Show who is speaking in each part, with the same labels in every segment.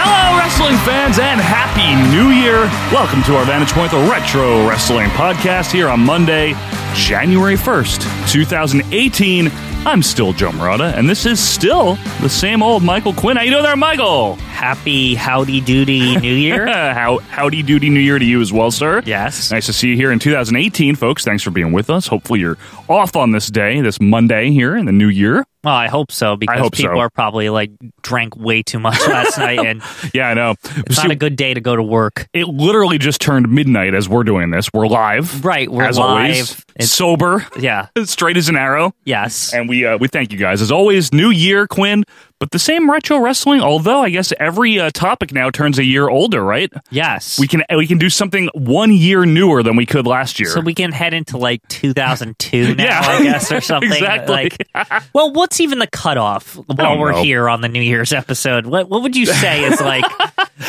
Speaker 1: Hello, wrestling fans, and happy new year. Welcome to our Vantage Point, the Retro Wrestling Podcast, here on Monday, January 1st, 2018. I'm still Joe Morata, and this is still the same old Michael Quinn. How you doing there, Michael?
Speaker 2: Happy howdy doody new year.
Speaker 1: How, howdy doody new year to you as well, sir.
Speaker 2: Yes.
Speaker 1: Nice to see you here in 2018, folks. Thanks for being with us. Hopefully you're off on this day, this Monday here in the new year.
Speaker 2: well, I hope so because
Speaker 1: hope
Speaker 2: people
Speaker 1: so.
Speaker 2: are probably like drank way too much last night and it's
Speaker 1: Yeah, I know. See,
Speaker 2: not a good day to go to work.
Speaker 1: it literally just turned midnight as we're doing this. We're live.
Speaker 2: Right, we're
Speaker 1: as
Speaker 2: live.
Speaker 1: always.
Speaker 2: It's-
Speaker 1: Sober.
Speaker 2: Yeah.
Speaker 1: straight as an arrow.
Speaker 2: Yes.
Speaker 1: And we uh, we thank you guys as always. New year, Quinn, but the same retro wrestling. Although I guess every uh, topic now turns a year older, right?
Speaker 2: yes.
Speaker 1: We can we can do something one year newer than we could last year.
Speaker 2: so we can head into like 2002 now,
Speaker 1: Yeah.
Speaker 2: I guess, or something.
Speaker 1: Exactly.
Speaker 2: Like, well, what's even the cutoff while
Speaker 1: don't
Speaker 2: we're
Speaker 1: know.
Speaker 2: here on the New Year's episode? What What would you say is like?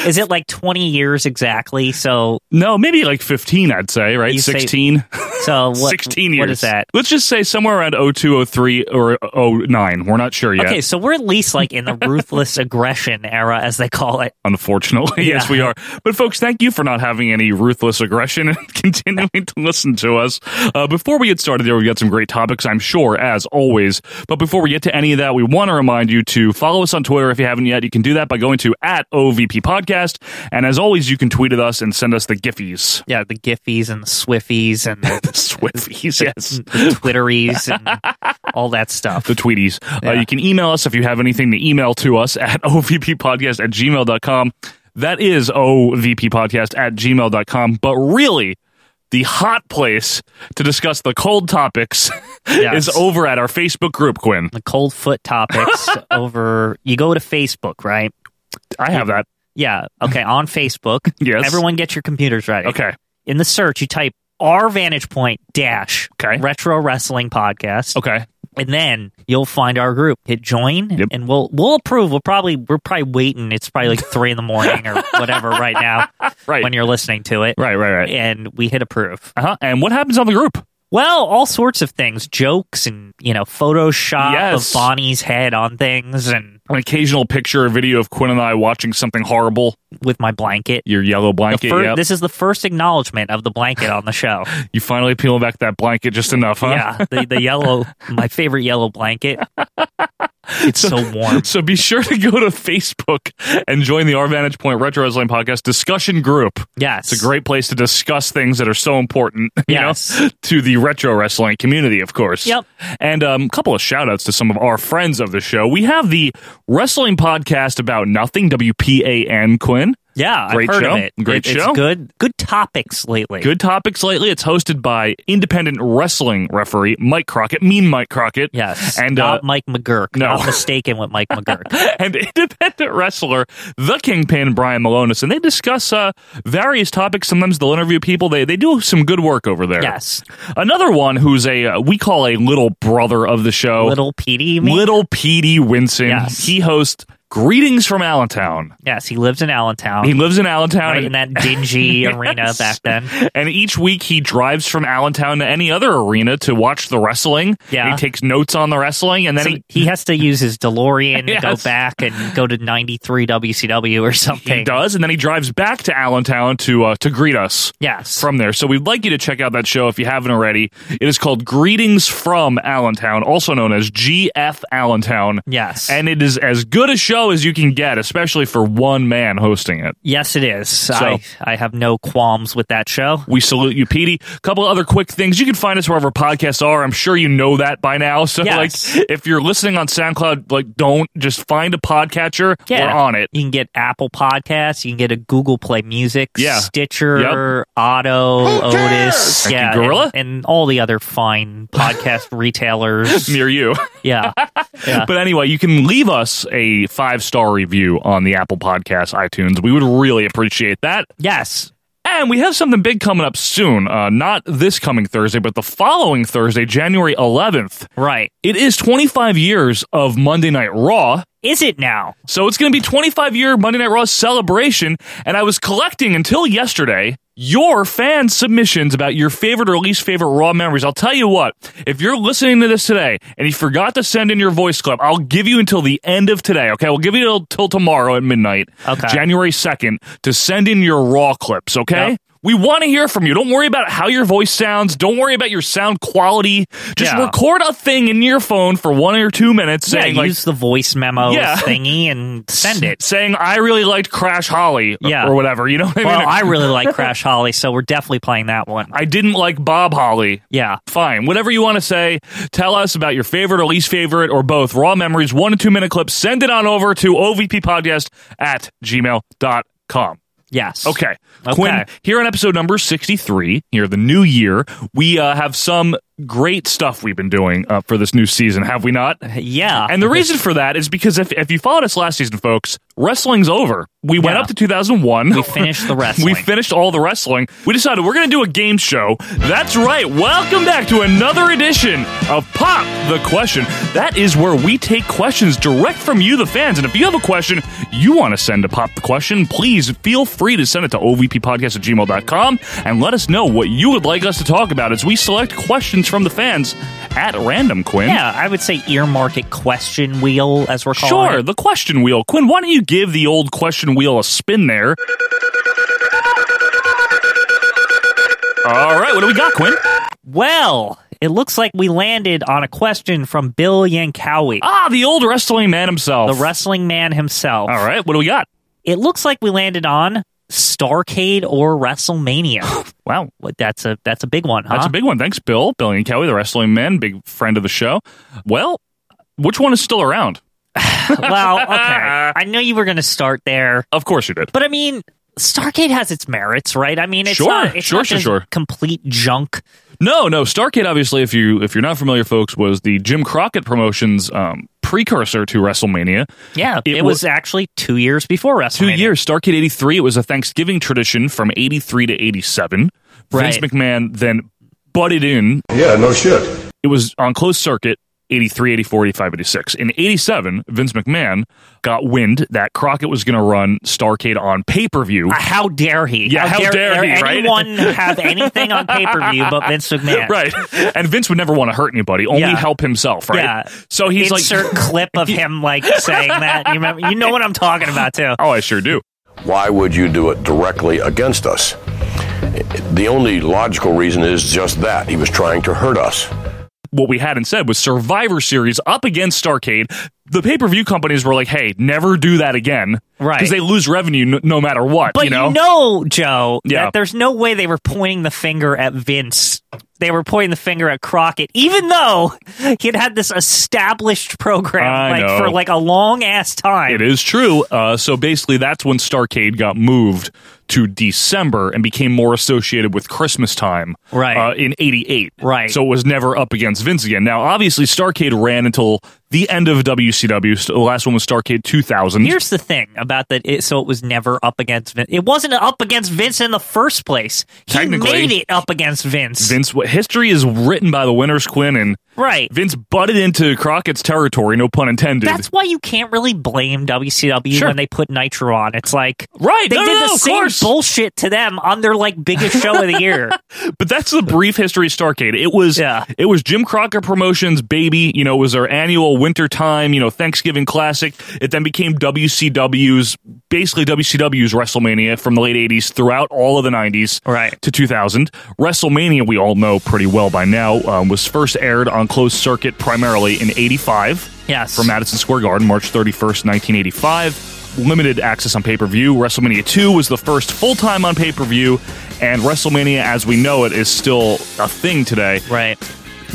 Speaker 2: is it like 20 years exactly? So,
Speaker 1: no, maybe like fifteen, I'd say, right?
Speaker 2: You say-
Speaker 1: Sixteen.
Speaker 2: so what?
Speaker 1: 16 years.
Speaker 2: What is that?
Speaker 1: Let's just say somewhere around 02, 03, or 09. We're not sure yet.
Speaker 2: Okay, so we're at least like in the ruthless aggression era, as they call it.
Speaker 1: unfortunately. Yes,
Speaker 2: Yeah.
Speaker 1: we are. But folks, thank you for not having any ruthless aggression and continuing to listen to us. Uh, before we get started, there we've got some great topics, I'm sure, as always. But before we get to any of that, we want to remind you to follow us on Twitter if you haven't yet. You can do that by going to at OVP Podcast. And as always, you can tweet at us and send us the Giffies.
Speaker 2: Yeah, the Giffies and the Swiffies and the
Speaker 1: Swifties, yes.
Speaker 2: Twitteries and all that stuff.
Speaker 1: the tweeties. Uh, you can email us if you have anything to email to us at ovppodcast at gmail.com. That is ovppodcast at gmail.com. But really, the hot place to discuss the cold topics
Speaker 2: Yes.
Speaker 1: is over at our Facebook group, Quinn.
Speaker 2: The cold foot topics over. You go to Facebook, right?
Speaker 1: I have that.
Speaker 2: Yeah. Okay. On Facebook.
Speaker 1: Yes.
Speaker 2: Everyone get your computers ready.
Speaker 1: Okay.
Speaker 2: In the search, you type our vantage point dash
Speaker 1: Okay.
Speaker 2: retro wrestling podcast.
Speaker 1: Okay.
Speaker 2: and then you'll find our group. Hit join,
Speaker 1: Yep.
Speaker 2: and we'll we'll approve. We'll probably we're probably waiting. It's probably like three in the morning or whatever right now
Speaker 1: Right.
Speaker 2: when you're listening to it.
Speaker 1: Right, right, right.
Speaker 2: And we hit approve.
Speaker 1: Uh-huh. And what happens on the group?
Speaker 2: Well, all sorts of things, jokes, and you know, Photoshop
Speaker 1: Yes.
Speaker 2: of Bonnie's head on things, and
Speaker 1: An occasional picture or video of Quinn and I watching something horrible.
Speaker 2: with my blanket.
Speaker 1: Your yellow
Speaker 2: The
Speaker 1: blanket.
Speaker 2: fir-
Speaker 1: yep.
Speaker 2: This is the first acknowledgement of the blanket on the show.
Speaker 1: you finally peeling back that blanket just enough, huh?
Speaker 2: Yeah, the, the yellow, my favorite yellow blanket. It's so warm.
Speaker 1: So be sure to go to Facebook and join the Our Vantage Point Retro Wrestling Podcast discussion group.
Speaker 2: Yes,
Speaker 1: It's a great place to discuss things that are so important, you know,
Speaker 2: Yes.
Speaker 1: to the retro wrestling community, of course.
Speaker 2: Yep.
Speaker 1: And um, a couple of shout outs to some of our friends of the show. We have the Wrestling Podcast About Nothing, WPAN Quinn.
Speaker 2: Yeah,
Speaker 1: Great
Speaker 2: I've heard
Speaker 1: show.
Speaker 2: of it.
Speaker 1: Great
Speaker 2: It-
Speaker 1: show.
Speaker 2: It's good. Good topics lately.
Speaker 1: Good topics lately. It's hosted by independent wrestling referee Mike Crockett, mean Mike Crockett.
Speaker 2: Yes.
Speaker 1: And uh,
Speaker 2: not Mike McGurk.
Speaker 1: no.
Speaker 2: Not mistaken with Mike McGurk.
Speaker 1: and independent wrestler, the Kingpin Brian Malonis, and they discuss uh, various topics. Sometimes they'll interview people. They they do some good work over there.
Speaker 2: yes.
Speaker 1: Another one who's a uh, we call a little brother of the show,
Speaker 2: Little E Petey. you mean?
Speaker 1: little Petey Winson.
Speaker 2: Yes.
Speaker 1: He hosts Greetings from Allentown.
Speaker 2: yes, he lives in Allentown.
Speaker 1: He lives in Allentown.
Speaker 2: right in
Speaker 1: and-
Speaker 2: that dingy arena
Speaker 1: Yes.
Speaker 2: back then.
Speaker 1: And each week he drives from Allentown to any other arena to watch the wrestling.
Speaker 2: Yeah.
Speaker 1: He takes notes on the wrestling and then
Speaker 2: So
Speaker 1: he,
Speaker 2: he has to use his DeLorean to go
Speaker 1: Yes.
Speaker 2: back and go to 93 WCW or
Speaker 1: he
Speaker 2: something.
Speaker 1: does and then he drives back to Allentown to uh, to greet us.
Speaker 2: Yes.
Speaker 1: from there. So we'd like you to check out that show if you haven't already. It is called Greetings from Allentown, also known as GF Allentown.
Speaker 2: yes.
Speaker 1: And it is as good a show as you can get, especially for one man hosting it.
Speaker 2: yes, it is. I, I have no qualms with that show.
Speaker 1: We salute you, Petey. A couple other quick things. You can find us wherever podcasts are. I'm sure you know that by now. So,
Speaker 2: Yes.
Speaker 1: like, if you're listening on SoundCloud, like, don't just find a podcatcher. We're on it.
Speaker 2: You can get Apple Podcasts. You can get a Google Play Music,
Speaker 1: Yeah.
Speaker 2: Stitcher, Otto, Otis,
Speaker 1: Thank you,
Speaker 2: yeah,
Speaker 1: Gorilla.
Speaker 2: and, and all the other fine podcast retailers.
Speaker 1: Near you.
Speaker 2: yeah, yeah.
Speaker 1: But anyway, you can leave us a five five star review on the Apple Podcast iTunes. We would really appreciate that.
Speaker 2: Yes.
Speaker 1: And we have something big coming up soon. Uh, not this coming Thursday, but the following Thursday, January 11th.
Speaker 2: Right.
Speaker 1: It is 25 years of Monday Night Raw.
Speaker 2: Is it now?
Speaker 1: So it's going to be 25 year Monday Night Raw celebration. And I was collecting until yesterday your fan submissions about your favorite or least favorite Raw memories. I'll tell you what, if you're listening to this today and you forgot to send in your voice clip, I'll give you until the end of today. Okay. We'll give you till, till tomorrow at midnight,
Speaker 2: Okay.
Speaker 1: January 2nd, to send in your Raw clips. Okay.
Speaker 2: Yep.
Speaker 1: We want to hear from you. Don't worry about how your voice sounds. Don't worry about your sound quality. Just
Speaker 2: Yeah.
Speaker 1: record a thing in your phone for one or two minutes saying,
Speaker 2: yeah,
Speaker 1: like,
Speaker 2: use the voice memos
Speaker 1: Yeah.
Speaker 2: thingy and send it.
Speaker 1: saying I really liked Crash Holly or-
Speaker 2: Yeah.
Speaker 1: or whatever. You know what I mean?
Speaker 2: Well, I really like Crash Holly, so we're definitely playing that one.
Speaker 1: I didn't like Bob Holly.
Speaker 2: Yeah.
Speaker 1: Fine. Whatever you want to say, tell us about your favorite or least favorite or both. Raw memories, one and two minute clips. Send it on over to ovppodcast at gmail.com.
Speaker 2: Yes.
Speaker 1: Okay.
Speaker 2: Okay.
Speaker 1: Quinn, here on episode number 63, here, the new year, we uh, have some great stuff we've been doing uh, for this new season, have we not?
Speaker 2: Yeah.
Speaker 1: And the reason for that is because if, if you followed us last season, folks, wrestling's over. We went
Speaker 2: Yeah.
Speaker 1: up to 2001.
Speaker 2: we finished the wrestling.
Speaker 1: We finished all the wrestling. We decided we're going to do a game show. That's right. Welcome back to another edition of Pop the Question. That is where we take questions direct from you, the fans. And if you have a question you want to send to Pop the Question, please feel free to send it to ovppodcast at gmail.com and let us know what you would like us to talk about as we select questions from the fans at random, Quinn.
Speaker 2: yeah, I would say earmark it question wheel as we're calling
Speaker 1: Sure,
Speaker 2: it.
Speaker 1: the question wheel. Quinn, why don't you give the old question wheel a spin there? All right, what do we got, Quinn?
Speaker 2: Well, it looks like we landed on a question from Bill Yankowi,
Speaker 1: Ah, the old wrestling man himself.
Speaker 2: the wrestling man himself.
Speaker 1: Oh. All right, what do we got?
Speaker 2: It looks like we landed on Starcade or WrestleMania.
Speaker 1: Wow,
Speaker 2: Well, that's a that's a big one, huh?
Speaker 1: that's a big one. Thanks, Bill. Bill and Kelly, the wrestling man, big friend of the show. Well, which one is still around?
Speaker 2: well, okay. I know you were going to start there,
Speaker 1: Of course you did.
Speaker 2: but I mean, Starcade has its merits, right? I mean, it's
Speaker 1: Sure,
Speaker 2: not, it's
Speaker 1: sure,
Speaker 2: not
Speaker 1: sure,
Speaker 2: just
Speaker 1: sure.
Speaker 2: complete junk.
Speaker 1: No, no. Starcade, obviously, if you if you're not familiar, folks, was the Jim Crockett Promotions um, precursor to WrestleMania.
Speaker 2: Yeah,
Speaker 1: It
Speaker 2: it,
Speaker 1: wa-
Speaker 2: was actually two years before
Speaker 1: two
Speaker 2: WrestleMania.
Speaker 1: years. Starcade 83, it was a Thanksgiving tradition from 83 to 87. Vince
Speaker 2: Right.
Speaker 1: McMahon then butted in.
Speaker 3: Yeah, no shit.
Speaker 1: It was on closed circuit 83, 84, 85, 86. In 87, Vince McMahon got wind that Crockett was going to run Starcade on pay per view.
Speaker 2: Uh, How dare he?
Speaker 1: Yeah, how dare he, right?
Speaker 2: Anyone have anything on pay per view but Vince McMahon?
Speaker 1: Right. And Vince would never want to hurt anybody, only
Speaker 2: Yeah.
Speaker 1: help himself, right?
Speaker 2: Yeah.
Speaker 1: So he's
Speaker 2: Insert
Speaker 1: like,
Speaker 2: clip of him like saying that. You remember? You know what I'm talking about too.
Speaker 1: oh, I sure do.
Speaker 3: Why would you do it directly against us? The only logical reason is just that. He was trying to hurt us.
Speaker 1: what we hadn't said was Survivor Series up against Starcade. The pay per view companies were like, "Hey, never do that again,"
Speaker 2: Right.
Speaker 1: Because they lose revenue n- no matter what.
Speaker 2: But
Speaker 1: you know,
Speaker 2: Joe,
Speaker 1: Yeah.
Speaker 2: that there's no way they were pointing the finger at Vince. They were pointing the finger at Crockett, even though he had had this established program
Speaker 1: I
Speaker 2: like
Speaker 1: know.
Speaker 2: for like a long ass time.
Speaker 1: it is true. Uh, so basically, that's when Starcade got moved to December and became more associated with Christmas time,
Speaker 2: Right.
Speaker 1: Uh, in '88,
Speaker 2: Right.
Speaker 1: So it was never up against Vince again. Now, obviously, Starcade ran until the end of WCW. So the last one was Starcade 2000.
Speaker 2: Here's the thing about that. It, so it was never up against Vince. It wasn't up against Vince in the first place. He
Speaker 1: Technically-
Speaker 2: made it up against Vince.
Speaker 1: Vince, what history is written by the winners, Quinn, and
Speaker 2: Right.
Speaker 1: Vince butted into Crockett's territory, no pun intended.
Speaker 2: That's why you can't really blame WCW
Speaker 1: Sure.
Speaker 2: when they put Nitro on. It's like
Speaker 1: Right,
Speaker 2: They
Speaker 1: no,
Speaker 2: did
Speaker 1: no,
Speaker 2: the
Speaker 1: of
Speaker 2: same
Speaker 1: course.
Speaker 2: bullshit to them on their like biggest show of the year.
Speaker 1: but that's the brief history of Starcade. It was
Speaker 2: Yeah.
Speaker 1: it was Jim Crockett Promotions, baby. You know, it was their annual wintertime, you know, Thanksgiving classic. It then became WCW's basically WCW's WrestleMania from the late eighties throughout all of the nineties
Speaker 2: Right.
Speaker 1: to two thousand. WrestleMania we all know pretty well by now, um, was first aired on closed circuit primarily in eighty five.
Speaker 2: Yes.
Speaker 1: From Madison Square Garden, March 31st, 1985. Limited access on pay per view. WrestleMania 2 was the first full time on pay per view, and WrestleMania as we know it is still a thing today.
Speaker 2: right.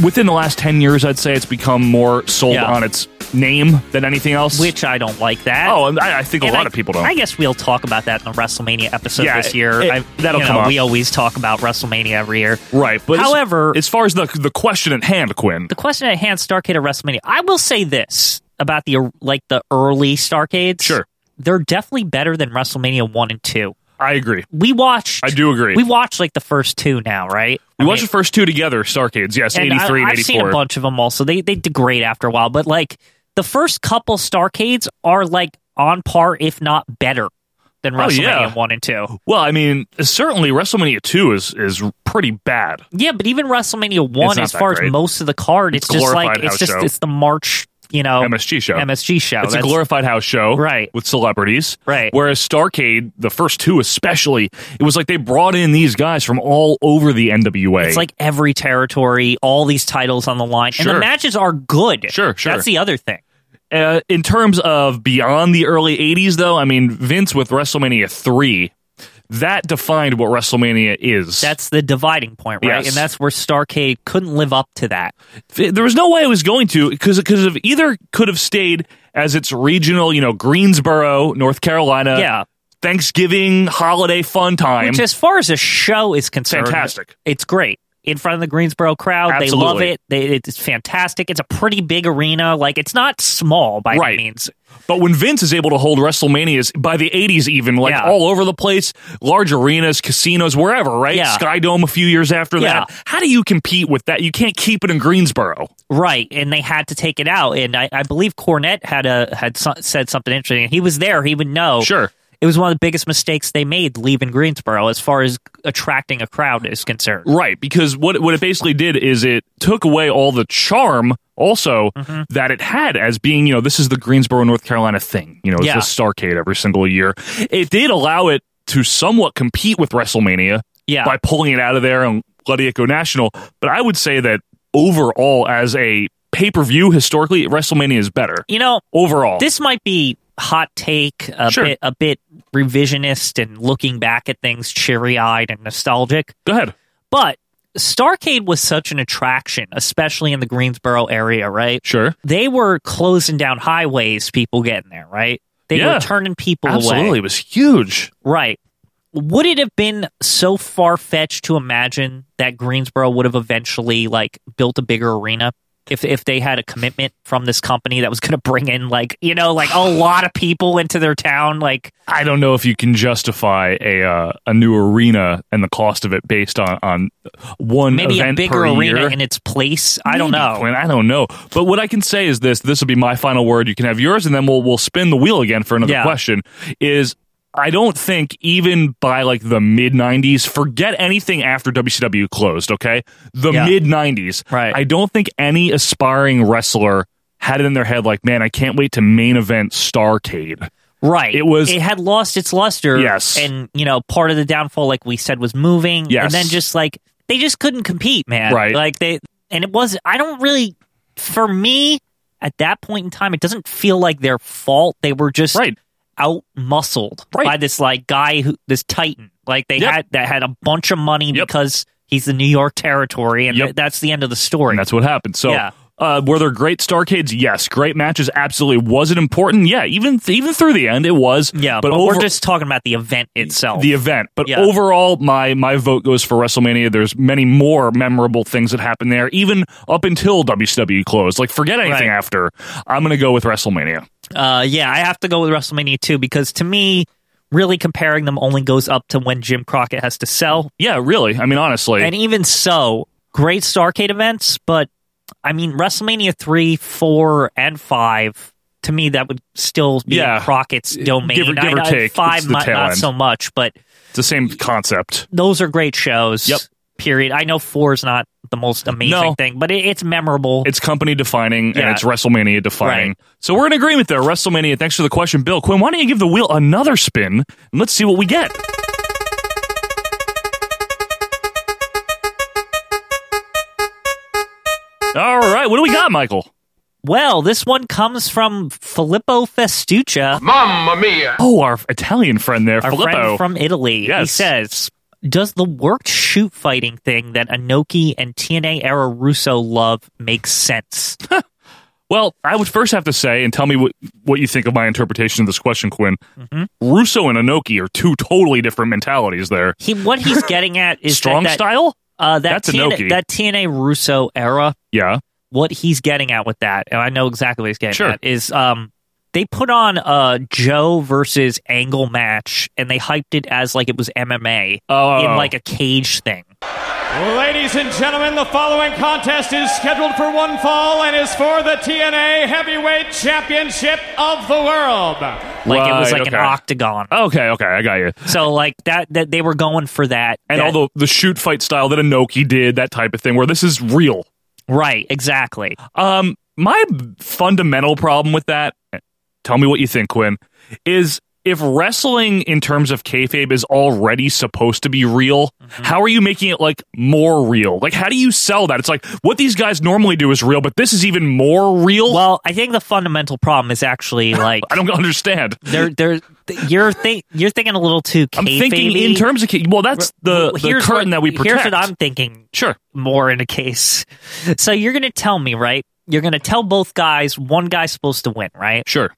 Speaker 1: Within the last 10 years, I'd say it's become more sold
Speaker 2: Yeah.
Speaker 1: on its name than anything else.
Speaker 2: Which I don't like that.
Speaker 1: oh, and I, I think a
Speaker 2: And
Speaker 1: lot
Speaker 2: I-
Speaker 1: of people don't.
Speaker 2: I guess we'll talk about that in the WrestleMania episode
Speaker 1: Yeah,
Speaker 2: this year.
Speaker 1: it-
Speaker 2: I,
Speaker 1: that'll
Speaker 2: you
Speaker 1: come
Speaker 2: know,
Speaker 1: up.
Speaker 2: We always talk about WrestleMania every year.
Speaker 1: right. But as-
Speaker 2: However-
Speaker 1: as, far as the, the question at hand, Quinn,
Speaker 2: The question at hand, Starcade or WrestleMania? I will say this. about the like the early Starcades.
Speaker 1: Sure.
Speaker 2: they're definitely better than WrestleMania one and two.
Speaker 1: I agree.
Speaker 2: We watched.
Speaker 1: I do agree.
Speaker 2: We watched like the first two now, right?
Speaker 1: We
Speaker 2: I
Speaker 1: watched
Speaker 2: mean-
Speaker 1: the first two together, Starcades. Yes,
Speaker 2: and
Speaker 1: 83
Speaker 2: I,
Speaker 1: and
Speaker 2: I've seen a
Speaker 1: 84.
Speaker 2: bunch of them also. They they degrade after a while, but like the first couple Starcades are like on par, if not better, than WrestleMania
Speaker 1: Oh, yeah.
Speaker 2: one and two.
Speaker 1: Well, I mean, certainly WrestleMania 2 is is pretty bad.
Speaker 2: Yeah, but even WrestleMania
Speaker 1: It's
Speaker 2: one,
Speaker 1: not
Speaker 2: as
Speaker 1: that
Speaker 2: far
Speaker 1: great.
Speaker 2: as most of the card, it's,
Speaker 1: It's
Speaker 2: just
Speaker 1: glorified
Speaker 2: like it's
Speaker 1: house
Speaker 2: just
Speaker 1: show.
Speaker 2: it's the March, you know,
Speaker 1: MSG show.
Speaker 2: MSG show.
Speaker 1: It's a
Speaker 2: That's-
Speaker 1: glorified house show,
Speaker 2: Right.
Speaker 1: With celebrities,
Speaker 2: Right.
Speaker 1: Whereas Starcade, the first two especially, it was like they brought in these guys from all over the NWA.
Speaker 2: It's like every territory, all these titles on the line, and
Speaker 1: Sure.
Speaker 2: the matches are good.
Speaker 1: Sure, sure.
Speaker 2: That's the other thing.
Speaker 1: uh, in terms of beyond the early '80s, though. I mean, Vince with WrestleMania three, that defined what WrestleMania is.
Speaker 2: That's the dividing point, right?
Speaker 1: Yes.
Speaker 2: And that's where Starcade couldn't live up to that.
Speaker 1: there was no way it was going to because because of either could have stayed as its regional, you know, Greensboro, North Carolina,
Speaker 2: Yeah.
Speaker 1: Thanksgiving holiday fun time.
Speaker 2: Which, as far as a show is concerned,
Speaker 1: Fantastic.
Speaker 2: It's great in front of the Greensboro crowd. They love
Speaker 1: Absolutely.
Speaker 2: it. They, it's fantastic. It's a pretty big arena. Like it's not small by
Speaker 1: Right.
Speaker 2: any means.
Speaker 1: But when Vince is able to hold WrestleManias by the 80s, even like
Speaker 2: Yeah.
Speaker 1: all over the place, large arenas, casinos, wherever, right?
Speaker 2: Yeah.
Speaker 1: Sky Dome a few years after
Speaker 2: Yeah.
Speaker 1: that. How do you compete with that? You can't keep it in Greensboro.
Speaker 2: Right, and they had to take it out, and I, I believe Cornette had a had so, said something interesting. He was there; he would know.
Speaker 1: Sure.
Speaker 2: it was one of the biggest mistakes they made leaving Greensboro, as far as attracting a crowd is concerned.
Speaker 1: Right, because what what it basically did is it took away all the charm also
Speaker 2: Mm-hmm.
Speaker 1: that it had as being, you know, this is the Greensboro, North Carolina thing. You know, it's
Speaker 2: Yeah.
Speaker 1: the Starcade every single year. It did allow it to somewhat compete with WrestleMania
Speaker 2: Yeah.
Speaker 1: by pulling it out of there and letting it go national. But I would say that overall as a pay per view historically, WrestleMania is better.
Speaker 2: You know,
Speaker 1: Overall.
Speaker 2: this might be hot take, a
Speaker 1: Sure.
Speaker 2: bit a bit revisionist, and looking back at things cheery eyed and nostalgic.
Speaker 1: go ahead.
Speaker 2: But Starcade was such an attraction, especially in the Greensboro area, right?
Speaker 1: Sure.
Speaker 2: They were closing down highways, people getting there, right? They
Speaker 1: Yeah.
Speaker 2: were turning people
Speaker 1: Absolutely.
Speaker 2: away.
Speaker 1: It was huge.
Speaker 2: Right. Would it have been so far fetched to imagine that Greensboro would have eventually like built a bigger arena? If, if they had a commitment from this company that was going to bring in like you know like a lot of people into their town like
Speaker 1: I don't know if you can justify a uh, a new arena and the cost of it based on on one
Speaker 2: maybe a
Speaker 1: event
Speaker 2: bigger
Speaker 1: per
Speaker 2: arena
Speaker 1: year.
Speaker 2: in its place I don't
Speaker 1: Maybe,
Speaker 2: know
Speaker 1: Quinn, I don't know. But what I can say is this: this will be my final word. You can have yours, and then we'll we'll spin the wheel again for another
Speaker 2: Yeah.
Speaker 1: question. Is I don't think even by like the mid '90s, forget anything after WCW closed. Okay, the
Speaker 2: Yeah.
Speaker 1: mid '90s.
Speaker 2: Right.
Speaker 1: I don't think any aspiring wrestler had it in their head like, man, I can't wait to main event Starcade.
Speaker 2: Right.
Speaker 1: It was-
Speaker 2: It had lost its luster.
Speaker 1: Yes.
Speaker 2: And you know, part of the downfall, like we said, was moving.
Speaker 1: Yes.
Speaker 2: And then just like they just couldn't compete, man.
Speaker 1: Right.
Speaker 2: Like they and it was I don't really for me at that point in time, it doesn't feel like their fault. They were just
Speaker 1: Right.
Speaker 2: out muscled
Speaker 1: Right.
Speaker 2: by this like guy who this Titan. Like they
Speaker 1: Yep.
Speaker 2: had that had a bunch of money
Speaker 1: Yep.
Speaker 2: because he's the New York territory and
Speaker 1: Yep.
Speaker 2: th- that's the end of the story.
Speaker 1: and that's what happened. So,
Speaker 2: Yeah.
Speaker 1: uh, were there great Starcades? Yes. Great matches, absolutely. Was it important? Yeah. Even even through the end, it was.
Speaker 2: yeah,
Speaker 1: But,
Speaker 2: but,
Speaker 1: over
Speaker 2: we're just talking about the event itself.
Speaker 1: the event. But
Speaker 2: Yeah.
Speaker 1: overall, my my vote goes for WrestleMania. There's many more memorable things that happened there, even up until WCW closed. Like, forget anything
Speaker 2: Right.
Speaker 1: after. I'm gonna go with WrestleMania.
Speaker 2: Uh, yeah, I have to go with WrestleMania too because to me, really comparing them only goes up to when Jim Crockett has to sell,
Speaker 1: Yeah, really. I mean, honestly,
Speaker 2: and even so, great Starcade events, but I mean WrestleMania three, four, and five. To me, that would still be
Speaker 1: Yeah.
Speaker 2: Crockett's domain.
Speaker 1: give or
Speaker 2: I- I-
Speaker 1: take, it's
Speaker 2: five,
Speaker 1: the
Speaker 2: not,
Speaker 1: tail
Speaker 2: not
Speaker 1: end.
Speaker 2: so much, but
Speaker 1: it's the same concept.
Speaker 2: those are great shows.
Speaker 1: Yep.
Speaker 2: Period. I know four is not the most amazing
Speaker 1: No.
Speaker 2: thing, but it, it's memorable.
Speaker 1: It's company defining and
Speaker 2: Yeah.
Speaker 1: it's WrestleMania defining.
Speaker 2: Right.
Speaker 1: So we're in agreement there. WrestleMania. Thanks for the question, Bill Quinn. Why don't you give the wheel another spin and let's see what we get. All right, what do we got, Michael?
Speaker 2: well, this one comes from Filippo Festuccia.
Speaker 4: Mamma mia!
Speaker 1: Oh, our Italian friend there,
Speaker 2: Our
Speaker 1: Filippo.
Speaker 2: friend from Italy. He
Speaker 1: Yes.
Speaker 2: says, "Does the worked shoot fighting thing that Anoki and TNA era Russo love make sense?"
Speaker 1: well, I would first have to say, and tell me what, what you think of my interpretation of this question, Quinn.
Speaker 2: Mm-hmm.
Speaker 1: Russo and Anoki are two totally different mentalities there.
Speaker 2: he, what he's getting at is
Speaker 1: Strong
Speaker 2: that, that,
Speaker 1: style?
Speaker 2: Uh, that
Speaker 1: That's
Speaker 2: TNA,
Speaker 1: Inoki.
Speaker 2: That TNA Russo era
Speaker 1: Yeah.
Speaker 2: what he's getting at with that, and I know exactly what he's getting
Speaker 1: Sure.
Speaker 2: at, is um, they put on a Joe versus Angle match, and they hyped it as like it was MMA
Speaker 1: Oh.
Speaker 2: in like a cage thing.
Speaker 5: Ladies and gentlemen, the following contest is scheduled for one fall and is for the TNA Heavyweight Championship of the World.
Speaker 2: Like it was
Speaker 1: Right,
Speaker 2: like an
Speaker 1: okay.
Speaker 2: octagon.
Speaker 1: Okay, okay, I got you.
Speaker 2: So like that that they were going for that.
Speaker 1: And
Speaker 2: that-
Speaker 1: all the, the shoot fight style that Inoki did, that type of thing, where this is real.
Speaker 2: right, exactly.
Speaker 1: Um, my fundamental problem with that, tell me what you think, Quinn, is if wrestling in terms of kayfabe is already supposed to be real, how are you making it like more real? Like, how do you sell that? It's like what these guys normally do is real, but this is even more real.
Speaker 2: Well, I think the fundamental problem is actually like
Speaker 1: I don't understand.
Speaker 2: they're they're you're think you're thinking a little too.
Speaker 1: I'm thinking in
Speaker 2: kayfabe-y.
Speaker 1: terms of kay- well, that's the,
Speaker 2: Well,
Speaker 1: the
Speaker 2: here's
Speaker 1: curtain
Speaker 2: what-
Speaker 1: that we protect.
Speaker 2: Here's what I'm thinking.
Speaker 1: sure.
Speaker 2: more in a case. So you're going to tell me, right? You're going to tell both guys one guy's supposed to win, right?
Speaker 1: Sure.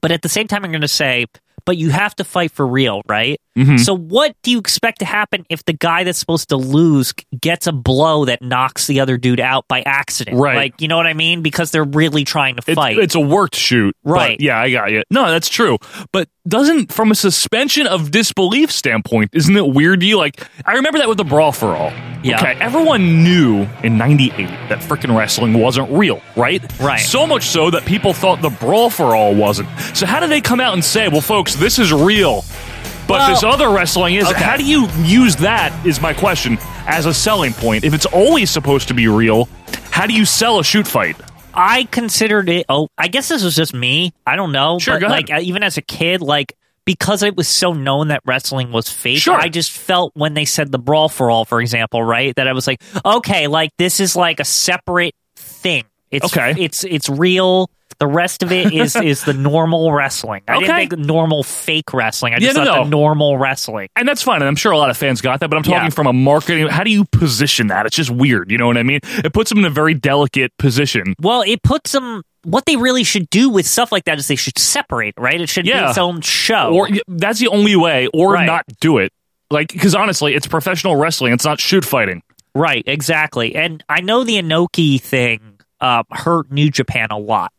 Speaker 2: But at the same time, you're going to say, but you have to fight for real, right?
Speaker 1: Mm-hmm.
Speaker 2: So what do you expect to happen if the guy that's supposed to lose gets a blow that knocks the other dude out by accident?
Speaker 1: Right.
Speaker 2: Like, you know what I mean? Because they're really trying to
Speaker 1: It-
Speaker 2: fight.
Speaker 1: It's a worked shoot. but
Speaker 2: Right.
Speaker 1: yeah, I got you. No, that's true. But doesn't, from a suspension of disbelief standpoint, isn't it weird to you? Like, I remember that with the Brawl for All.
Speaker 2: Yeah.
Speaker 1: Okay. Everyone knew in 98 that frickin' wrestling wasn't real, right?
Speaker 2: Right.
Speaker 1: So much so that people thought the Brawl for All wasn't. So how do they come out and say, well, folks, this is real? But
Speaker 2: Well-
Speaker 1: this other wrestling is.
Speaker 2: Okay.
Speaker 1: How do you use that? Is my question as a selling point. If it's always supposed to be real, how do you sell a shoot fight?
Speaker 2: I considered it. Oh, I guess this was just me. I don't know.
Speaker 1: Sure,
Speaker 2: but
Speaker 1: go ahead.
Speaker 2: like uh, even as a kid, like because it was so known that wrestling was fake,
Speaker 1: Sure.
Speaker 2: I just felt when they said the brawl for all, for example, right, that I was like, okay, like this is like a separate thing. It's
Speaker 1: Okay.
Speaker 2: It's it's real. The rest of it is is the normal wrestling. I
Speaker 1: Okay.
Speaker 2: didn't think normal fake wrestling. I
Speaker 1: Yeah,
Speaker 2: just
Speaker 1: no,
Speaker 2: thought
Speaker 1: no.
Speaker 2: the normal wrestling.
Speaker 1: and that's fine. And I'm sure a lot of fans got that, but I'm talking
Speaker 2: Yeah.
Speaker 1: from a marketing. How do you position that? It's just weird. You know what I mean? It puts them in a very delicate position.
Speaker 2: Well, it puts them. What they really should do with stuff like that is they should separate, right? It should
Speaker 1: Yeah.
Speaker 2: be its own show.
Speaker 1: Or that's the only way, or
Speaker 2: Oh. Right.
Speaker 1: not do it. Like, because honestly, it's professional wrestling. It's not shoot fighting.
Speaker 2: Right, exactly. And I know the Inoki thing um, hurt New Japan a lot.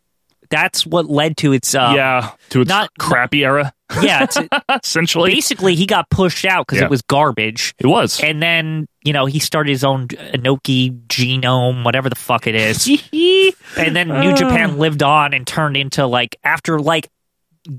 Speaker 2: That's what led to its. Um,
Speaker 1: yeah, Uh, to its
Speaker 2: not-
Speaker 1: crappy era,
Speaker 2: yeah, it's-
Speaker 1: essentially.
Speaker 2: basically, he got pushed out because
Speaker 1: Yeah.
Speaker 2: it was garbage.
Speaker 1: it was.
Speaker 2: And then, you know, he started his own Inoki genome, whatever the fuck it is. and then
Speaker 1: Uh.
Speaker 2: New Japan lived on and turned into like, after like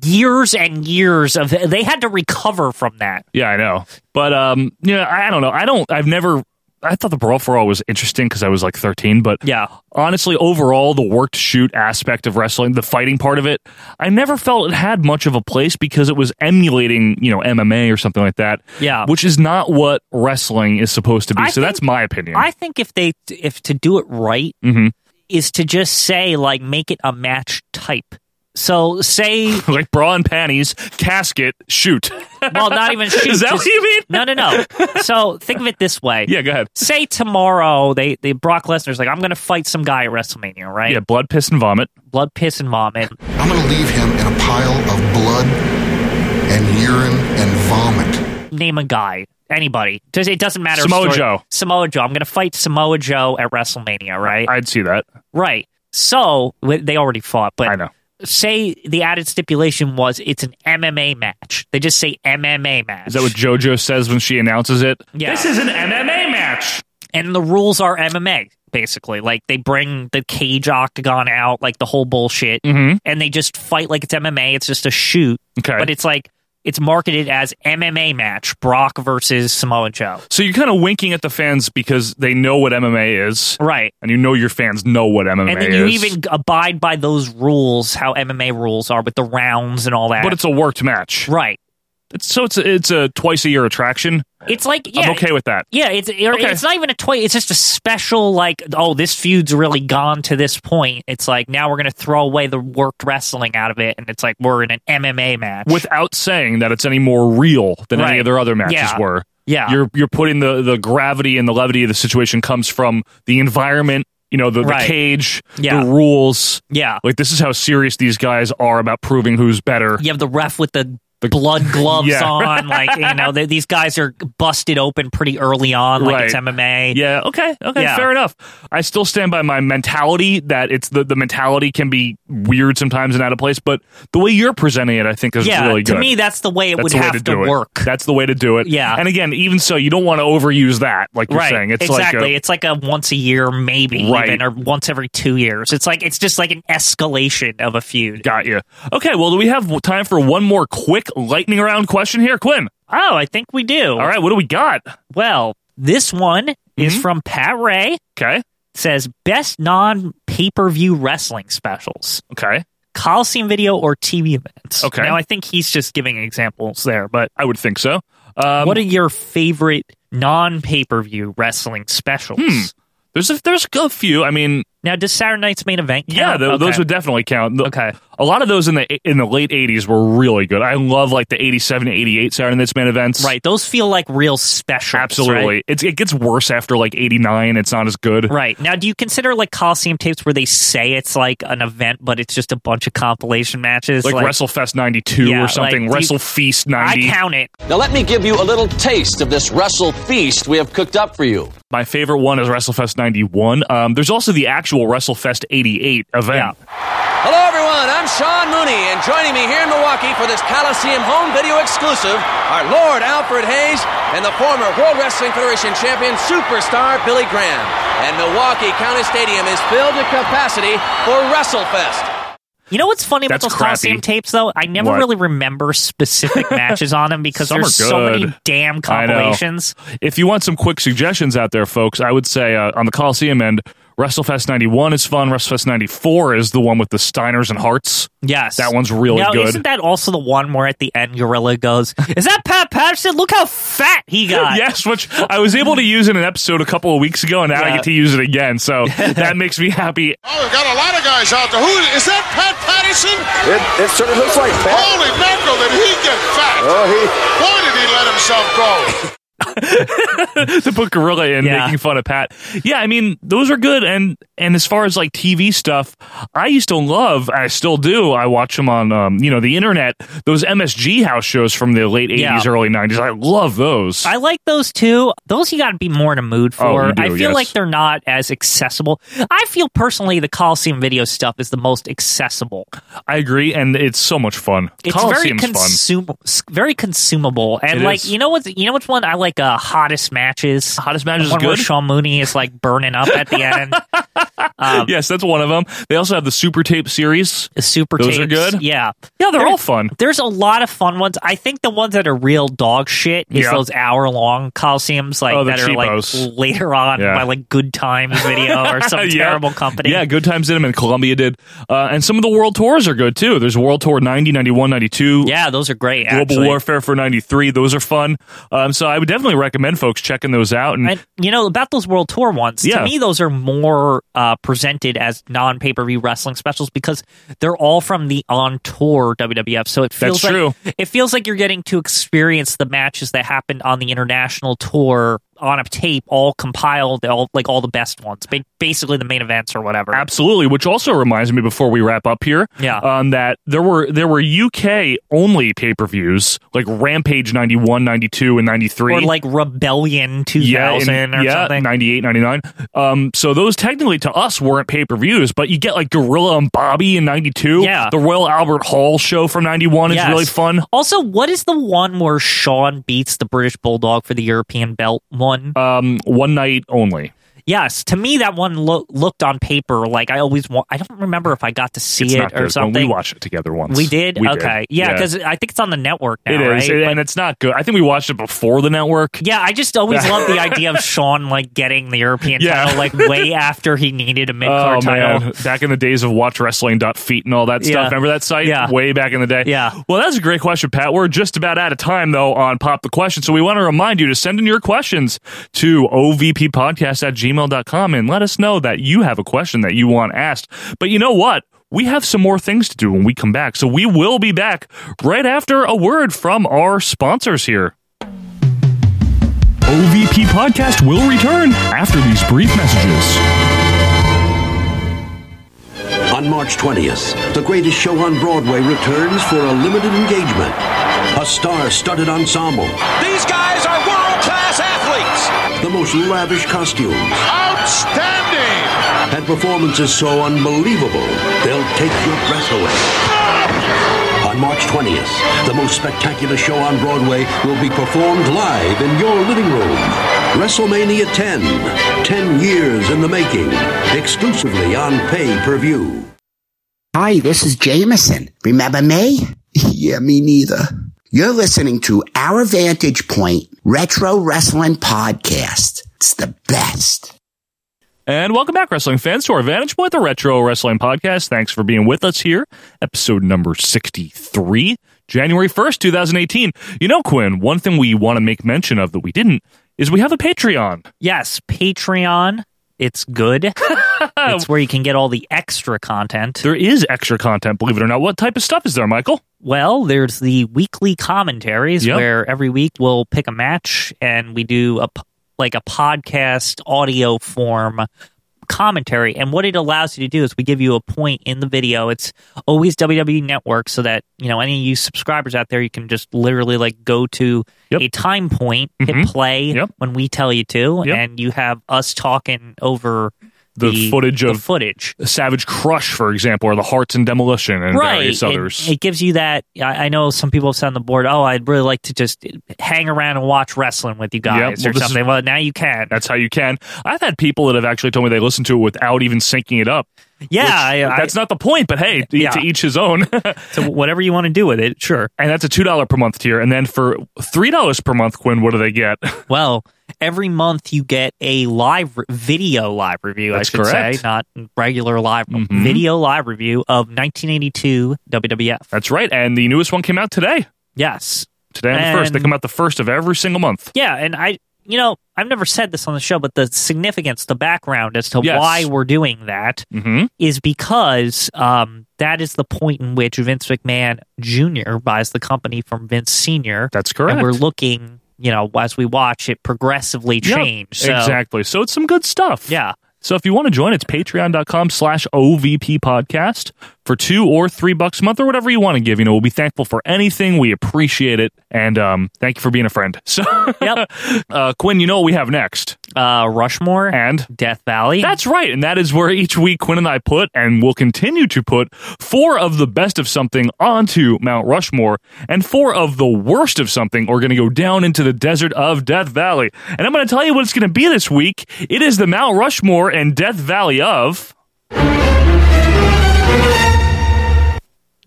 Speaker 2: years and years of. They had to recover from that.
Speaker 1: Yeah, I know. But um, you know, I I don't know. I don't. I've never. I thought the brawl for all was interesting because I was like 13. But
Speaker 2: Yeah.
Speaker 1: honestly, overall, the worked shoot aspect of wrestling, the fighting part of it, I never felt it had much of a place because it was emulating, you know, MMA or something like that.
Speaker 2: Yeah.
Speaker 1: which is not what wrestling is supposed to be.
Speaker 2: I
Speaker 1: so that's
Speaker 2: think-
Speaker 1: my opinion.
Speaker 2: I think if they, if to do it right,
Speaker 1: Mhm.
Speaker 2: is to just say like make it a match type. So say
Speaker 1: like bra and panties, casket, shoot.
Speaker 2: well, not even shoot.
Speaker 1: Is that
Speaker 2: just-
Speaker 1: what you mean?
Speaker 2: No, no, no. So think of it this way.
Speaker 1: Yeah, go ahead.
Speaker 2: Say tomorrow they, they Brock Lesnar's like I'm going to fight some guy at WrestleMania, right?
Speaker 1: Yeah, blood, piss, and vomit.
Speaker 2: Blood, piss, and vomit.
Speaker 6: I'm going to leave him in a pile of blood and urine and vomit.
Speaker 2: Name a guy, anybody. Does it doesn't matter. if
Speaker 1: Samoa
Speaker 2: story-
Speaker 1: Joe.
Speaker 2: Samoa Joe. I'm going to fight Samoa Joe at WrestleMania, right?
Speaker 1: I'd see that.
Speaker 2: right. So wh- they already fought, but
Speaker 1: I know.
Speaker 2: Say the added stipulation was it's an MMA match. They just say MMA match.
Speaker 1: Is that what JoJo says when she announces it?
Speaker 2: Yeah.
Speaker 1: This is an MMA match.
Speaker 2: and the rules are MMA basically. Like they bring the cage octagon out, like the whole bullshit, and they just fight like it's MMA. It's just a shoot,
Speaker 1: Mm-hmm. Okay.
Speaker 2: but it's like it's marketed as MMA match: Brock versus Samoa Joe.
Speaker 1: So you're kind of winking at the fans because they know what MMA is,
Speaker 2: Right.
Speaker 1: and you know your fans know what MMA
Speaker 2: And then
Speaker 1: is.
Speaker 2: you even abide by those rules, how MMA rules are with the rounds and all that.
Speaker 1: but it's a worked match,
Speaker 2: right.
Speaker 1: It's, so it's a, it's a twice a year attraction.
Speaker 2: It's like yeah,
Speaker 1: I'm okay with that.
Speaker 2: Yeah, it's or
Speaker 1: Okay.
Speaker 2: it's not even a toy. It's just a special like, oh, this feud's really gone to this point. It's like now we're gonna throw away the worked wrestling out of it, and it's like we're in an MMA match.
Speaker 1: Without saying that it's any more real than any
Speaker 2: Right.
Speaker 1: of their other matches
Speaker 2: Yeah.
Speaker 1: were.
Speaker 2: Yeah.
Speaker 1: you're you're putting the the gravity and the levity of the situation comes from the environment. You know the, the
Speaker 2: Right.
Speaker 1: cage,
Speaker 2: Yeah.
Speaker 1: the rules.
Speaker 2: yeah,
Speaker 1: Like this is how serious these guys are about proving who's better.
Speaker 2: you have the ref with the blood gloves
Speaker 1: Yeah.
Speaker 2: on. Like you know, they, these guys are busted open pretty early on. Like it's
Speaker 1: Right.
Speaker 2: MMA.
Speaker 1: Yeah. Okay. Okay.
Speaker 2: Yeah.
Speaker 1: Fair enough. I still stand by my mentality that it's the, the mentality can be weird sometimes and out of place, but the way you're presenting it, I think is
Speaker 2: Yeah,
Speaker 1: really
Speaker 2: to
Speaker 1: good.
Speaker 2: me, that's the way it
Speaker 1: That's
Speaker 2: would
Speaker 1: the way
Speaker 2: have to,
Speaker 1: do it.
Speaker 2: work.
Speaker 1: That's the way to do it.
Speaker 2: Yeah.
Speaker 1: And again, even so, you don't want to overuse that, like you're
Speaker 2: right.
Speaker 1: saying. It's
Speaker 2: exactly.
Speaker 1: like uh,
Speaker 2: it's like a once a year, maybe
Speaker 1: Right.
Speaker 2: even, or once every two years. It's like it's just like an escalation of a feud.
Speaker 1: a, got you. Okay. Well, do we have time for one more quick lightning round question here, Quinn?
Speaker 2: Oh, I think we do.
Speaker 1: All right. What do we got?
Speaker 2: Well, this one is from Pat Ray.
Speaker 1: Okay.
Speaker 2: Says best non pay per view wrestling specials.
Speaker 1: Okay.
Speaker 2: Coliseum video or TV events.
Speaker 1: Okay.
Speaker 2: Now I think he's just giving examples there, but
Speaker 1: I would think so. Um,
Speaker 2: what are your favorite non pay per view wrestling specials?
Speaker 1: there's a, there's a few. I mean,
Speaker 2: Now, does Saturday Night's main event? Count?
Speaker 1: Yeah, tho- those
Speaker 2: Okay.
Speaker 1: would definitely count. The-
Speaker 2: Okay.
Speaker 1: A lot of those in the in the late 80s were really good. I love like the 87 to 88 Saturday Night's Main Events.
Speaker 2: right. Those feel like real special.
Speaker 1: Absolutely. It's, it gets worse after like 89. It's not as good.
Speaker 2: Right. Now, do you consider like Coliseum tapes where they say it's like an event, but it's just a bunch of compilation matches?
Speaker 1: Like, WrestleFest 92
Speaker 2: Yeah,
Speaker 1: or something.
Speaker 2: like, do you-
Speaker 1: Wrestle Feast
Speaker 2: I
Speaker 1: 90.
Speaker 2: count it.
Speaker 7: Now, let me give you a little taste of this wrestle feast we have cooked up for you.
Speaker 1: My favorite one is WrestleFest 91. Um, there's also the actual WrestleFest 88 event.
Speaker 7: Hello, everyone. I'm Sean Mooney, and joining me here in Milwaukee for this Coliseum home video exclusive are Lord Alfred Hayes and the former World Wrestling Federation champion superstar Billy Graham. And Milwaukee County Stadium is filled to capacity for WrestleFest.
Speaker 2: You know what's funny about
Speaker 1: That's
Speaker 2: those Coliseum
Speaker 1: crappy.
Speaker 2: tapes, though? I never
Speaker 1: What?
Speaker 2: really remember specific matches on them because
Speaker 1: Some
Speaker 2: there's
Speaker 1: are
Speaker 2: so many
Speaker 1: good.
Speaker 2: damn
Speaker 1: I know.
Speaker 2: compilations.
Speaker 1: If you want some quick suggestions out there, folks, I would say uh, on the Coliseum end, WrestleFest 91 is fun. WrestleFest 94 is the one with the Steiners and Hearts.
Speaker 2: Yes,
Speaker 1: That one's really
Speaker 2: now,
Speaker 1: good.
Speaker 2: Isn't that also the one where at the end Gorilla goes, "Is that Pat Patterson? Look how fat he got."
Speaker 1: yes, which I was able to use in an episode a couple of weeks ago, and now I
Speaker 2: Yeah.
Speaker 1: get to use it again. So that makes me happy.
Speaker 4: Oh, we've got a lot of guys out there. Who is that? Pat Patterson?
Speaker 8: It, it certainly looks like that.
Speaker 4: Holy mackerel! Did he get fat?
Speaker 8: Oh, he.
Speaker 4: Why did he let himself go?
Speaker 1: to put Gorilla in
Speaker 2: Yeah.
Speaker 1: making fun of Pat. Yeah, I mean those are good. And and as far as like TV stuff, I used to love. I still do. I watch them on um, you know the internet. Those MSG house shows from the late
Speaker 2: Yeah.
Speaker 1: eighties, early nineties. I love those.
Speaker 2: I like those two. Those you got to be more in a mood
Speaker 1: Oh,
Speaker 2: for.
Speaker 1: you do,
Speaker 2: I feel
Speaker 1: yes.
Speaker 2: like they're not as accessible. I feel personally the Coliseum video stuff is the most accessible.
Speaker 1: I agree, and it's so much fun.
Speaker 2: It's
Speaker 1: Coliseum's
Speaker 2: very
Speaker 1: fun.
Speaker 2: consum- s- very consumable, and
Speaker 1: It
Speaker 2: like
Speaker 1: is.
Speaker 2: you know what's you know what's one I like uh, hottest matches.
Speaker 1: Hottest matches is
Speaker 2: one where
Speaker 1: good.
Speaker 2: Sean Mooney is like burning up at the end. um,
Speaker 1: yes, that's one of them. They also have the Super Tape series.
Speaker 2: The super
Speaker 1: Those are
Speaker 2: tapes.
Speaker 1: good?
Speaker 2: Yeah,
Speaker 1: Yeah, they're
Speaker 2: There-
Speaker 1: all fun.
Speaker 2: There's a lot of fun ones. I think the ones that are real dog shit is
Speaker 1: Yeah.
Speaker 2: those hour long coliseums like
Speaker 1: Oh, the
Speaker 2: that are
Speaker 1: cheapos.
Speaker 2: like later on
Speaker 1: Yeah.
Speaker 2: by like Good Times Video or some
Speaker 1: Yeah.
Speaker 2: terrible company.
Speaker 1: Yeah, Good Times did them, and Columbia did. Uh, and some of the world tours are good too. There's World Tour 90, 91, 92.
Speaker 2: Yeah, those are great.
Speaker 1: Global
Speaker 2: actually.
Speaker 1: Warfare for 93. Those are fun. Um, so I would definitely recommend folks checking those out. And
Speaker 2: And you know about those world tour ones.
Speaker 1: Mm. Yeah.
Speaker 2: To me, those are more uh, presented as non pay per view wrestling specials because they're all from the on tour WWF. So it feels
Speaker 1: That's
Speaker 2: like
Speaker 1: true.
Speaker 2: it feels like you're getting to experience the matches that happened on the international tour on a tape, all compiled, all like all the best ones, ba- basically the main events or whatever.
Speaker 1: absolutely, which also reminds me before we wrap up here,
Speaker 2: Yeah.
Speaker 1: um, that there were there were UK only pay per views like Rampage 91, 92, and 93.
Speaker 2: Or like Rebellion
Speaker 1: yeah,
Speaker 2: 2000
Speaker 1: and-
Speaker 2: or
Speaker 1: yeah,
Speaker 2: something.
Speaker 1: 98, 99. Um, so those technically to us weren't pay per views, but you get like Gorilla and Bobby in 92.
Speaker 2: Yeah.
Speaker 1: The Royal Albert Hall show from 91
Speaker 2: Yes.
Speaker 1: is really fun.
Speaker 2: Also, what is the one where Sean beats the British Bulldog for the European belt one?
Speaker 1: Um, one night only.
Speaker 2: Yes, to me that one lo- looked on paper like I always want. I don't remember if I got to see
Speaker 1: It's
Speaker 2: it
Speaker 1: not
Speaker 2: or
Speaker 1: good. When
Speaker 2: something.
Speaker 1: We watched it together once.
Speaker 2: We did. okay, yeah, because I think it's on the network now.
Speaker 1: It is,
Speaker 2: right?
Speaker 1: and
Speaker 2: But-
Speaker 1: it's not good. I think we watched it before the network.
Speaker 2: yeah, I just always love the idea of Sean like getting the European
Speaker 1: Yeah.
Speaker 2: title like way after he needed a mid card
Speaker 1: Oh
Speaker 2: title.
Speaker 1: man, back in the days of watchwrestling.feet and all that
Speaker 2: Yeah.
Speaker 1: stuff. Remember that site?
Speaker 2: Yeah.
Speaker 1: Way back in the day.
Speaker 2: Yeah.
Speaker 1: Well, that's a great question, Pat. We're just about out of time though on Pop the Question. So we want to remind you to send in your questions to ovppodcast at gmail.com and let us know that you have a question that you want asked. But you know what? We have some more things to do when we come back. So we will be back right after a word from our sponsors here. OVP Podcast will return after these brief messages.
Speaker 9: On March 20th, the greatest show on Broadway returns for a limited engagement. A star-studded ensemble,
Speaker 7: These guys are world class athletes.
Speaker 9: the most lavish costumes,
Speaker 4: Outstanding!
Speaker 9: and performances so unbelievable they'll take your breath away. On March 20th, the most spectacular show on Broadway will be performed live in your living room. WrestleMania 10, 10 years in the making, exclusively on pay-per-view.
Speaker 10: Hi, this is Jameson. Remember me? yeah, me neither. You're listening to Our Vantage Point Retro Wrestling Podcast. It's the best.
Speaker 1: And welcome back, wrestling fans, to our Vantage Point, the Retro Wrestling Podcast. Thanks for being with us here, episode number 63, January 1st, 2018. You know, Quinn, one thing we want to make mention of that we didn't is we have a Patreon.
Speaker 2: Yes, Patreon. It's good. it's where you can get all the extra content.
Speaker 1: There is extra content, believe it or not. What type of stuff is there, Michael?
Speaker 2: Well, there's the weekly commentaries
Speaker 1: Yep.
Speaker 2: where every week we'll pick a match and we do a p- like a podcast audio form commentary. And what it allows you to do is we give you a point in the video. It's always WWE Network so that, you know, any of you subscribers out there, you can just literally like go to
Speaker 1: Yep. Mm-hmm.
Speaker 2: a time point, hit play
Speaker 1: Yep.
Speaker 2: when we tell you to,
Speaker 1: Yep.
Speaker 2: and you have us talking over
Speaker 1: The footage
Speaker 2: the
Speaker 1: of-
Speaker 2: footage.
Speaker 1: Savage Crush, for example, or the Hearts and Demolition, and various
Speaker 2: and
Speaker 1: others.
Speaker 2: It, gives you that. I, I know some people have said on the board, "Oh, I'd really like to just hang around and watch wrestling with you
Speaker 1: Yep,
Speaker 2: guys
Speaker 1: well,
Speaker 2: or
Speaker 1: this is-
Speaker 2: something." Well, now you can.
Speaker 1: That's how you can. I've had people that have actually told me they listen to it without even syncing it up.
Speaker 2: yeah,
Speaker 1: which-
Speaker 2: I,
Speaker 1: that's not the point, but hey, to-
Speaker 2: Yeah.
Speaker 1: to each his own.
Speaker 2: I, so whatever you want to do with it, sure.
Speaker 1: and that's a two dollar per month tier. And then for three dollars per month, Quinn, what do they get?
Speaker 2: Well, every month you get a live re- video live review.
Speaker 1: That's
Speaker 2: I should
Speaker 1: correct. Mm-hmm.
Speaker 2: say, not regular live video live review of 1982 WWF.
Speaker 1: that's right. And the newest one came out today.
Speaker 2: Yes,
Speaker 1: Today on the
Speaker 2: And-
Speaker 1: first. They come out the first of every single month.
Speaker 2: Yeah, and I, you know, I've never said this on the show, but the significance, the background as to
Speaker 1: Yes.
Speaker 2: why we're doing that is
Speaker 1: Mhm.
Speaker 2: because um, that is the point in which Vince McMahon Jr. buys the company from Vince Sr.
Speaker 1: That's correct.
Speaker 2: And we're looking, you know, as we watch it progressively
Speaker 1: Yeah,
Speaker 2: change. so,
Speaker 1: exactly. So it's some good stuff.
Speaker 2: Yeah.
Speaker 1: So if you want to join, it's patreon.com slash OVP podcast for two or three bucks a month or whatever you want to give. You know, we'll be thankful for anything. We appreciate it. And um, thank you for being a friend. So,
Speaker 2: Yep.
Speaker 1: uh, Quinn, you know what we have next.
Speaker 2: Uh, Rushmore
Speaker 1: And?
Speaker 2: Death Valley.
Speaker 1: That's right. And that is where each week Quinn and I put and will continue to put four of the best of something onto Mount Rushmore and four of the worst of something are going to go down into the desert of Death Valley. And I'm going to tell you what it's going to be this week. It is the Mount Rushmore and Death Valley of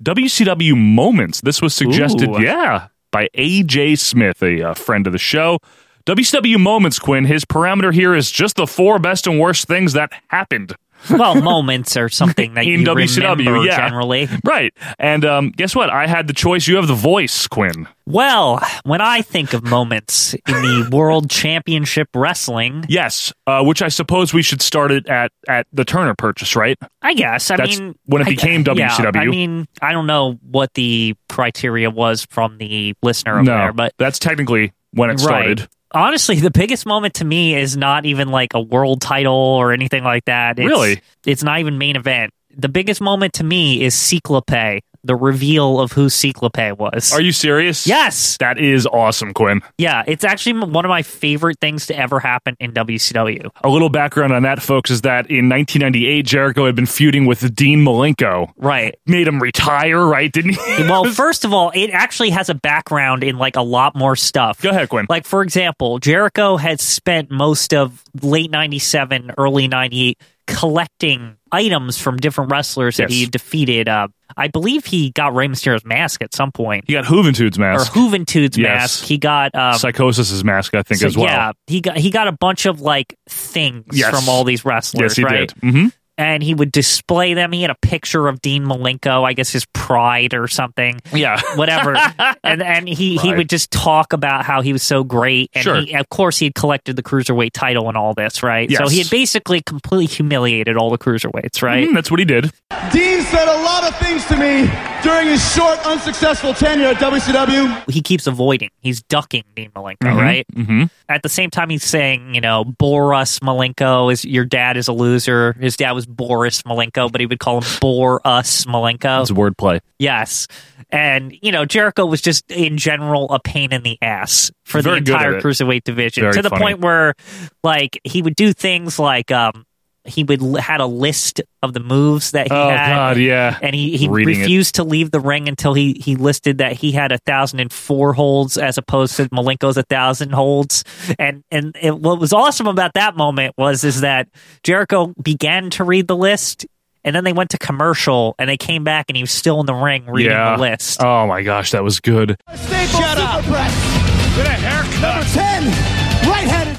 Speaker 1: WCW Moments. This was suggested,
Speaker 2: Ooh.
Speaker 1: yeah, by AJ Smith, a uh, friend of the show. WCW Moments, Quinn. His parameter here is just the four best and worst things that happened.
Speaker 2: well, moments or something that
Speaker 1: In
Speaker 2: you
Speaker 1: WCW,
Speaker 2: remember
Speaker 1: yeah.
Speaker 2: generally.
Speaker 1: Right. And um, guess what? I had the choice. You have the voice, Quinn.
Speaker 2: Well, when I think of moments in the World Championship Wrestling,
Speaker 1: Yes, uh, which I suppose we should start it at, at the Turner purchase, right?
Speaker 2: I guess. I
Speaker 1: That's
Speaker 2: mean,
Speaker 1: when it
Speaker 2: I-
Speaker 1: became
Speaker 2: yeah,
Speaker 1: WCW.
Speaker 2: I mean, I don't know what the criteria was from the listener over
Speaker 1: no,
Speaker 2: there, but
Speaker 1: that's technically when it started.
Speaker 2: right. Honestly, the biggest moment to me is not even like a world title or anything like that. It's,
Speaker 1: Really?
Speaker 2: it's not even main event. The biggest moment to me is Cyclope, the reveal of who Cyclope was.
Speaker 1: Are you serious?
Speaker 2: Yes.
Speaker 1: That is awesome, Quinn.
Speaker 2: Yeah, it's actually m- one of my favorite things to ever happen in WCW.
Speaker 1: A little background on that, folks, is that in 1998, Jericho had been feuding with Dean Malenko.
Speaker 2: Right.
Speaker 1: Made him retire, right? Didn't he?
Speaker 2: well, first of all, it actually has a background in like a lot more stuff.
Speaker 1: Go ahead, Quinn.
Speaker 2: Like, for example, Jericho had spent most of late 97, early 98 collecting items from different wrestlers that
Speaker 1: Yes.
Speaker 2: he defeated. Uh, I believe he got Rey Mysterio's mask at some point,
Speaker 1: he got Juventude's
Speaker 2: or
Speaker 1: mask.
Speaker 2: Juventude's
Speaker 1: Yes.
Speaker 2: mask. He got. Um,
Speaker 1: Psychosis's mask, I think,
Speaker 2: so-
Speaker 1: as well.
Speaker 2: Yeah, he got he got a bunch of like things
Speaker 1: Yes.
Speaker 2: from all these
Speaker 1: yes,
Speaker 2: wrestlers.
Speaker 1: he
Speaker 2: right?
Speaker 1: did. hmm
Speaker 2: And he would display them. He had a picture of Dean Malenko, I guess his pride or something
Speaker 1: Yeah.
Speaker 2: whatever. and and he, he
Speaker 1: Right.
Speaker 2: would just talk about how he was so great. And
Speaker 1: Sure.
Speaker 2: he, of course, he had collected the cruiserweight title and all this, right? So
Speaker 1: Yes. Mm-hmm.
Speaker 2: he had basically completely humiliated all the cruiserweights, right?
Speaker 1: Mm, that's what he did.
Speaker 5: Dean said a lot of things to me
Speaker 11: during his short, unsuccessful tenure at WCW.
Speaker 2: He keeps avoiding. He's ducking Dean Malenko,
Speaker 1: Mhm,
Speaker 2: right?
Speaker 1: mhm.
Speaker 2: At the same time, he's saying, you know, Boris Malenko is your dad is a loser. His dad was Boris Malenko, but he would call him Boris Malenko.
Speaker 1: It's wordplay.
Speaker 2: Yes. And, you know, Jericho was just, in general, a pain in the ass for
Speaker 1: Very
Speaker 2: the
Speaker 1: good at
Speaker 2: entire
Speaker 1: it.
Speaker 2: cruiserweight division
Speaker 1: Very
Speaker 2: to the
Speaker 1: funny.
Speaker 2: point where, like, he would do things like, um, he would l- had a list of the moves that he
Speaker 1: Oh,
Speaker 2: had.
Speaker 1: God, yeah.
Speaker 2: And he, he
Speaker 1: Reading it.
Speaker 2: refused to leave the ring until he, he listed that he had a thousand and four holds as opposed to Malenko's a thousand holds. And and it, what was awesome about that moment was is that Jericho began to read the list and then they went to commercial and they came back and he was still in the ring reading
Speaker 1: yeah.
Speaker 2: the list.
Speaker 1: Oh my gosh, that was good.
Speaker 11: Shut up. Get a haircut. Number 10, right-handed.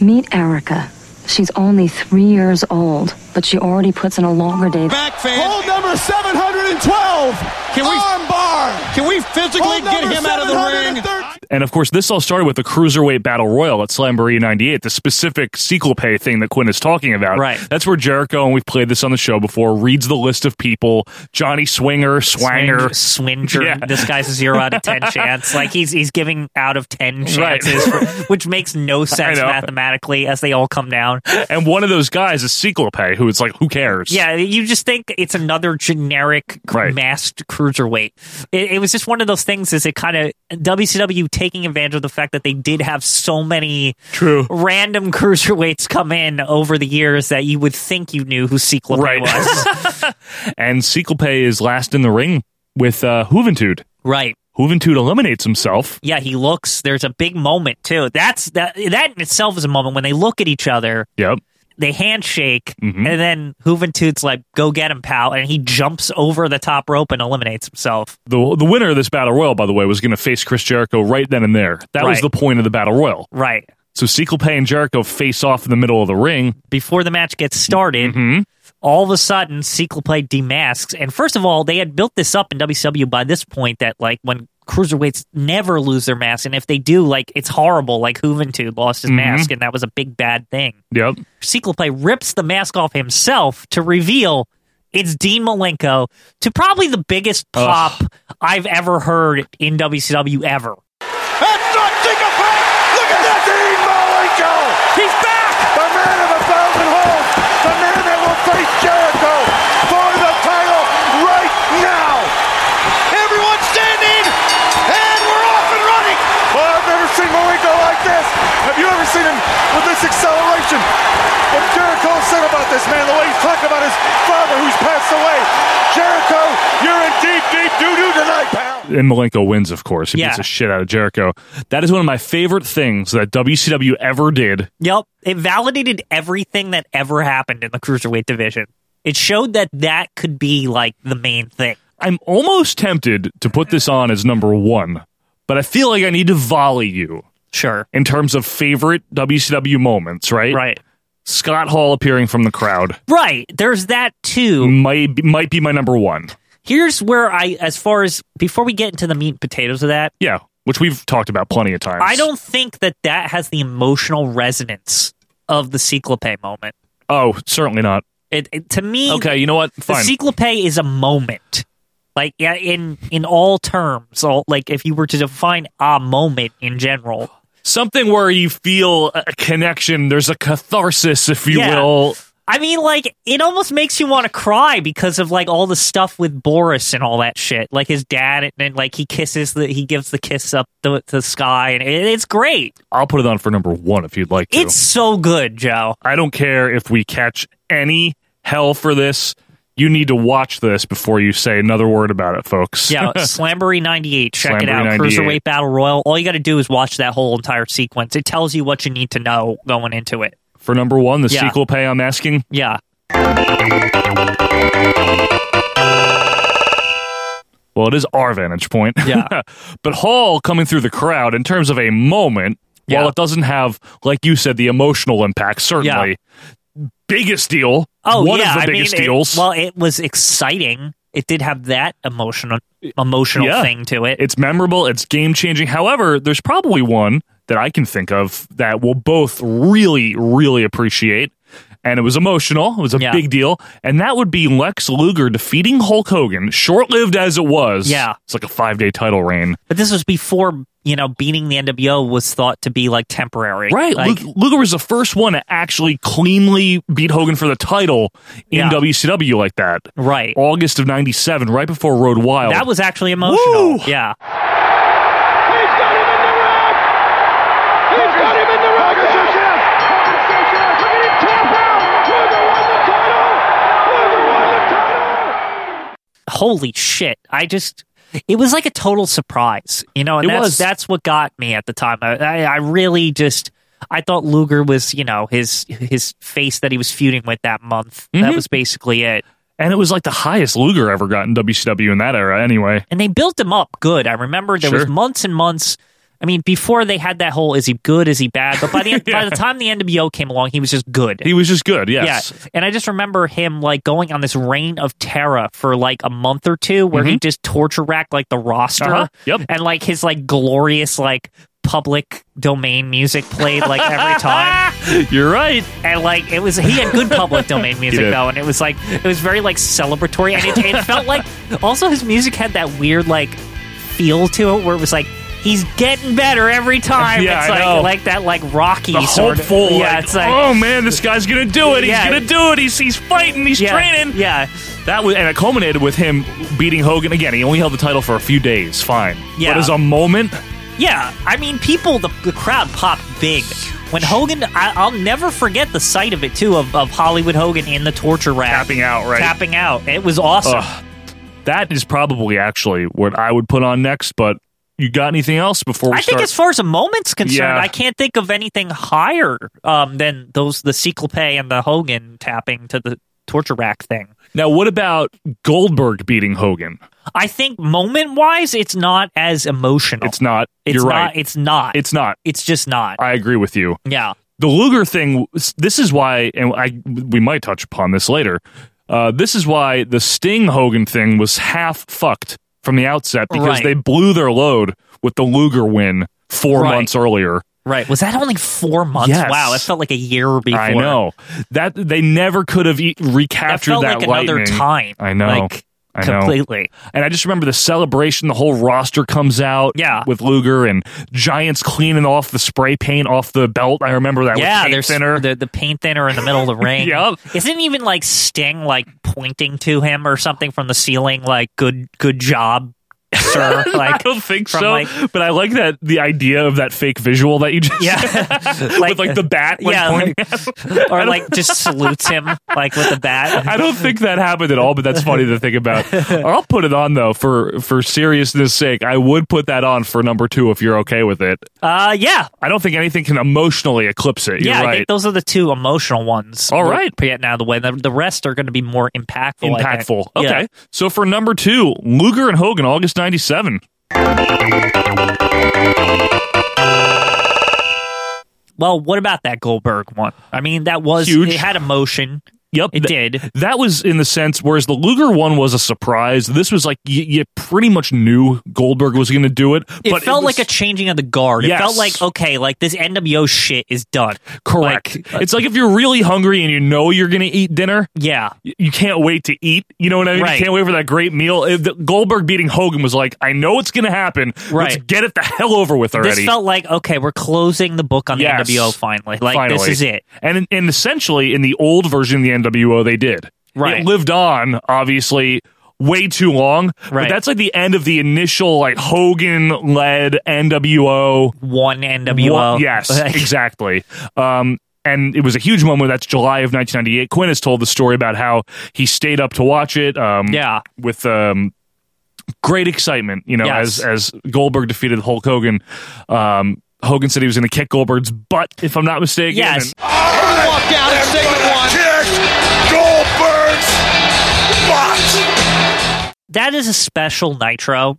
Speaker 12: Meet Erica. She's only three years old, but she already puts in a longer day.
Speaker 11: Back fan. Hold number 712. Can we, Arm bar. Can we physically get him out of the ring?
Speaker 1: And of course, this all started with the Cruiserweight Battle Royal at Slamboree 98, the specific sequel pay thing that Quinn is talking about. Right. That's where Jericho, and we've played this on the show before, reads the list of people Johnny Swinger, Swanger.
Speaker 2: Swinger.
Speaker 1: Yeah.
Speaker 2: This guy's a zero out of ten chance. Like he's he's giving out of ten
Speaker 1: Right.
Speaker 2: chances, for- which makes no sense
Speaker 1: know.
Speaker 2: mathematically as they all come down.
Speaker 1: And one of those guys is sequel pay, who it's like, who cares?
Speaker 2: Yeah, you just think it's another generic masked cruiserweight. It, it was just one of those things. Is it kind of WCW taking advantage of the fact that they did have so many
Speaker 1: true
Speaker 2: random cruiserweights come in over the years that you would think you knew who Sequel
Speaker 1: Right.
Speaker 2: was.
Speaker 1: And sequel pay is last in the ring with uh, Juventud.
Speaker 2: Right.
Speaker 1: Juventud eliminates himself.
Speaker 2: yeah, he looks. There's a big moment too. That's that. That in itself is a moment when they look at each other.
Speaker 1: Yep.
Speaker 2: They handshake,
Speaker 1: Mhm.
Speaker 2: and then Juventude's like, "Go get him, pal!" And he jumps over the top rope and eliminates himself.
Speaker 1: The, the winner of this Battle Royal, by the way, was going to face Chris Jericho right then and there. That was
Speaker 2: Right.
Speaker 1: the point of the Battle Royal.
Speaker 2: Right.
Speaker 1: So Sequel Pay and Jericho face off in the middle of the ring.
Speaker 2: Before the match gets started, all of a sudden, Sequel Play demasks. And first of all, they had built this up in WCW by this point that, like, when cruiserweights never lose their mask, and if they do, like, it's horrible. Like, Juventude lost his
Speaker 1: Mhm.
Speaker 2: mask, and that was a big bad thing.
Speaker 1: Yep.
Speaker 2: Sequel Play rips the mask off himself to reveal it's Dean Malenko to probably the biggest pop I've ever heard in WCW ever.
Speaker 8: Look at that, Dean Malenko! He's back! The man of a thousand holes! The man that will face Jericho for the title right now! Everyone standing! And we're off and running! Well, I've never seen Malenko like this! Have you ever seen him with this acceleration? What Jericho said about this man, the way he's talking about his father who's passed away. Jericho, you're in deep, deep doo-doo tonight, pal!
Speaker 1: And Malenko wins, of course. He beats
Speaker 2: Yeah.
Speaker 1: the shit out of Jericho. That is one of my favorite things that WCW ever did.
Speaker 2: Yep. It validated everything that ever happened in the cruiserweight division. It showed that that could be like the main thing.
Speaker 1: I'm almost tempted to put this on as number one, but I feel like I need to volley you.
Speaker 2: Sure.
Speaker 1: In terms of favorite WCW moments, right?
Speaker 2: Right.
Speaker 1: Scott Hall appearing from the crowd.
Speaker 2: Right. There's that too.
Speaker 1: Might might be my number one.
Speaker 2: Here's where I, as far as before we get into the meat and potatoes of that,
Speaker 1: Yeah. Which we've talked about plenty of times.
Speaker 2: I don't think that that has the emotional resonance of the Cyclope moment.
Speaker 1: Oh, certainly not.
Speaker 2: It, it- to me,
Speaker 1: Okay, you know what? Fine.
Speaker 2: The Cyclope is a moment. Like yeah, in in all terms, all, like if you were to define a moment in general,
Speaker 1: Something where you feel a a connection. There's a catharsis, if you
Speaker 2: Yeah.
Speaker 1: will.
Speaker 2: I mean, like, it almost makes you want to cry because of like all the stuff with Boris and all that shit. Like his dad, and then like he kisses the, he gives the kiss up the, to the sky, and it, it's great.
Speaker 1: I'll put it on for number one if you'd like to.
Speaker 2: It's so good, Joe.
Speaker 1: I don't care if we catch any hell for this. You need to watch this before you say another word about it, folks.
Speaker 2: Yeah, Slamboree '98. Check it
Speaker 1: Slamboree
Speaker 2: out.
Speaker 1: 98.
Speaker 2: Cruiserweight Battle Royal. All you got to do is watch that whole entire sequence. It tells you what you need to know going into it.
Speaker 1: for number one, the
Speaker 2: Yeah.
Speaker 1: sequel pay I'm asking.
Speaker 2: Yeah.
Speaker 1: Well, it is our vantage point. Yeah. but Hall coming through the crowd in terms of a moment, while it doesn't have, like you said, the emotional impact, certainly. Biggest deal.
Speaker 2: Oh,
Speaker 1: one
Speaker 2: yeah.
Speaker 1: of
Speaker 2: I
Speaker 1: the
Speaker 2: mean,
Speaker 1: biggest
Speaker 2: it-
Speaker 1: deals.
Speaker 2: well, it was exciting. It did have that emotional emotional
Speaker 1: Yeah.
Speaker 2: thing to it.
Speaker 1: It's memorable. It's game changing. However, there's probably one that I can think of that we'll both really, really appreciate. and it was emotional. It was a big deal, and that would be Lex Luger defeating Hulk Hogan, short lived as it was.
Speaker 2: Yeah.
Speaker 1: it's like a five day title reign.
Speaker 2: But this was before, you know, beating the NWO was thought to be like temporary.
Speaker 1: Right,
Speaker 2: Like,
Speaker 1: Lug- Luger was the first one to actually cleanly beat Hogan for the title in
Speaker 2: Yeah.
Speaker 1: WCW like that.
Speaker 2: Right,
Speaker 1: August of '97, right before Road Wild.
Speaker 2: that was actually emotional. Yeah. Holy shit. I just it was like a total surprise. You know, and
Speaker 1: It
Speaker 2: that's
Speaker 1: was.
Speaker 2: that's what got me at the time. I, I I really just I thought Luger was, you know, his his face that he was feuding with that month. That
Speaker 1: Mhm.
Speaker 2: was basically it.
Speaker 1: and it was like the highest Luger ever got in WCW in that era. Anyway,
Speaker 2: and they built him up good. I remember there was
Speaker 1: Sure.
Speaker 2: months and months. I mean, before they had that whole "is he good? Is he bad?" But by the by the time the NWO came along, he was just good.
Speaker 1: he was just good. Yes,
Speaker 2: Yeah, and I just remember him like going on this reign of terror for like a month or two, where he just torture racked like the roster.
Speaker 1: Mm-hmm. Uh-huh. Yep.
Speaker 2: and like his like glorious like public domain music played like every time.
Speaker 1: You're right.
Speaker 2: And like it was, he had good public domain music
Speaker 1: did.
Speaker 2: though, and it was like it was very like celebratory, and it, it felt like also his music had that weird like feel to it where it was like. He's getting better every time.
Speaker 1: Yeah, I
Speaker 2: it's like
Speaker 1: know.
Speaker 2: like that like Rocky
Speaker 1: the
Speaker 2: sort
Speaker 1: hopeful.
Speaker 2: of yeah.
Speaker 1: like,
Speaker 2: it's like
Speaker 1: oh man, this guy's gonna do it. He's
Speaker 2: Yeah.
Speaker 1: gonna do it. He's he's fighting. He's
Speaker 2: Yeah.
Speaker 1: training.
Speaker 2: Yeah,
Speaker 1: that was, and it culminated with him beating Hogan again. He only held the title for a few days. Fine.
Speaker 2: Yeah.
Speaker 1: but as a moment,
Speaker 2: Yeah, I mean, people, the, the crowd popped big. When Hogan, I, I'll never forget the sight of it, too, of, of Hollywood Hogan in the torture rack. Tapping
Speaker 1: out, right?
Speaker 2: Tapping out. It was awesome.
Speaker 1: Ugh. that is probably actually what I would put on next. But you got anything else before we
Speaker 2: I
Speaker 1: start?
Speaker 2: think as far as a moment's concerned,
Speaker 1: Yeah.
Speaker 2: I can't think of anything higher um, than those, the Sequel and the Hogan tapping to the torture rack thing.
Speaker 1: now, what about Goldberg beating Hogan?
Speaker 2: I think moment wise, it's not as emotional.
Speaker 1: It's not.
Speaker 2: It's
Speaker 1: you're
Speaker 2: not,
Speaker 1: right.
Speaker 2: It's not.
Speaker 1: It's not.
Speaker 2: It's just not.
Speaker 1: I agree with you.
Speaker 2: yeah.
Speaker 1: the Luger thing. This is why, and I we might touch upon this later. Uh, this is why the Sting Hogan thing was half fucked from the outset because
Speaker 2: Right.
Speaker 1: they blew their load with the Luger win four
Speaker 2: Right.
Speaker 1: months earlier.
Speaker 2: Right. Was that only four months?
Speaker 1: Yes.
Speaker 2: Wow. It felt like a year before.
Speaker 1: I know that they never could have e- recaptured
Speaker 2: That felt
Speaker 1: that,
Speaker 2: like another
Speaker 1: lightning.
Speaker 2: time.
Speaker 1: I know.
Speaker 2: Like,
Speaker 1: I know.
Speaker 2: completely.
Speaker 1: And I just remember the celebration. The whole roster comes out.
Speaker 2: Yeah.
Speaker 1: With Luger and Giants cleaning off the spray paint off the belt. I remember that.
Speaker 2: yeah,
Speaker 1: With paint
Speaker 2: there's
Speaker 1: thinner.
Speaker 2: The, the paint thinner in the middle of the ring.
Speaker 1: Yup.
Speaker 2: Isn't even like Sting like pointing to him or something from the ceiling like good good job, sir.
Speaker 1: I
Speaker 2: Like
Speaker 1: don't think
Speaker 2: from,
Speaker 1: so.
Speaker 2: like-
Speaker 1: but I like that the idea of that fake visual that you just
Speaker 2: Yeah.
Speaker 1: with like the bat. Like,
Speaker 2: yeah,
Speaker 1: pointing
Speaker 2: like-
Speaker 1: at- I
Speaker 2: or
Speaker 1: don't-
Speaker 2: like just salutes him like with the bat.
Speaker 1: I don't think that happened at all, but that's funny to think about. I'll put it on though for for seriousness' sake. I would put that on for number two if you're okay with it.
Speaker 2: Uh, yeah,
Speaker 1: I don't think anything can emotionally eclipse it. You're
Speaker 2: yeah. I
Speaker 1: right.
Speaker 2: think those are the two emotional ones.
Speaker 1: All right.
Speaker 2: we're getting out of the way. The, the rest are going to be more impactful. I think.
Speaker 1: Impactful.
Speaker 2: Yeah.
Speaker 1: Okay. So for number two, Luger and Hogan, August '97.
Speaker 2: Well, what about that Goldberg one? I mean, that was
Speaker 1: Huge.
Speaker 2: It had emotion.
Speaker 1: Yep,
Speaker 2: It
Speaker 1: th-
Speaker 2: did.
Speaker 1: That was in the sense, whereas the Luger one was a surprise. This was like you, you pretty much knew Goldberg was going to do it.
Speaker 2: It
Speaker 1: but
Speaker 2: felt
Speaker 1: was
Speaker 2: like a changing of the guard. It
Speaker 1: Yes.
Speaker 2: felt like okay, like this NWO shit is done.
Speaker 1: correct.
Speaker 2: Like, uh,
Speaker 1: it's like if you're really hungry and you know you're going to eat dinner,
Speaker 2: yeah,
Speaker 1: y- you can't wait to eat. You know what I mean?
Speaker 2: Right.
Speaker 1: You can't wait for that great meal. If the- Goldberg beating Hogan was like, I know it's going to happen. Let's
Speaker 2: Right.
Speaker 1: get it the hell over with already.
Speaker 2: this felt like okay, we're closing the book on the
Speaker 1: Yes.
Speaker 2: NWO finally. Like this
Speaker 1: Finally.
Speaker 2: is it.
Speaker 1: And and essentially in the old version of the NWO they did.
Speaker 2: Right.
Speaker 1: It lived on, obviously, way too long. But
Speaker 2: Right.
Speaker 1: that's like the end of the initial like Hogan led NWO.
Speaker 2: One NWO.
Speaker 1: Well, yes,
Speaker 2: Like,
Speaker 1: exactly. Um and it was a huge moment. That's July of 1998. Quinn has told the story about how he stayed up to watch it. Um,
Speaker 2: Yeah.
Speaker 1: with um, great excitement. You know,
Speaker 2: Yes.
Speaker 1: as as Goldberg defeated Hulk Hogan. Um, Hogan said he was going to kick Goldberg's butt, if I'm not mistaken. And-
Speaker 2: Yes.
Speaker 8: Walk down and segment one. Kick Goldberg's butt.
Speaker 2: that is a special Nitro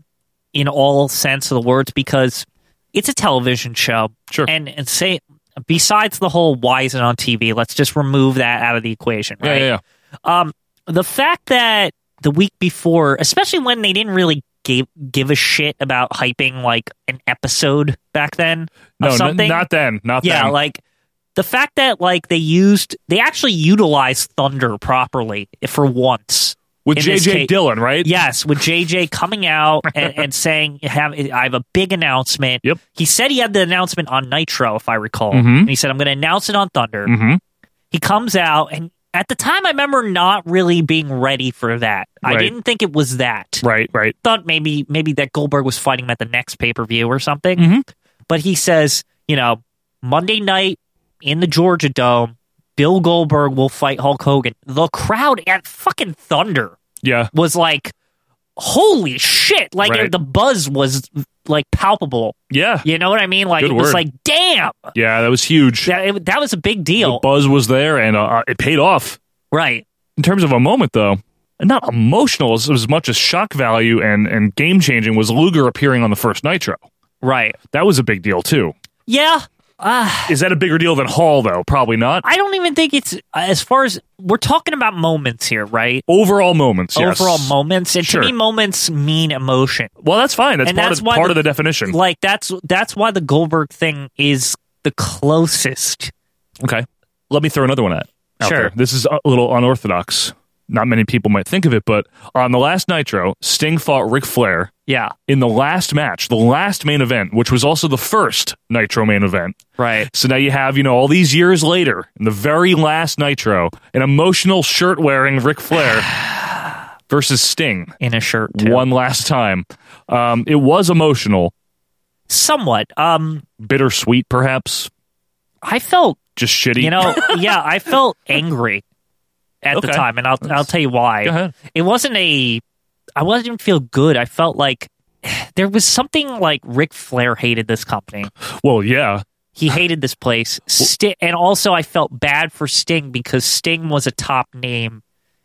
Speaker 2: in all sense of the words because it's a television show.
Speaker 1: Sure.
Speaker 2: And and say besides the whole why is it on TV, let's just remove that out of the equation,
Speaker 1: yeah,
Speaker 2: right?
Speaker 1: yeah, yeah.
Speaker 2: Um, the fact that the week before, especially when they didn't really give give a shit about hyping like an episode back then,
Speaker 1: No,
Speaker 2: of
Speaker 1: n-
Speaker 2: something.
Speaker 1: not then. Not
Speaker 2: yeah,
Speaker 1: then.
Speaker 2: like the fact that like they used they actually utilized Thunder properly for once.
Speaker 1: With
Speaker 2: in this
Speaker 1: J.J.
Speaker 2: case-
Speaker 1: Dillon, right?
Speaker 2: Yes, with JJ coming out and, and saying, have, I have a big announcement. Yep. He said he had the announcement on Nitro, if I recall.
Speaker 1: Mhm.
Speaker 2: And he said, I'm going to announce it on Thunder.
Speaker 1: Mhm.
Speaker 2: He comes out, and at the time, I remember not really being ready for that. I
Speaker 1: Right.
Speaker 2: didn't think it was that.
Speaker 1: Right, right.
Speaker 2: Thought maybe maybe that Goldberg was fighting him at the next pay per view or something.
Speaker 1: Mm-hmm.
Speaker 2: But he says, you know, Monday night in the Georgia Dome, Bill Goldberg will fight Hulk Hogan. The crowd at fucking Thunder
Speaker 1: yeah
Speaker 2: was like holy shit like
Speaker 1: Right.
Speaker 2: the buzz was like palpable
Speaker 1: yeah
Speaker 2: you know what i mean like
Speaker 1: Good
Speaker 2: it was
Speaker 1: word.
Speaker 2: like damn
Speaker 1: Yeah, that was huge.
Speaker 2: That, it, that was a big deal.
Speaker 1: The buzz was there, and uh, it paid off.
Speaker 2: Right.
Speaker 1: In terms of a moment, though, not emotional as, as much as shock value and, and game changing was Luger appearing on the first Nitro.
Speaker 2: Right.
Speaker 1: That was a big deal, too.
Speaker 2: yeah uh,
Speaker 1: Is that a bigger deal than Hall, though? Probably not.
Speaker 2: i don't even think it's as far as we're talking about moments here right
Speaker 1: Overall moments, yes.
Speaker 2: overall moments and
Speaker 1: Sure.
Speaker 2: to me moments mean emotion
Speaker 1: well that's fine that's
Speaker 2: and
Speaker 1: part
Speaker 2: that's
Speaker 1: of-
Speaker 2: why
Speaker 1: part of the definition.
Speaker 2: like that's that's why the goldberg thing is the closest
Speaker 1: Okay. Let me throw another one at. Out
Speaker 2: Sure.
Speaker 1: There. This is a little unorthodox. Not many people might think of it, but on the last Nitro, Sting fought Ric Flair.
Speaker 2: Yeah.
Speaker 1: In the last match, the last main event, which was also the first Nitro main event.
Speaker 2: Right.
Speaker 1: So now you have, you know, all these years later, in the very last Nitro, an emotional shirt wearing Ric Flair versus Sting.
Speaker 2: In a shirt.
Speaker 1: One last time. Um, it was emotional.
Speaker 2: Somewhat. Um
Speaker 1: bittersweet, perhaps.
Speaker 2: I felt
Speaker 1: just shitty.
Speaker 2: You know, yeah, I felt angry at the
Speaker 1: Okay.
Speaker 2: time, and I'll I'll tell you why.
Speaker 1: Go ahead.
Speaker 2: It wasn't a. I wasn't feel good. I felt like there was something like Ric Flair hated this company.
Speaker 1: Well, yeah,
Speaker 2: he hated this place. Sti and also I felt bad for Sting because Sting was a top name,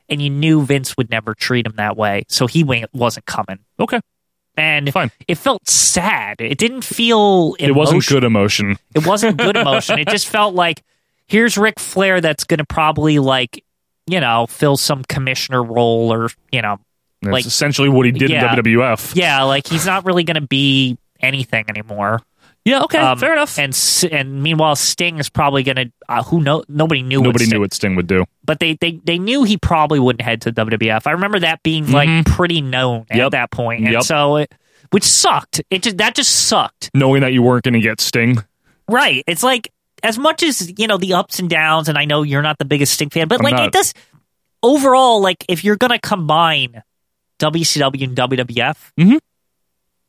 Speaker 2: and you knew Vince would never treat him that way, so he wa- wasn't coming.
Speaker 1: Okay.
Speaker 2: And Fine. it felt sad. It didn't feel.
Speaker 1: it wasn't
Speaker 2: emotion-
Speaker 1: good emotion.
Speaker 2: it wasn't good emotion. It just felt like here's Ric Flair that's going to probably like you know fill some commissioner role or you know
Speaker 1: That's
Speaker 2: like
Speaker 1: essentially what he did in WWF.
Speaker 2: Yeah, like he's not really going to be anything anymore.
Speaker 1: Yeah. Okay.
Speaker 2: fair enough. And S- and meanwhile, Sting is probably going to uh, who know nobody knew. what
Speaker 1: Nobody
Speaker 2: Sting-
Speaker 1: knew what Sting would do.
Speaker 2: But they, they, they knew he probably wouldn't head to WWF. I remember that being like pretty known at that point, and
Speaker 1: Mm-hmm. Yep.
Speaker 2: so it, which sucked. It just that just sucked.
Speaker 1: Knowing that you weren't going to get Sting.
Speaker 2: Right. It's like as much as you know the ups and downs, and I know you're not the biggest Sting fan, but
Speaker 1: I'm
Speaker 2: like
Speaker 1: not.
Speaker 2: it does overall. Like if you're gonna combine WCW and WWF,
Speaker 1: Mm-hmm.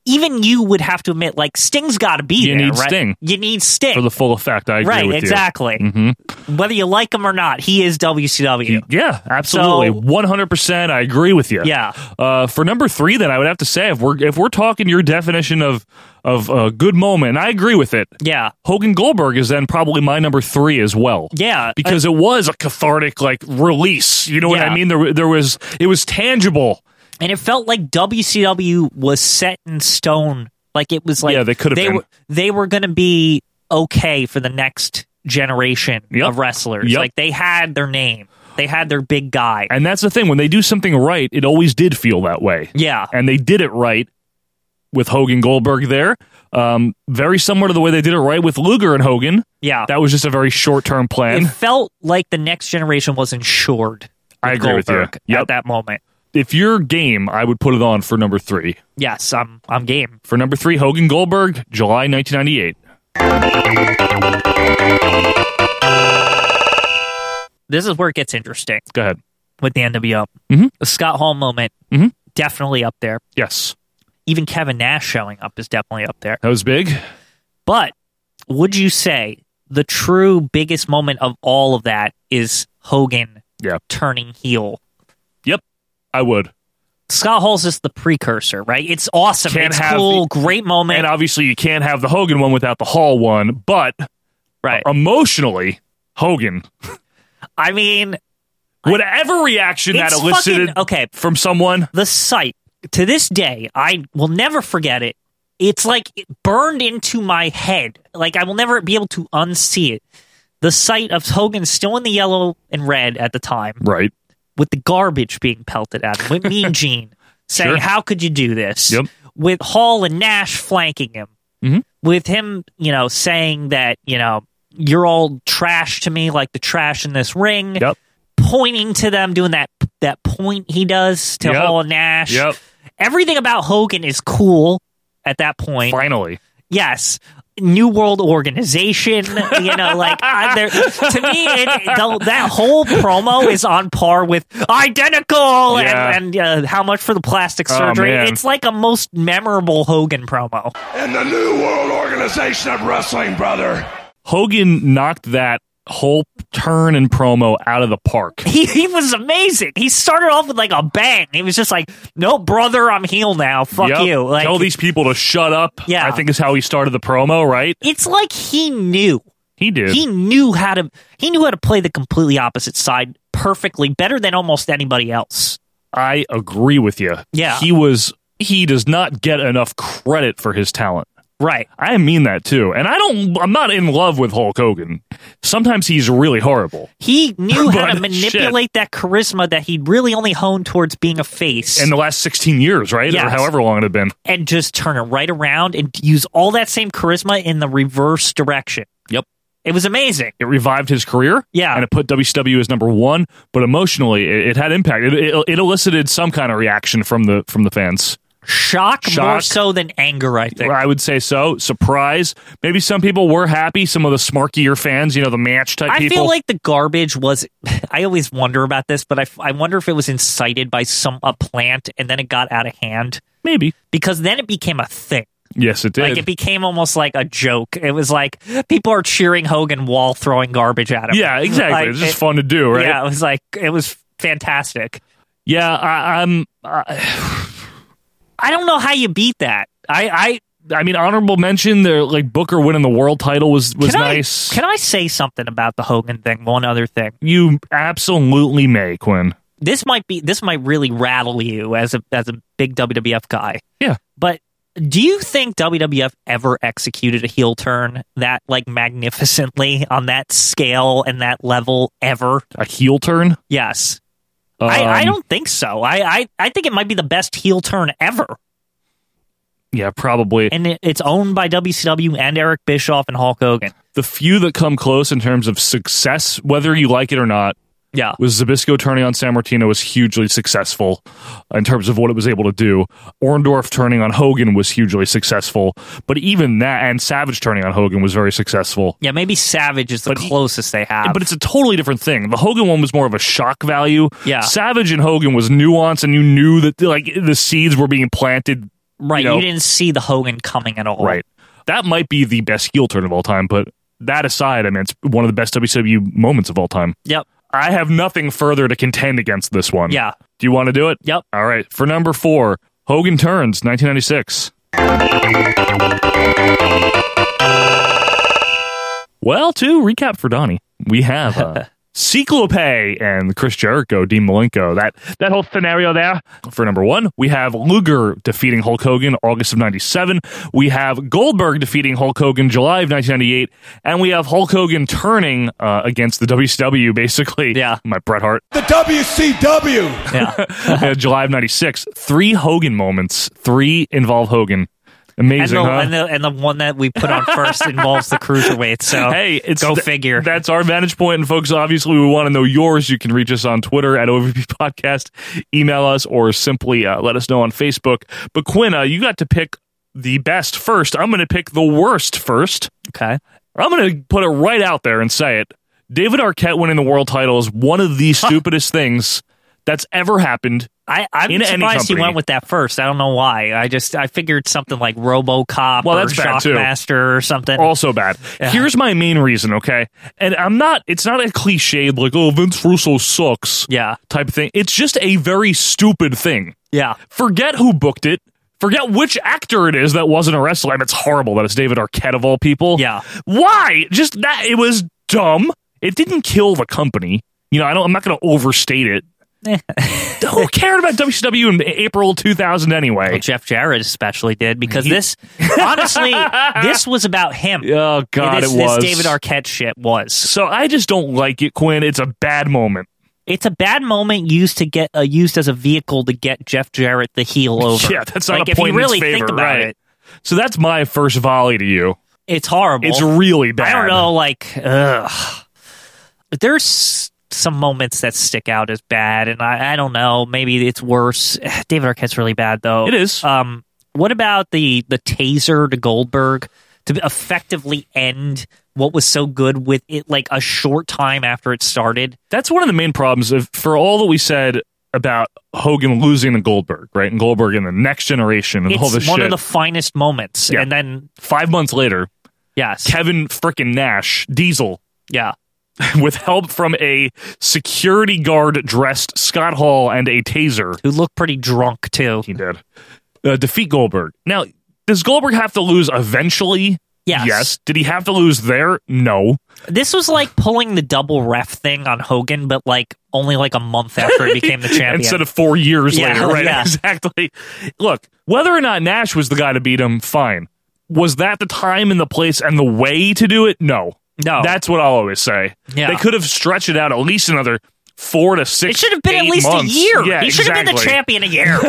Speaker 2: even you would have to admit like Sting's got to be
Speaker 1: You
Speaker 2: there.
Speaker 1: need
Speaker 2: right?
Speaker 1: Sting.
Speaker 2: You need Sting
Speaker 1: for the full effect. I agree
Speaker 2: Right,
Speaker 1: with
Speaker 2: exactly.
Speaker 1: you. Mm-hmm. Exactly.
Speaker 2: whether you like him or not. He is WCW.
Speaker 1: Yeah, absolutely, one hundred percent. I agree with you.
Speaker 2: Yeah.
Speaker 1: Uh, for number three, then I would have to say if we're if we're talking your definition of of a good moment, and I agree with it.
Speaker 2: Yeah.
Speaker 1: Hogan Goldberg is then probably my number three as well.
Speaker 2: Yeah, uh,
Speaker 1: because it was a cathartic like release. You know what I
Speaker 2: Yeah.
Speaker 1: mean? There w- there was it was tangible.
Speaker 2: and it felt like WCW was set in stone. Like it was like
Speaker 1: Yeah, they could have
Speaker 2: they
Speaker 1: been.
Speaker 2: were they were going to be okay for the next generation of wrestlers.
Speaker 1: Yep.
Speaker 2: Like they had their name, they had their big guy.
Speaker 1: And that's the thing when they do something right, it always did feel that way.
Speaker 2: Yeah,
Speaker 1: and they did it right with Hogan Goldberg there. Um, very similar to the way they did it right with Luger and Hogan.
Speaker 2: Yeah.
Speaker 1: that was just a very short term plan.
Speaker 2: It felt like the next generation was insured.
Speaker 1: I agree with you.
Speaker 2: Goldberg
Speaker 1: Yep.
Speaker 2: at that moment.
Speaker 1: if you're game, I would put it on for number three.
Speaker 2: Yes, I'm I'm game.
Speaker 1: For number three, Hogan Goldberg, July 1998.
Speaker 2: This is where it gets interesting.
Speaker 1: Go ahead
Speaker 2: with the NWO.
Speaker 1: Mm-hmm.
Speaker 2: The Scott Hall moment, definitely up there.
Speaker 1: Yes,
Speaker 2: even Kevin Nash showing up is definitely up there.
Speaker 1: That was big.
Speaker 2: But would you say the true biggest moment of all of that is Hogan
Speaker 1: yeah.
Speaker 2: turning heel?
Speaker 1: Yep, I would.
Speaker 2: Scott Hall's just the precursor, right? It's awesome.
Speaker 1: Can't
Speaker 2: it's
Speaker 1: have
Speaker 2: cool. great moment.
Speaker 1: And uh, obviously, you can't have the Hogan one without the Hall one, but
Speaker 2: right.
Speaker 1: uh, emotionally, Hogan.
Speaker 2: I mean,
Speaker 1: whatever reaction that
Speaker 2: It's
Speaker 1: elicited
Speaker 2: fucking- okay.
Speaker 1: from someone.
Speaker 2: The sight to this day, I will never forget it. It's like it burned into my head. Like I will never be able to unsee it. The sight of Hogan still in the yellow and red at the time,
Speaker 1: right?
Speaker 2: With the garbage being pelted at him, with Mean Gene saying,
Speaker 1: Sure.
Speaker 2: "How could you do this?"
Speaker 1: Yep. Mm-hmm.
Speaker 2: With Hall and Nash flanking him, with him, you know, saying that you know you're all trash to me, like the trash in this ring. Yep. Pointing to them, doing that that point he does to
Speaker 1: Yep.
Speaker 2: Hall and Nash.
Speaker 1: Yep.
Speaker 2: Everything about Hogan is cool at that point.
Speaker 1: Finally.
Speaker 2: Yes. New World Organization, you know, like I, there, to me, it, the, that whole promo is on par with identical
Speaker 8: Yeah.
Speaker 2: and, and uh, how much for the plastic
Speaker 8: Oh,
Speaker 2: surgery.
Speaker 8: man.
Speaker 2: it's like a most memorable Hogan promo.
Speaker 8: And the New World Organization of Wrestling, brother.
Speaker 1: Hogan knocked that whole turn and promo out of the park.
Speaker 2: He, he was amazing. He started off with like a bang. He was just like, "No, brother, I'm heel now. Fuck
Speaker 1: Yep.
Speaker 2: you." Like
Speaker 1: Tell these people to shut up.
Speaker 2: Yeah.
Speaker 1: I think is how he started the promo, right?
Speaker 2: It's like he knew.
Speaker 1: He did.
Speaker 2: He knew how to. He knew how to play the completely opposite side perfectly, better than almost anybody else.
Speaker 1: I agree with you.
Speaker 2: Yeah.
Speaker 1: He was he does not get enough credit for his talent.
Speaker 2: Right.
Speaker 1: I mean that too. And I don't I'm not in love with Hulk Hogan. Sometimes he's really horrible.
Speaker 2: He knew how to
Speaker 1: But shit.
Speaker 2: manipulate that charisma that he really only honed towards being a face.
Speaker 1: In the last 16 years, right? Or
Speaker 2: Yes.
Speaker 1: however long it had been.
Speaker 2: and just turn it right around and use all that same charisma in the reverse direction.
Speaker 1: Yep.
Speaker 2: It was amazing.
Speaker 1: It revived his career.
Speaker 2: Yeah.
Speaker 1: And it put WCW as number one, but emotionally it, it had impact. It, it, it elicited some kind of reaction from the from the fans.
Speaker 2: Shock, more
Speaker 1: Shock.
Speaker 2: so than anger, I think.
Speaker 1: I would say so. Surprise. Maybe some people were happy, some of the smarkier fans, you know, the match type
Speaker 2: I
Speaker 1: people.
Speaker 2: feel like the garbage was. I always wonder about this, but I, I wonder if it was incited by some a plant and then it got out of hand.
Speaker 1: Maybe
Speaker 2: because then it became a thing.
Speaker 1: Yes, it did.
Speaker 2: Like it became almost like a joke. It was like people are cheering Hogan while throwing garbage at him.
Speaker 1: Yeah, exactly.
Speaker 2: Like,
Speaker 1: it's just fun to do, right?
Speaker 2: Yeah, it was like it was fantastic.
Speaker 1: Yeah, I, I'm. I,
Speaker 2: I don't know how you beat that. I,
Speaker 1: I, I mean, honorable mention. There, like Booker winning the world title was was
Speaker 2: Can I-
Speaker 1: nice.
Speaker 2: can I say something about the Hogan thing? One other thing.
Speaker 1: You absolutely may, Quinn.
Speaker 2: This might be this might really rattle you as a as a big WWF guy.
Speaker 1: Yeah.
Speaker 2: But do you think WWF ever executed a heel turn that like magnificently on that scale and that level ever?
Speaker 1: A heel turn?
Speaker 2: Yes. I, I
Speaker 1: Um,
Speaker 2: don't think so. I, I, I think it might be the best heel turn ever.
Speaker 1: Yeah, probably.
Speaker 2: And it, it's owned by WCW and Eric Bischoff and Hulk Hogan.
Speaker 1: The few that come close in terms of success, whether you like it or not,
Speaker 2: yeah,
Speaker 1: was Zabisco turning on San Martino was hugely successful in terms of what it was able to do. Orndorff turning on Hogan was hugely successful, but even that and Savage turning on Hogan was very successful.
Speaker 2: Yeah, maybe Savage is the closest they have.
Speaker 1: But it's a totally different thing. The Hogan one was more of a shock value.
Speaker 2: Yeah.
Speaker 1: Savage and Hogan was nuance, and you knew that like the seeds were being planted.
Speaker 2: right,
Speaker 1: You,
Speaker 2: you,
Speaker 1: know,
Speaker 2: didn't see the Hogan coming at all.
Speaker 1: Right. That might be the best heel turn of all time. But that aside, I mean, it's one of the best WCW moments of all time.
Speaker 2: Yep.
Speaker 1: I have nothing further to contend against this one.
Speaker 2: Yeah.
Speaker 1: Do you want to do it?
Speaker 2: Yep.
Speaker 1: All right. For number four, Hogan turns 1996. Well, to recap for Donnie, we have uh, Cyclope and Chris Jericho, Dean Malenko. That that whole scenario there. For number one, we have Luger defeating Hulk Hogan August of '97. We have Goldberg defeating Hulk Hogan July of 1998, and we have Hulk Hogan turning uh, against the WCW, basically. Yeah, my Bret Hart.
Speaker 11: The WCW.
Speaker 1: Uh, July of '96. Three Hogan moments. Three involve Hogan.
Speaker 2: And
Speaker 1: Amazing,
Speaker 2: the,
Speaker 1: huh?
Speaker 2: and, the, and the one that we put on first involves the cruiserweight. So
Speaker 1: hey, it's
Speaker 2: go
Speaker 1: th-
Speaker 2: figure.
Speaker 1: That's our vantage point, and folks, obviously, we want to know yours. You can reach us on Twitter at OVP Podcast, email us, or simply uh, let us know on Facebook. But Quinn, uh, you got to pick the best first. I'm going to pick the worst first.
Speaker 2: Okay,
Speaker 1: I'm going to put it right out there and say it. David Arquette winning the world title is one of the stupidest things that's ever happened.
Speaker 2: I, I'm
Speaker 1: in any
Speaker 2: surprised he
Speaker 1: company.
Speaker 2: went with that first. I don't know why. I just I figured something like RoboCop
Speaker 1: Well,
Speaker 2: or
Speaker 1: that's bad, too.
Speaker 2: Shockmaster or something.
Speaker 1: Also bad. Here's my main reason, okay? And I'm not, it's not a cliched, like, oh, Vince Russo sucks.
Speaker 2: Yeah.
Speaker 1: Type of thing. It's just a very stupid thing.
Speaker 2: Yeah.
Speaker 1: Forget who booked it. Forget which actor it is that wasn't a wrestler. I mean, it's horrible that it's David Arquette of all people.
Speaker 2: Yeah.
Speaker 1: Why? Just that, it was dumb. It didn't kill the company. You know, I don't, I'm not going to overstate it. Who cared about WCW in April 2000 anyway?
Speaker 2: Jeff Jarrett especially did because this honestly this was about him.
Speaker 1: Oh God,
Speaker 2: it, is,
Speaker 1: it was.
Speaker 2: this David Arquette shit was.
Speaker 1: So I just don't like it, Quinn. It's a bad moment.
Speaker 2: It's a bad moment used to get uh, used as a vehicle to get Jeff Jarrett the heel over.
Speaker 1: Yeah, that's not
Speaker 2: like,
Speaker 1: a point
Speaker 2: if you really
Speaker 1: in its favor,
Speaker 2: think about
Speaker 1: right?
Speaker 2: it.
Speaker 1: So that's my first volley to you.
Speaker 2: It's horrible.
Speaker 1: It's really bad.
Speaker 2: I don't know, like, ugh. But There's some moments that stick out as bad, and I, I don't know. Maybe it's worse. David Arquette's really bad, though.
Speaker 1: It is.
Speaker 2: Um, what about the the taser to Goldberg to effectively end what was so good with it, like a short time after it started?
Speaker 1: That's one of the main problems. If, for all that we said about Hogan losing to Goldberg, right, and Goldberg in the next generation and
Speaker 2: it's
Speaker 1: all this
Speaker 2: one
Speaker 1: shit.
Speaker 2: of the finest moments,
Speaker 1: Yeah.
Speaker 2: and then
Speaker 1: five months later,
Speaker 2: yes,
Speaker 1: Kevin frickin' Nash, Diesel,
Speaker 2: yeah.
Speaker 1: with help from a security guard dressed Scott Hall and a taser.
Speaker 2: Who looked pretty drunk, too.
Speaker 1: He did. Uh, defeat Goldberg. Now, does Goldberg have to lose eventually?
Speaker 2: Yes.
Speaker 1: Did he have to lose there? No.
Speaker 2: This was like pulling the double ref thing on Hogan, but like only like a month after he became the champion.
Speaker 1: Instead of four years
Speaker 2: Yeah,
Speaker 1: later, right?
Speaker 2: yeah.
Speaker 1: Exactly. Look, whether or not Nash was the guy to beat him, fine. Was that the time and the place and the way to do it? No.
Speaker 2: No.
Speaker 1: That's what I'll always say.
Speaker 2: Yeah.
Speaker 1: They could have stretched it out at least another four to six.
Speaker 2: it should have been at
Speaker 1: eight
Speaker 2: least
Speaker 1: months.
Speaker 2: a year.
Speaker 1: Yeah,
Speaker 2: he should have been the
Speaker 1: exactly.
Speaker 2: champion a year.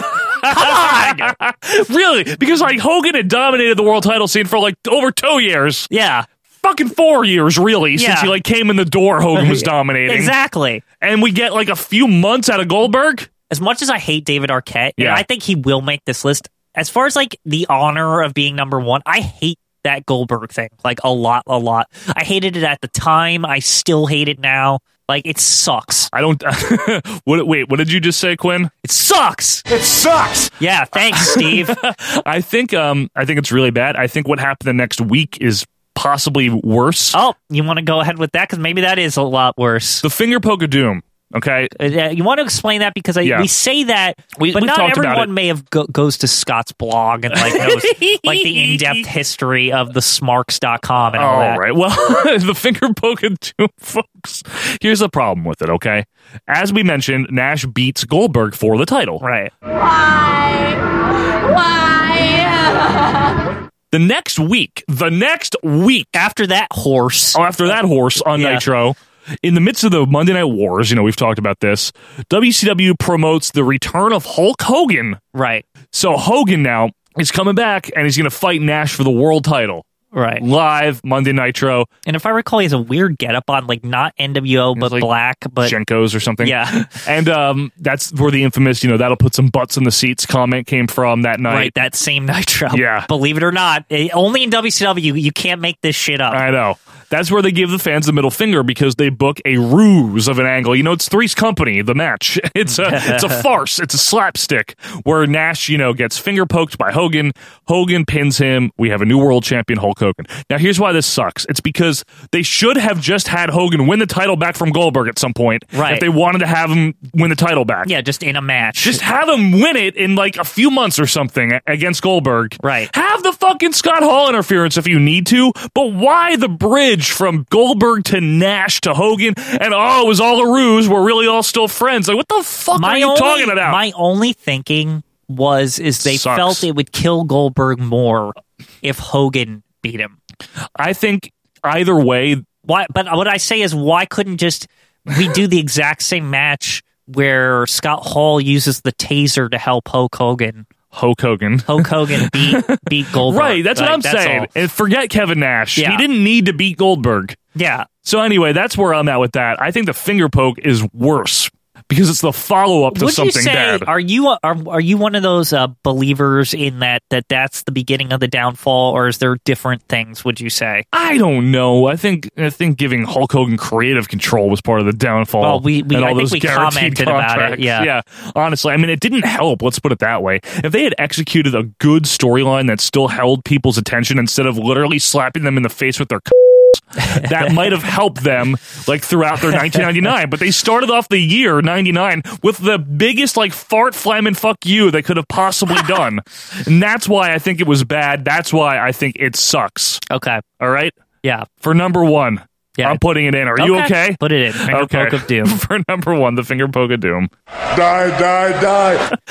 Speaker 2: Come on.
Speaker 1: really? Because like Hogan had dominated the world title scene for like over two years.
Speaker 2: Yeah.
Speaker 1: Fucking four years, really,
Speaker 2: Yeah.
Speaker 1: since he like came in the door. Hogan was dominating,
Speaker 2: Exactly.
Speaker 1: and we get like a few months out of Goldberg.
Speaker 2: As much as I hate David Arquette, and
Speaker 1: Yeah.
Speaker 2: I think he will make this list. As far as like the honor of being number one, I hate that Goldberg thing like a lot, a lot. I hated it at the time. I still hate it now. Like it sucks.
Speaker 1: I don't. what, wait, what did you just say, Quinn?
Speaker 2: It sucks.
Speaker 11: It sucks.
Speaker 2: Yeah. Thanks, Steve.
Speaker 1: I think um I think it's really bad. I think what happened the next week is possibly worse.
Speaker 2: Oh, you want to go ahead with that because maybe that is a lot worse.
Speaker 1: The finger poke of doom. Okay,
Speaker 2: Uh, yeah, you want to explain that because I,
Speaker 1: Yeah.
Speaker 2: we say that,
Speaker 1: We-
Speaker 2: but
Speaker 1: we
Speaker 2: not
Speaker 1: talked about it.
Speaker 2: everyone may have go- goes to Scott's blog and like knows like the in depth history of the smarks.com and all
Speaker 1: All
Speaker 2: that.
Speaker 1: Oh, right. Well, the finger poke of doom, folks. Here's the problem with it, okay? As we mentioned, Nash beats Goldberg for the title.
Speaker 2: Right.
Speaker 13: Why?
Speaker 1: The next week, the next week
Speaker 2: After that horse,
Speaker 1: Oh, after that horse on
Speaker 2: Yeah.
Speaker 1: Nitro, in the midst of the Monday Night Wars, you know, we've talked about this, WCW promotes the return of Hulk Hogan.
Speaker 2: right,
Speaker 1: So Hogan now is coming back and he's going to fight Nash for the world title.
Speaker 2: right.
Speaker 1: Live Monday Nitro,
Speaker 2: And if I recall, he has a weird getup on, like not NWO but
Speaker 1: like
Speaker 2: black, but
Speaker 1: Jenko's or something.
Speaker 2: yeah,
Speaker 1: And um, that's where the infamous, you know, that'll put some butts in the seats comment came from that night.
Speaker 2: right. That same Nitro.
Speaker 1: Yeah.
Speaker 2: believe it or not, eh, only in WCW you, you can't make this shit up.
Speaker 1: I know. That's where they give the fans the middle finger because they book a ruse of an angle. You know, it's Three's Company, the match. It's a it's a farce. It's a slapstick where Nash, you know, gets finger poked by Hogan. Hogan pins him. We have a new world champion, Hulk Hogan. Now, here's why this sucks. It's because they should have just had Hogan win the title back from Goldberg at some point.
Speaker 2: Right.
Speaker 1: If they wanted to have him win the title back.
Speaker 2: Yeah, just in a match.
Speaker 1: Just have him win it in like a few months or something a- against Goldberg.
Speaker 2: Right.
Speaker 1: Have the fucking Scott Hall interference if you need to, but why the bridge from Goldberg to Nash to Hogan and oh, it was all a ruse. We're really all still friends. Like, what the fuck are you
Speaker 2: only,
Speaker 1: talking about?
Speaker 2: My only thinking was is they
Speaker 1: Sucks.
Speaker 2: felt it would kill Goldberg more if Hogan beat him.
Speaker 1: I think either way,
Speaker 2: Why? But what I say is, why couldn't just we do the exact same match where Scott Hall uses the taser to help Hulk Hogan?
Speaker 1: Hulk Hogan.
Speaker 2: Hulk Hogan beat beat Goldberg.
Speaker 1: Right, that's
Speaker 2: Like,
Speaker 1: what I'm saying.
Speaker 2: all.
Speaker 1: And forget Kevin Nash.
Speaker 2: Yeah.
Speaker 1: He didn't need to beat Goldberg.
Speaker 2: Yeah,
Speaker 1: So anyway, that's where I'm at with that. I think the finger poke is worse because it's the follow up to
Speaker 2: would
Speaker 1: something
Speaker 2: you say
Speaker 1: bad.
Speaker 2: are you are, are you one of those uh, believers in that that that's the beginning of the downfall, or is there different things? Would you say?
Speaker 1: I don't know. I think I think giving Hulk Hogan creative control was part of the downfall.
Speaker 2: Well, we- we-
Speaker 1: and all
Speaker 2: I think
Speaker 1: those
Speaker 2: we
Speaker 1: guaranteed
Speaker 2: commented about it,
Speaker 1: contracts.
Speaker 2: yeah.
Speaker 1: yeah. Honestly, I mean, it didn't help. Let's put it that way. If they had executed a good storyline that still held people's attention instead of literally slapping them in the face with their c- that might have helped them like throughout their 1999 but they started off the year 99 with the biggest like fart flamin fuck you they could have possibly done and that's why i think it was bad that's why i think it sucks
Speaker 2: Okay.
Speaker 1: all right
Speaker 2: Yeah.
Speaker 1: for number one.
Speaker 2: Yeah.
Speaker 1: I'm putting it in. Are you okay?
Speaker 2: Put it in. Finger poke of doom.
Speaker 1: for number one, the finger poke of doom.
Speaker 8: Die, die,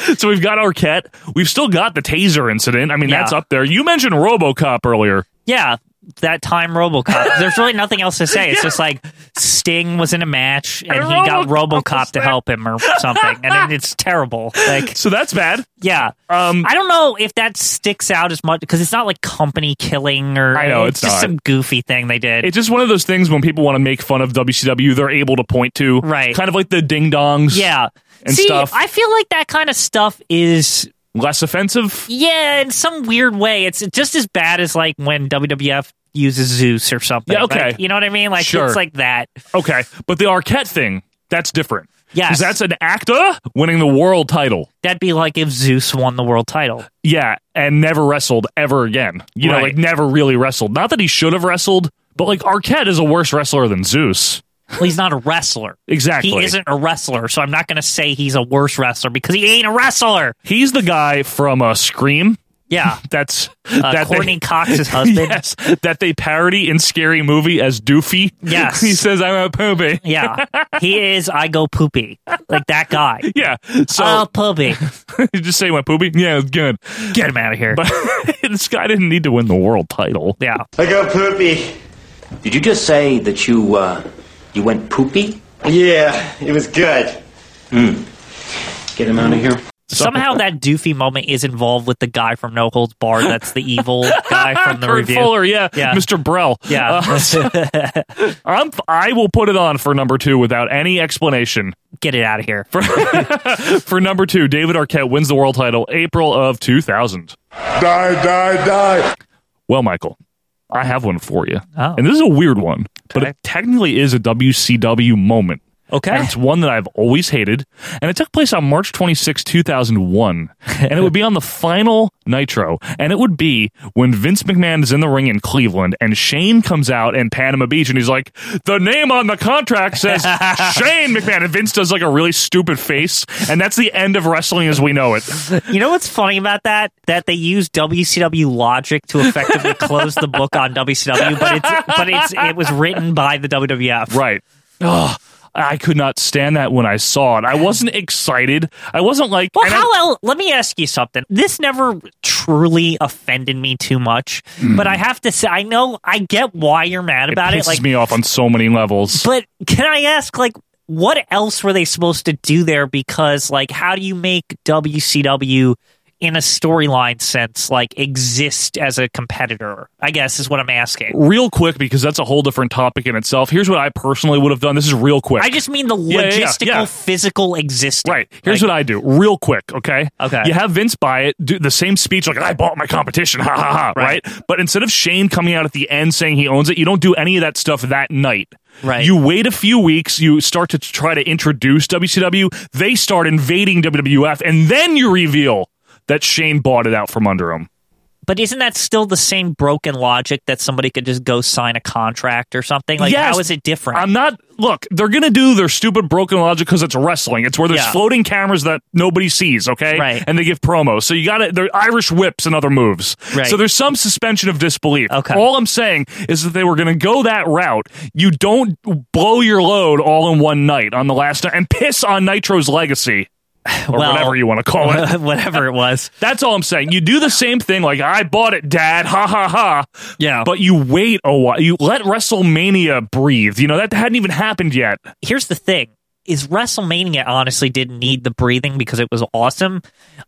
Speaker 8: die.
Speaker 1: So we've got Arquette. We've still got the taser incident. I mean,
Speaker 2: Yeah.
Speaker 1: that's up there. You mentioned RoboCop earlier.
Speaker 2: Yeah, that time RoboCop. There's really nothing else to say. It's just like Sting was in a match and,
Speaker 1: And
Speaker 2: he got
Speaker 1: RoboCop
Speaker 2: RoboCop
Speaker 1: was
Speaker 2: to
Speaker 1: there.
Speaker 2: help him or something, and it, it's terrible. Like
Speaker 1: so, that's bad.
Speaker 2: Yeah, um, I don't know if that sticks out as much because it's not like company killing or
Speaker 1: I know, it's
Speaker 2: just
Speaker 1: not.
Speaker 2: some goofy thing they did.
Speaker 1: It's just one of those things when people want to make fun of WCW, they're able to point to
Speaker 2: Right.
Speaker 1: kind of like the ding dongs,
Speaker 2: yeah,
Speaker 1: and
Speaker 2: See,
Speaker 1: stuff.
Speaker 2: I feel like that kind of stuff is
Speaker 1: Less offensive.
Speaker 2: Yeah, in some weird way, it's just as bad as like when WWF uses Zeus or something.
Speaker 1: Yeah, okay.
Speaker 2: Like, you know what I mean? Like
Speaker 1: Sure.
Speaker 2: it's like that.
Speaker 1: Okay, but the Arquette thing, that's different.
Speaker 2: Yes.
Speaker 1: because that's an actor winning the world title.
Speaker 2: That'd be like if Zeus won the world title.
Speaker 1: Yeah, and never wrestled ever again. You know,
Speaker 2: Right.
Speaker 1: like never really wrestled. Not that he should have wrestled, but like Arquette is a worse wrestler than Zeus.
Speaker 2: Well, he's not a wrestler.
Speaker 1: Exactly.
Speaker 2: He isn't a wrestler, so I'm not going to say he's a worse wrestler because he ain't a wrestler.
Speaker 1: He's the guy from uh, Scream.
Speaker 2: Yeah.
Speaker 1: That's
Speaker 2: Uh, Courtney Cox's husband.
Speaker 1: Yes, that they parody in Scary Movie as Doofy.
Speaker 2: Yes.
Speaker 1: he says I'm a poopy.
Speaker 2: Yeah. he is I go poopy. Like that guy.
Speaker 1: yeah. So
Speaker 2: Oh, poopy.
Speaker 1: you just say he went poopy. Yeah, it's good.
Speaker 2: Get him out of here.
Speaker 1: But this guy didn't need to win the world title.
Speaker 2: Yeah.
Speaker 14: I go poopy. Did you just say that you uh, you went poopy? Yeah, it was good. Hmm. Get him out of here.
Speaker 2: Somehow that doofy moment is involved with the guy from No Holds Barred. That's the evil guy from the
Speaker 1: Kurt
Speaker 2: review.
Speaker 1: Fuller, yeah.
Speaker 2: Yeah.
Speaker 1: Mr. Brell.
Speaker 2: Yeah.
Speaker 1: Uh, so- I'm, I will put it on for number two without any explanation.
Speaker 2: Get it out of here.
Speaker 1: For, for number two, David Arquette wins the world title April of 2000.
Speaker 8: Die, die, die.
Speaker 1: Well, Michael, I have one for you.
Speaker 8: Oh.
Speaker 1: And this is a weird one, but it technically is a WCW moment.
Speaker 2: Okay.
Speaker 1: And it's one that I've always hated. And it took place on March 26, 2001. and it would be on the final Nitro. And it would be when Vince McMahon is in the ring in Cleveland and Shane comes out in Panama Beach and he's like, the name on the contract says Shane McMahon. And Vince does like a really stupid face. And that's the end of wrestling as we know it.
Speaker 2: You know what's funny about that? That they use WCW logic to effectively close the book on WCW, but it's but it's it was written by the WWF.
Speaker 1: Right. Ugh, I could not stand that when I saw it. I wasn't excited. I wasn't like.
Speaker 2: Well,
Speaker 1: and I-
Speaker 2: how el Let me ask you something. This never truly offended me too much, but I have to say, I know I get why you're mad about
Speaker 1: Mm. it
Speaker 2: it.
Speaker 1: pisses
Speaker 2: Like,
Speaker 1: me off on so many levels.
Speaker 2: but can I ask, like, what else were they supposed to do there? Because, like, how do you make WCW in a storyline sense, like, exist as a competitor? I guess is what I'm asking.
Speaker 1: real quick, because that's a whole different topic in itself. Here's what I personally would have done. This is real quick.
Speaker 2: I just mean the
Speaker 1: Yeah, yeah, yeah,
Speaker 2: logistical,
Speaker 1: yeah.
Speaker 2: physical existence.
Speaker 1: Right. Here's what I do, real quick. Okay. Okay. You have Vince buy it, do the same speech like I bought my competition, ha ha ha. Right. But instead of Shane coming out at the end saying he owns it, you don't do any of that stuff that night. Right. You wait a few weeks. You start to try to introduce WCW. They start invading WWF, and then you reveal that Shane bought it out from under him.
Speaker 2: But isn't that still the same broken logic that somebody could just go sign a contract or something? Like,
Speaker 1: Yes.
Speaker 2: how is it different?
Speaker 1: I'm not. Look, they're gonna do their stupid broken logic because it's wrestling. It's where there's
Speaker 2: Yeah.
Speaker 1: floating cameras that nobody sees. Okay,
Speaker 2: Right.
Speaker 1: And they give promos. So you got to They're Irish whips and other moves.
Speaker 2: Right.
Speaker 1: So there's some suspension of disbelief. Okay. All I'm saying is that they were gonna go that route. You don't blow your load all in one night on the last night and piss on Nitro's legacy. Or
Speaker 2: Well-
Speaker 1: whatever you want to call it.
Speaker 2: whatever it was.
Speaker 1: That's all I'm saying. You do the same thing, like I bought it, Dad. Ha ha ha.
Speaker 2: Yeah.
Speaker 1: But you wait a while. You let WrestleMania breathe. You know that hadn't even happened yet.
Speaker 2: Here's the thing. Is WrestleMania honestly didn't need the breathing because it was awesome?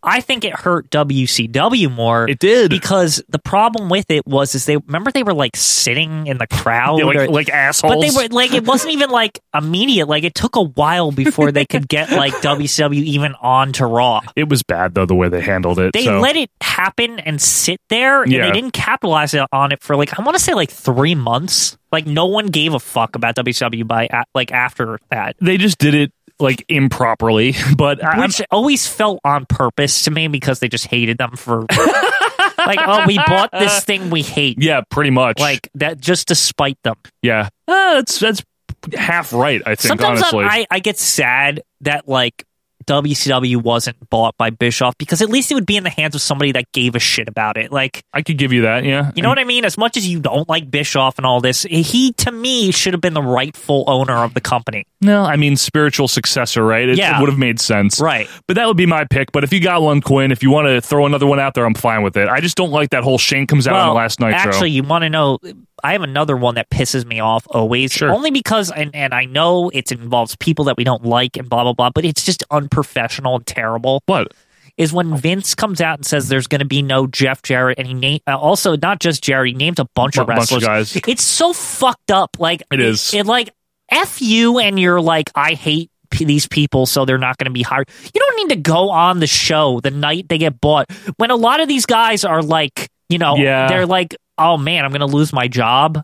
Speaker 2: I think it hurt WCW more. It
Speaker 1: did
Speaker 2: because the problem with it was is they remember they were like sitting in the crowd
Speaker 1: Yeah, like-
Speaker 2: or-
Speaker 1: like
Speaker 2: But they
Speaker 1: assholes.
Speaker 2: were like it wasn't even like immediate. Like it took a while before they could get like WCW even on to Raw.
Speaker 1: It was bad though the way they handled it.
Speaker 2: They
Speaker 1: so.
Speaker 2: let it happen and sit there, and
Speaker 1: Yeah.
Speaker 2: they didn't capitalize it- on it for like I want to say like three months. Like no one gave a fuck about WCW by a- like after that,
Speaker 1: They just did it like improperly, but I, I'm-
Speaker 2: which always felt on purpose to me because they just hated them for like oh we bought this thing we hate
Speaker 1: yeah, pretty much.
Speaker 2: like that just to spite them.
Speaker 1: yeah, uh, that's that's half right. I think
Speaker 2: Sometimes I'm-
Speaker 1: honestly.
Speaker 2: I, I get sad that like WCW wasn't bought by Bischoff because at least it would be in the hands of somebody that gave a shit about it. Like
Speaker 1: I could give you that, yeah.
Speaker 2: You know what I mean? As much as you don't like Bischoff and all this, he to me should have been the rightful owner of the company.
Speaker 1: No, I mean spiritual successor, right? It,
Speaker 2: Yeah.
Speaker 1: would have made sense,
Speaker 2: Right.
Speaker 1: But that would be my pick. But if you got one, Quinn, if you want to throw another one out there, I'm fine with it. I just don't like that whole Shane comes out on the last Nitro.
Speaker 2: Actually, you want to know? I have another one that pisses me off always, only because, and, and I know it involves people that we don't like and blah, blah, blah, but it's just unprofessional and terrible.
Speaker 1: What?
Speaker 2: Is when Vince comes out and says there's going to be no Jeff Jarrett, and he named uh, also not just Jarrett, he named a bunch of
Speaker 1: Bunch of
Speaker 2: wrestlers.
Speaker 1: guys.
Speaker 2: It's so fucked up. Like
Speaker 1: It is.
Speaker 2: It, like f you, and you're like I hate p- these people, so they're not going to be hired. You don't need to go on the show the night they get bought when a lot of these guys are like you know
Speaker 1: Yeah.
Speaker 2: they're like oh man I'm going to lose my job.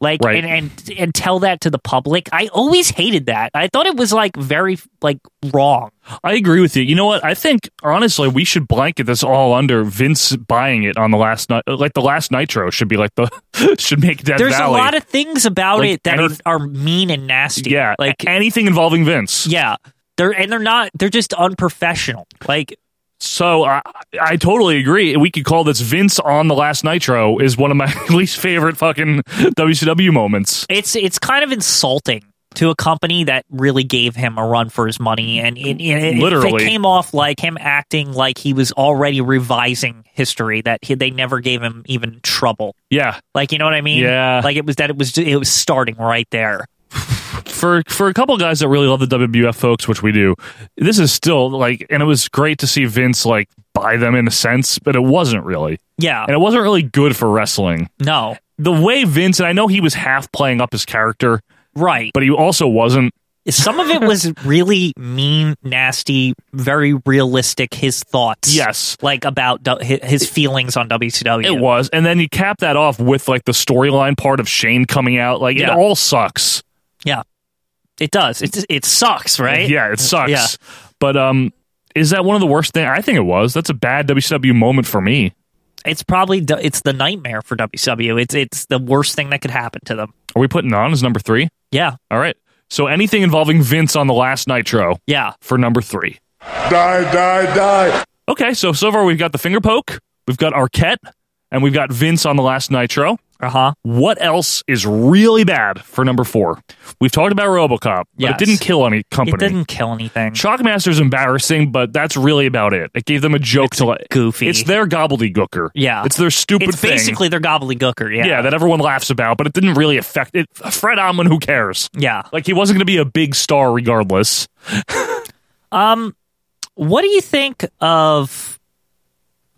Speaker 2: Like and, and and tell that to the public. I always hated that. I thought it was like very like wrong.
Speaker 1: I agree with you. You know what? I think honestly, we should blanket this all under Vince buying it on the last night. Like the last Nitro should be like the should make Death
Speaker 2: There's
Speaker 1: Valley.
Speaker 2: a lot of things about
Speaker 1: Like,
Speaker 2: it that
Speaker 1: any-
Speaker 2: are, are mean and nasty.
Speaker 1: yeah,
Speaker 2: like
Speaker 1: like anything involving Vince.
Speaker 2: yeah, they're and they're not. They're just unprofessional. Like
Speaker 1: So I I totally agree. We could call this Vince on the last Nitro is one of my least favorite fucking WCW moments.
Speaker 2: it's it's kind of insulting to a company that really gave him a run for his money, and it, it, it-
Speaker 1: Literally.
Speaker 2: it came off like him acting like he was already revising history that he, they never gave him even trouble.
Speaker 1: Yeah,
Speaker 2: Like you know what I mean?
Speaker 1: Yeah.
Speaker 2: Like it was that it was it was starting right there.
Speaker 1: for for a couple guys that really love the WWF folks, which we do, this is still like, and it was great to see Vince like buy them in a sense, but it wasn't really.
Speaker 2: Yeah.
Speaker 1: and it wasn't really good for wrestling.
Speaker 2: No.
Speaker 1: the way Vince and I know he was half playing up his character,
Speaker 2: right?
Speaker 1: But he also wasn't.
Speaker 2: Some of it was really mean, nasty, very realistic. His thoughts, yes, like about du- hi- his feelings on WCW.
Speaker 1: It was, and then you cap that off with like the storyline part of Shane coming out. Like
Speaker 2: Yeah.
Speaker 1: it all sucks.
Speaker 2: yeah, it does. It it sucks, right?
Speaker 1: Yeah, it sucks.
Speaker 2: Yeah.
Speaker 1: But um, is that one of the worst things? I think it was. That's a bad WCW moment for me.
Speaker 2: It's probably du- it's the nightmare for WCW. It's it's the worst thing that could happen to them.
Speaker 1: Are we putting on as number three?
Speaker 2: Yeah.
Speaker 1: All right. So anything involving Vince on the last Nitro.
Speaker 2: Yeah.
Speaker 1: For number three.
Speaker 8: Die, die, die.
Speaker 1: Okay, so so far we've got the finger poke, we've got Arquette, and we've got Vince on the last Nitro.
Speaker 2: Uh huh.
Speaker 1: What else is really bad for number four? We've talked about RoboCop, but
Speaker 2: Yes.
Speaker 1: it didn't kill any company.
Speaker 2: It didn't kill anything.
Speaker 1: Shockmaster's embarrassing, but that's really about it. It gave them a joke to like
Speaker 2: goofy.
Speaker 1: It's their gobbledygooker.
Speaker 2: Yeah,
Speaker 1: it's their stupid
Speaker 2: It's
Speaker 1: thing.
Speaker 2: basically their gobbledygooker. Yeah,
Speaker 1: yeah, that everyone laughs about, but it didn't really affect it. Fred Amon, who cares?
Speaker 2: Yeah,
Speaker 1: like he wasn't going to be a big star regardless.
Speaker 2: Um, what do you think of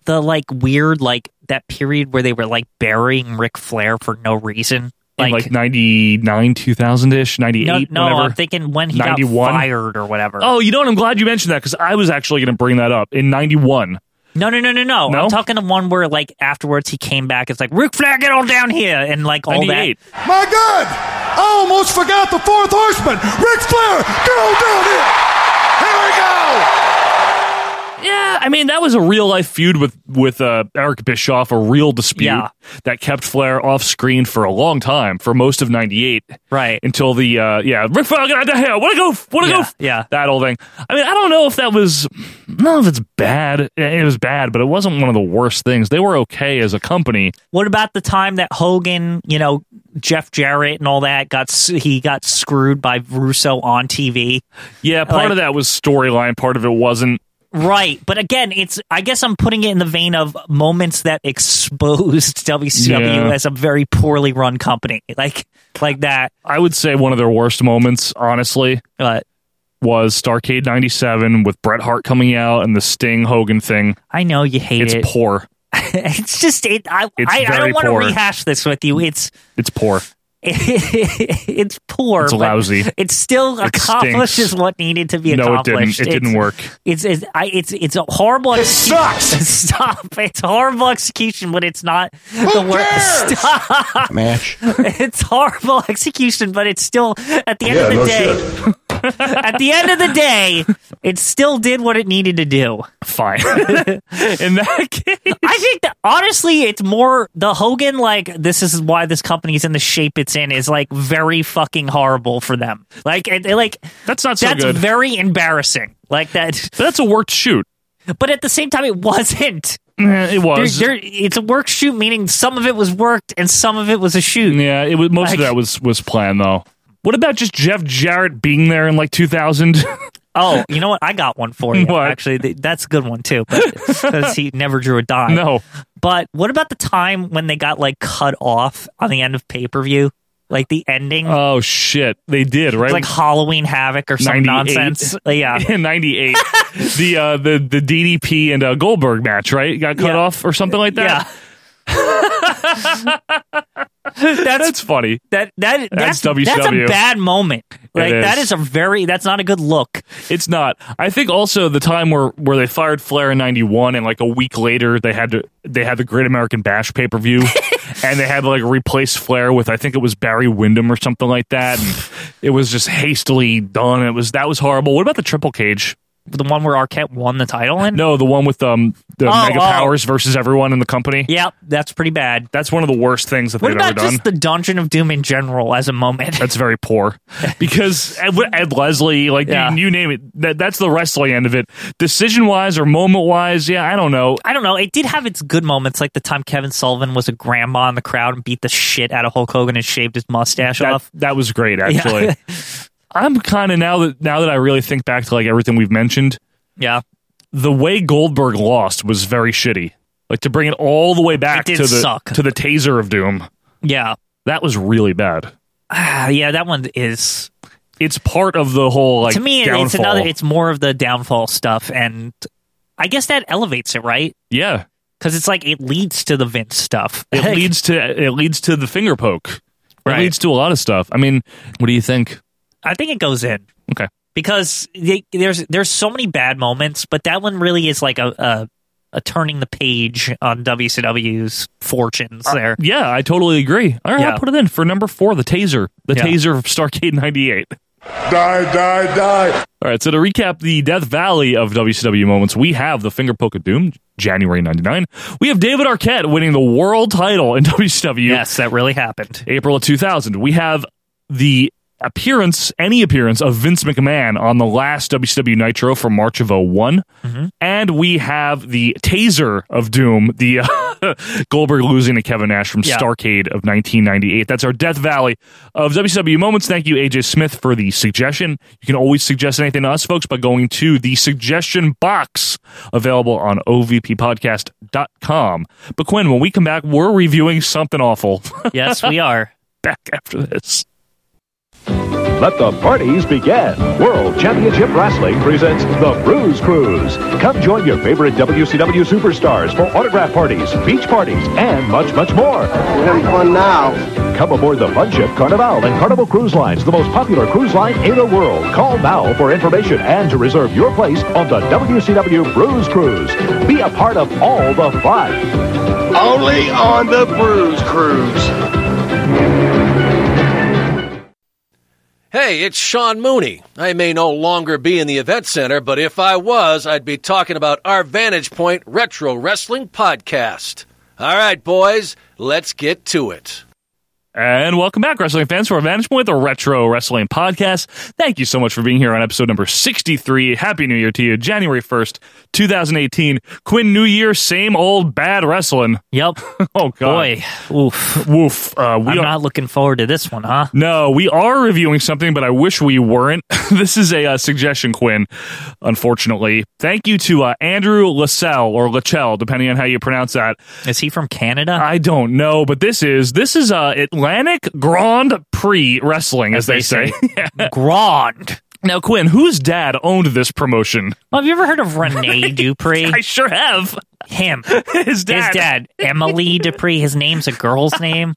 Speaker 2: the like weird like that period where they were like burying Ric Flair for no reason?
Speaker 1: in like 99 2000 ish 98
Speaker 2: no, no,
Speaker 1: whenever.
Speaker 2: I'm thinking when he got
Speaker 1: 91?
Speaker 2: fired or whatever.
Speaker 1: oh you know what i'm glad you mentioned that because i was actually going to bring that up in 91
Speaker 2: No, no, no, no, no,
Speaker 1: No?
Speaker 2: I'm talking the one where like afterwards he came back. It's like Ric Flair, get on down here, and like all that.
Speaker 1: 98.
Speaker 11: My God! I almost forgot the fourth horseman, Ric Flair. Go down here. Here we go.
Speaker 1: yeah i mean that was a real life feud with with uh, eric bischoff a real dispute
Speaker 2: Yeah.
Speaker 1: that kept flair off screen for a long time for most of 98
Speaker 2: right
Speaker 1: until the uh yeah Ric Flair, get out of here. wanna go wanna
Speaker 2: Yeah,
Speaker 1: go
Speaker 2: yeah.
Speaker 1: that whole thing i mean i don't know if that was I don't know if it's bad it was bad but it wasn't one of the worst things they were okay as a company
Speaker 2: What about the time that Hogan, you know, Jeff Jarrett and all that got s- he got screwed by Russo on TV?
Speaker 1: yeah part
Speaker 2: Like-
Speaker 1: of that was storyline part of it wasn't
Speaker 2: Right, but again, it's I guess I'm putting it in the vein of moments that exposed WCW
Speaker 1: Yeah.
Speaker 2: as a very poorly run company, like like that.
Speaker 1: I would say one of their worst moments, honestly, was Starcade '97 with Bret Hart coming out and the Sting Hogan thing.
Speaker 2: I know you hate
Speaker 1: it's
Speaker 2: it.
Speaker 1: It's poor.
Speaker 2: it's just it. I
Speaker 1: It's
Speaker 2: I, I
Speaker 1: very
Speaker 2: don't want to
Speaker 1: poor.
Speaker 2: rehash this with you. It's
Speaker 1: It's poor.
Speaker 2: it's poor.
Speaker 1: It's
Speaker 2: but
Speaker 1: lousy.
Speaker 2: It still
Speaker 1: It
Speaker 2: accomplishes
Speaker 1: stinks.
Speaker 2: what needed to be
Speaker 1: No, it didn't.
Speaker 2: accomplished.
Speaker 1: It
Speaker 2: It's-
Speaker 1: didn't work.
Speaker 2: It's it's I, it's it's a horrible. It
Speaker 11: sucks.
Speaker 2: Stop. It's horrible execution, but it's not the worst. Stop.
Speaker 10: Match.
Speaker 2: it's horrible execution, but it's still at the end
Speaker 10: Yeah,
Speaker 2: of the
Speaker 10: no
Speaker 2: day. at the end of the day, it still did what it needed to do.
Speaker 1: Fine. In that case,
Speaker 2: I think that honestly, it's more the Hogan. Like this is why this company's in the shape it's in is like very fucking horrible for them. Like it, it- like
Speaker 1: that's not so
Speaker 2: that's
Speaker 1: good.
Speaker 2: very embarrassing. Like that.
Speaker 1: But that's a worked shoot.
Speaker 2: But at the same time, it wasn't.
Speaker 1: Eh, It was.
Speaker 2: There- there- it's a work shoot, meaning some of it was worked and some of it was a shoot.
Speaker 1: yeah, it was. Most
Speaker 2: Like-
Speaker 1: of that was was planned though. What about just Jeff Jarrett being there in like 2000?
Speaker 2: Oh, you know what? I got one for you. Actually, th- that's a good one too, because he never drew a dime.
Speaker 1: No.
Speaker 2: But what about the time when they got like cut off on the end of pay per view? Like the ending.
Speaker 1: Oh shit, they did right.
Speaker 2: It's like Halloween Havoc or some
Speaker 1: 98.
Speaker 2: nonsense. Yeah.
Speaker 1: in '98, the uh, the the DDP and uh, Goldberg match, right? Got cut off or something like that.
Speaker 2: that's,
Speaker 1: funny.
Speaker 2: That that
Speaker 1: That's
Speaker 2: that's That's
Speaker 1: WCW.
Speaker 2: a bad moment. Like
Speaker 1: It
Speaker 2: that
Speaker 1: is.
Speaker 2: is a very that's not a good look.
Speaker 1: It's not. I think also the time where where they fired Flair in '91, and like a week later they had to they had the Great American Bash pay per view, and they had to like replace Flair with I think it was Barry Windham or something like that. And it was just hastily done. It was that was horrible. What about the Triple Cage?
Speaker 2: The one where Arquette won the title in?
Speaker 1: No, the one with um the
Speaker 2: Oh,
Speaker 1: Mega
Speaker 2: oh.
Speaker 1: Powers versus everyone in the company.
Speaker 2: Yep, that's pretty bad.
Speaker 1: That's one of the worst things that
Speaker 2: What
Speaker 1: they've
Speaker 2: about
Speaker 1: ever done.
Speaker 2: just the Dungeon of Doom in general as a moment?
Speaker 1: That's very poor because Ed, Ed Leslie, like you, you name it, that, that's the wrestling end of it. Decision wise or moment wise, yeah, I don't know.
Speaker 2: I don't know. It did have its good moments, like the time Kevin Sullivan was a grandma in the crowd and beat the shit out of Hulk Hogan and shaved his mustache
Speaker 1: That,
Speaker 2: off.
Speaker 1: that was great,
Speaker 2: Yeah.
Speaker 1: actually. I'm kind of now that now that I really think back to like everything we've mentioned,
Speaker 2: Yeah.
Speaker 1: the way Goldberg lost was very shitty. Like to bring it all the way back to
Speaker 2: did
Speaker 1: the
Speaker 2: suck.
Speaker 1: to the taser of doom,
Speaker 2: Yeah.
Speaker 1: that was really bad.
Speaker 2: Ah, yeah, that one is
Speaker 1: It's part of the whole like
Speaker 2: to me it- it's
Speaker 1: downfall.
Speaker 2: another it's more of the downfall stuff and I guess that elevates it, right?
Speaker 1: yeah.
Speaker 2: Cuz it's like it leads to the Vince stuff.
Speaker 1: It leads to it leads to the finger poke. It leads to a lot of stuff. I mean, what do you think?
Speaker 2: I think it goes in.
Speaker 1: Okay.
Speaker 2: because they, there's there's so many bad moments, but that one really is like a a, a turning the page on WCW's fortunes. There,
Speaker 1: Yeah, I totally agree. All right,
Speaker 2: Yeah.
Speaker 1: I'll put it in for number four, the taser. The
Speaker 2: Yeah.
Speaker 1: taser of Starcade 98.
Speaker 8: Die, die, die.
Speaker 1: All right, so to recap the Death Valley of WCW moments, we have the Finger Poke of Doom, January 99. We have David Arquette winning the world title in WCW,
Speaker 2: yes, that really happened.
Speaker 1: April of 2000. We have the appearance, any appearance of Vince McMahon on the last WCW Nitro from March of oh one And we have the taser of doom, the uh, Goldberg losing to Kevin Nash from
Speaker 2: Yeah.
Speaker 1: Starcade of 1998. That's our Death Valley of WCW Moments. Thank you, AJ Smith, for the suggestion. You can always suggest anything to us, folks, by going to the suggestion box available on ovppodcast.com. But Quinn, when we come back, we're reviewing something awful.
Speaker 2: Yes, we are.
Speaker 1: back after this.
Speaker 15: Let the parties begin. World Championship Wrestling presents the Bruise Cruise. Come join your favorite WCW superstars for autograph parties, beach parties, and much, much more. We're fun now. Come aboard the fun ship Carnival and Carnival Cruise Lines, the most popular cruise line in the world. Call now for information and to reserve your place on the WCW Bruise Cruise. Be a part of all the fun. Only on the Bruise Cruise.
Speaker 7: Hey, it's Sean Mooney. I may no longer be in the event center, but if I was, I'd be talking about our Vantage Point Retro Wrestling Podcast. All right, boys, let's get to it.
Speaker 1: And welcome back, wrestling fans, to our Vantage Point, the Retro Wrestling Podcast. Thank you so much for being here on episode number 63. Happy New Year to you, January 1st, 2018. Quinn, New Year, same old bad wrestling.
Speaker 2: Yep.
Speaker 1: oh, God.
Speaker 2: Boy, oof,
Speaker 1: woof. Uh, we
Speaker 2: I'm
Speaker 1: are-
Speaker 2: not looking forward to this one, huh?
Speaker 1: No, we are reviewing something, but I wish we weren't. this is a uh, suggestion, Quinn, unfortunately. Thank you to uh, Andrew Lassell, or Lachelle, depending on how you pronounce that.
Speaker 2: Is he from Canada?
Speaker 1: I don't know, but this is this is uh, Atlantic Grand Prix Wrestling, as, they, say.
Speaker 2: Grand.
Speaker 1: Now, Quinn, whose dad owned this promotion?
Speaker 2: Well, have you ever heard of Rene Dupree?
Speaker 1: I sure have.
Speaker 2: Him.
Speaker 1: His dad.
Speaker 2: His dad, Emily Dupree. His name's a girl's name.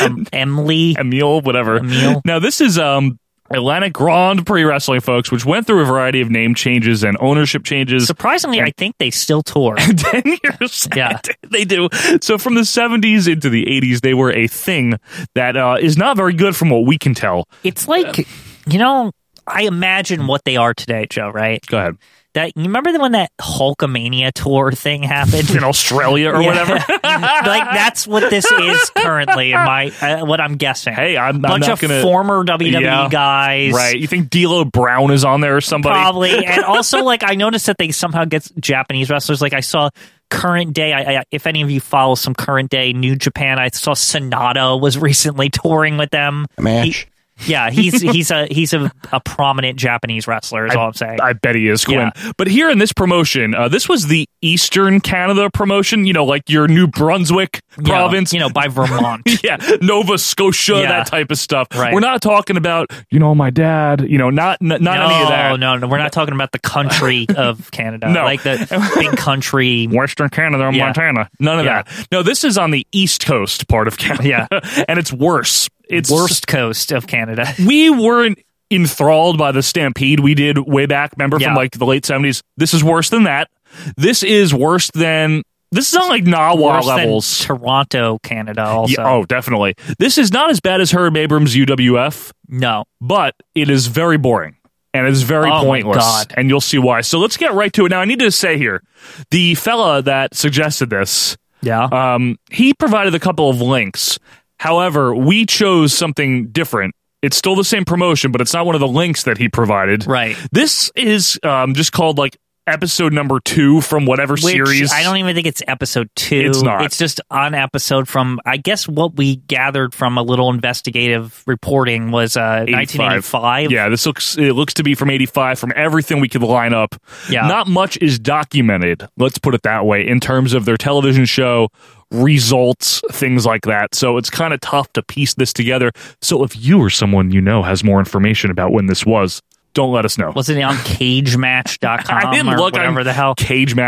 Speaker 2: Um, Emily.
Speaker 1: Emil, whatever.
Speaker 2: Emil.
Speaker 1: Now, this is um Atlantic Grand Prix Wrestling, folks, which went through a variety of name changes and ownership changes.
Speaker 2: Surprisingly, I think they still tour.
Speaker 1: 10 years.
Speaker 2: Yeah.
Speaker 1: they do. So from the 70s into the 80s, they were a thing that uh, is not very good from what we can tell.
Speaker 2: It's like you know, I imagine what they are today, Joe. Right?
Speaker 1: Go ahead.
Speaker 2: That you remember when that Hulkamania tour thing happened
Speaker 1: In Australia or
Speaker 2: Yeah.
Speaker 1: whatever.
Speaker 2: like that's what this is currently. In my uh, what I'm guessing.
Speaker 1: Hey, I'm, I'm
Speaker 2: bunch
Speaker 1: not
Speaker 2: of
Speaker 1: gonna,
Speaker 2: former WWE
Speaker 1: Yeah.
Speaker 2: guys,
Speaker 1: Right. You think D'Lo Brown is on there or somebody?
Speaker 2: Probably, and also like I noticed that they somehow get Japanese wrestlers. Like I saw current day. I, I, if any of you follow some current day New Japan, I saw Sonata was recently touring with them.
Speaker 10: Match.
Speaker 2: Yeah, he's he's a he's a, a prominent Japanese wrestler. Is all I'm saying.
Speaker 1: I bet he is Quinn. But here in this promotion, uh, this was the Eastern Canada promotion. You know, like your New Brunswick province.
Speaker 2: You know, by Vermont.
Speaker 1: yeah, Nova Scotia, that type of stuff.
Speaker 2: Right.
Speaker 1: We're not talking about you know my dad. You know, not n- not any of that.
Speaker 2: No, no, we're not talking about the country of Canada.
Speaker 1: No.
Speaker 2: like the big country,
Speaker 1: Western Canada,
Speaker 2: Yeah.
Speaker 1: Montana. None of
Speaker 2: Yeah.
Speaker 1: that. No, this is on the East Coast part of Canada. Yeah, and it's worse. It's
Speaker 2: worst coast of Canada.
Speaker 1: we weren't enthralled by the stampede we did way back remember from
Speaker 2: Yeah.
Speaker 1: like the late 70s this is worse than that this is worse than this is not like Nawa
Speaker 2: Worse than
Speaker 1: levels
Speaker 2: Toronto, Canada. Also,
Speaker 1: Yeah, oh definitely this is not as bad as Herb Abrams UWF
Speaker 2: no
Speaker 1: but it is very boring and it's very
Speaker 2: Oh, my
Speaker 1: pointless
Speaker 2: God.
Speaker 1: and you'll see why so let's get right to it now I need to say here the fella that suggested this
Speaker 2: yeah
Speaker 1: um, he provided a couple of links. However, we chose something different. It's still the same promotion, but it's not one of the links that he provided.
Speaker 2: Right.
Speaker 1: This is um, just called like episode number two from whatever
Speaker 2: Which
Speaker 1: series.
Speaker 2: I don't even think it's episode two.
Speaker 1: It's not.
Speaker 2: It's just an episode from I guess what we gathered from a little investigative reporting was uh, 1985.
Speaker 1: Yeah, this looks it looks to be from 85 from everything we could line up.
Speaker 2: Yeah.
Speaker 1: Not much is documented, let's put it that way, in terms of their television show results, things like that. So it's kind of tough to piece this together. So if you or someone you know has more information about when this was, don't let us know.
Speaker 2: Was it on cagematch.com
Speaker 1: I didn't
Speaker 2: or
Speaker 1: look
Speaker 2: whatever
Speaker 1: on
Speaker 2: the hell?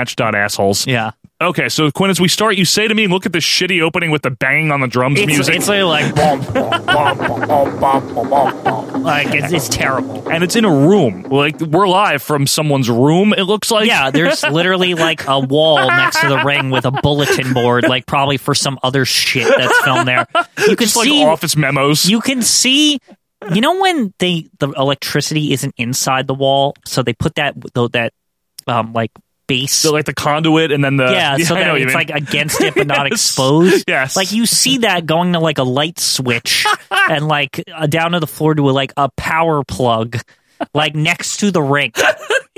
Speaker 1: cagematch.assholes.
Speaker 2: Yeah.
Speaker 1: Okay, so Quinn, as we start, you say to me, look at this shitty opening with the bang on the drums
Speaker 2: It's,
Speaker 1: music.
Speaker 2: it's literally like like it's, it's terrible.
Speaker 1: and it's in a room. Like we're live from someone's room. It looks like
Speaker 2: yeah, there's literally like a wall next to the ring with a bulletin board, like probably for some other shit that's filmed there. You can
Speaker 1: Just, like,
Speaker 2: see
Speaker 1: office memos.
Speaker 2: You can see. You know when they the electricity isn't inside the wall, so they put that though that um like base
Speaker 1: so like the conduit and then the
Speaker 2: yeah, so
Speaker 1: I know
Speaker 2: that
Speaker 1: what you mean.
Speaker 2: it's like uh, against it but not
Speaker 1: Yes.
Speaker 2: exposed.
Speaker 1: Yes.
Speaker 2: like you see that going to like a light switch and like uh, down to the floor to a, like a power plug, like next to the ring.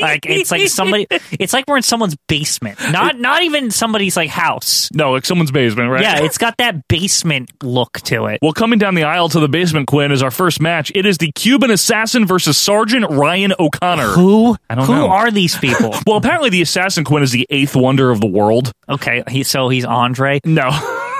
Speaker 2: Like it's like somebody. It's like we're in someone's basement, not not even somebody's like house.
Speaker 1: no, like someone's basement, right?
Speaker 2: Yeah, it's got that basement look to it.
Speaker 1: Well, coming down the aisle to the basement, Quinn is our first match. It is the Cuban Assassin versus Sergeant Ryan O'Connor.
Speaker 2: Who?
Speaker 1: I don't
Speaker 2: Who
Speaker 1: know.
Speaker 2: are these people?
Speaker 1: well, apparently the Assassin Quinn is the eighth wonder of the world.
Speaker 2: okay, he, so he's Andre.
Speaker 1: No,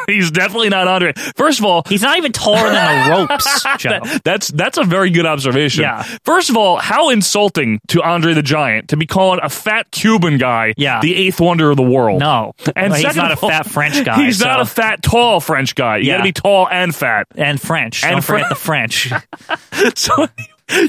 Speaker 1: he's definitely not Andre. First of all,
Speaker 2: He's not even taller than the ropes, Joe.
Speaker 1: That- that's that's a very good observation.
Speaker 2: Yeah.
Speaker 1: First of all, how insulting to Andre the Giant to be calling a fat Cuban guy
Speaker 2: Yeah.
Speaker 1: the eighth wonder of the world.
Speaker 2: No,
Speaker 1: And
Speaker 2: he's
Speaker 1: second
Speaker 2: not a
Speaker 1: of all-
Speaker 2: fat French guy.
Speaker 1: He's not
Speaker 2: so-
Speaker 1: a fat, tall French guy. You
Speaker 2: Yeah.
Speaker 1: got to be tall and fat.
Speaker 2: and French.
Speaker 1: And
Speaker 2: Don't
Speaker 1: Fran-
Speaker 2: forget the French.
Speaker 1: So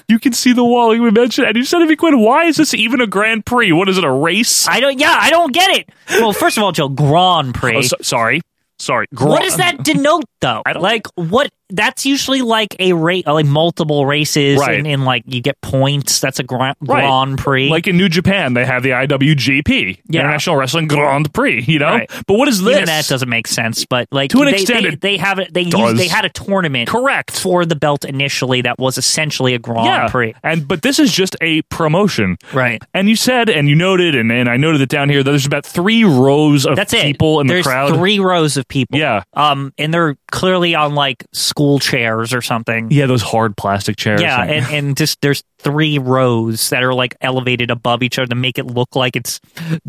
Speaker 1: you can see the wall like we mentioned, and you said to me, Quinn, why is this even a Grand Prix? What is it, a race?
Speaker 2: I don't. Yeah, I don't get it. Well, first of all, Joe, Grand Prix.
Speaker 1: Oh, so- sorry, sorry. Gra-
Speaker 2: what does that denote, though?
Speaker 1: I don't-
Speaker 2: like what? That's usually like a rate, like multiple races,
Speaker 1: Right.
Speaker 2: and, and like you get points. That's a Grand,
Speaker 1: Right.
Speaker 2: Grand Prix.
Speaker 1: Like in New Japan, they have the IWGP,
Speaker 2: Yeah.
Speaker 1: International Wrestling Grand Prix. You know,
Speaker 2: Right.
Speaker 1: but what is this?
Speaker 2: Even that doesn't make sense, but like
Speaker 1: To an
Speaker 2: they,
Speaker 1: extent,
Speaker 2: they,
Speaker 1: it
Speaker 2: they have it. They
Speaker 1: does.
Speaker 2: used, they had a tournament
Speaker 1: Correct.
Speaker 2: for the belt initially that was essentially a Grand
Speaker 1: yeah.
Speaker 2: Prix,
Speaker 1: And but this is just a promotion.
Speaker 2: right?
Speaker 1: And you said and you noted and, and I noted it down here that there's about three rows of
Speaker 2: That's it.
Speaker 1: people in
Speaker 2: There's
Speaker 1: the crowd.
Speaker 2: three rows of people.
Speaker 1: Yeah.
Speaker 2: Um, and they're clearly on like school chairs or something.
Speaker 1: Yeah, those hard plastic chairs.
Speaker 2: Yeah,
Speaker 1: thing.
Speaker 2: and, and just there's three rows that are like elevated above each other to make it look like it's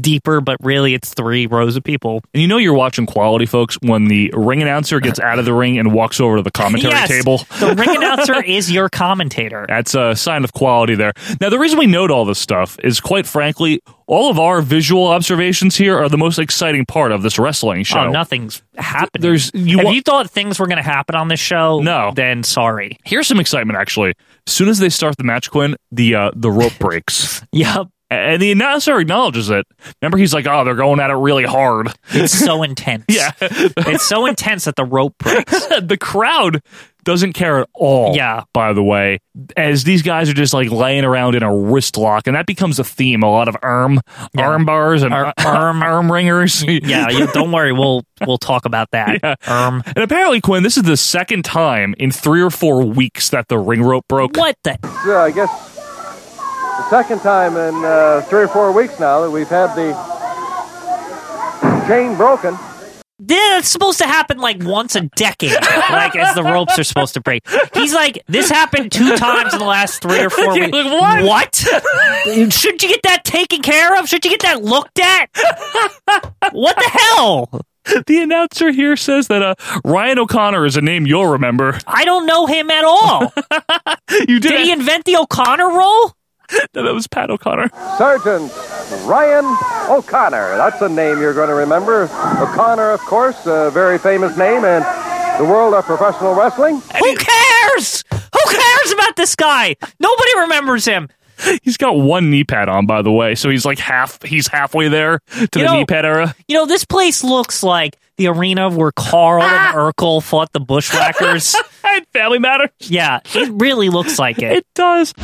Speaker 2: deeper, but really it's three rows of people.
Speaker 1: And you know you're watching quality, folks, when the ring announcer gets out of the ring and walks over to the commentary
Speaker 2: Yes,
Speaker 1: table.
Speaker 2: The ring announcer is your commentator.
Speaker 1: That's a sign of quality there. Now, the reason we note all this stuff is, quite frankly, all of our visual observations here are the most exciting part of this wrestling show.
Speaker 2: Oh, nothing's happening.
Speaker 1: there's- you
Speaker 2: if
Speaker 1: wa-
Speaker 2: you thought things were going to happen on this show,
Speaker 1: No.
Speaker 2: then sorry.
Speaker 1: Here's some excitement, actually. As soon as they start the match, Quinn, the uh, the rope breaks.
Speaker 2: Yep,
Speaker 1: And the announcer acknowledges it. Remember, he's like, "Oh, they're going at it really hard."
Speaker 2: it's so intense.
Speaker 1: Yeah.
Speaker 2: it's so intense that the rope breaks.
Speaker 1: the crowd doesn't care at all.
Speaker 2: Yeah.
Speaker 1: By the way, as these guys are just like laying around in a wrist lock, and that becomes a theme. A lot of arm arm bars and
Speaker 2: Ar-
Speaker 1: arm arm ringers.
Speaker 2: Erm. Yeah, you, don't worry. We'll we'll talk about that. Um,
Speaker 1: And apparently, Quinn, this is the second time in three or four weeks that the ring rope broke.
Speaker 2: what the
Speaker 11: Yeah, I guess the second time in uh, three or four weeks now that we've had the chain broken.
Speaker 2: that's supposed to happen like once a decade, like as the ropes are supposed to break. He's like, this happened two times in the last three or four
Speaker 1: Yeah,
Speaker 2: weeks.
Speaker 1: like, what?
Speaker 2: What? Should you get that taken care of? Should you get that looked at? what the hell?
Speaker 1: The announcer here says that uh, Ryan O'Connor is a name you'll remember.
Speaker 2: I don't know him at all.
Speaker 1: you did.
Speaker 2: he invent the O'Connor role?
Speaker 1: No, that was Pat O'Connor.
Speaker 16: Sergeant Ryan O'Connor. That's a name you're going to remember. O'Connor, of course, a very famous name in the world of professional wrestling.
Speaker 2: Who cares? Who cares about this guy? Nobody remembers him.
Speaker 1: He's got one knee pad on, by the way, so he's like half. He's halfway there to the
Speaker 2: You know-
Speaker 1: knee pad era.
Speaker 2: You know, this place looks like the arena where Carl and Urkel fought the Bushwhackers.
Speaker 1: and Family Matters.
Speaker 2: Yeah, it really looks like it.
Speaker 1: It does.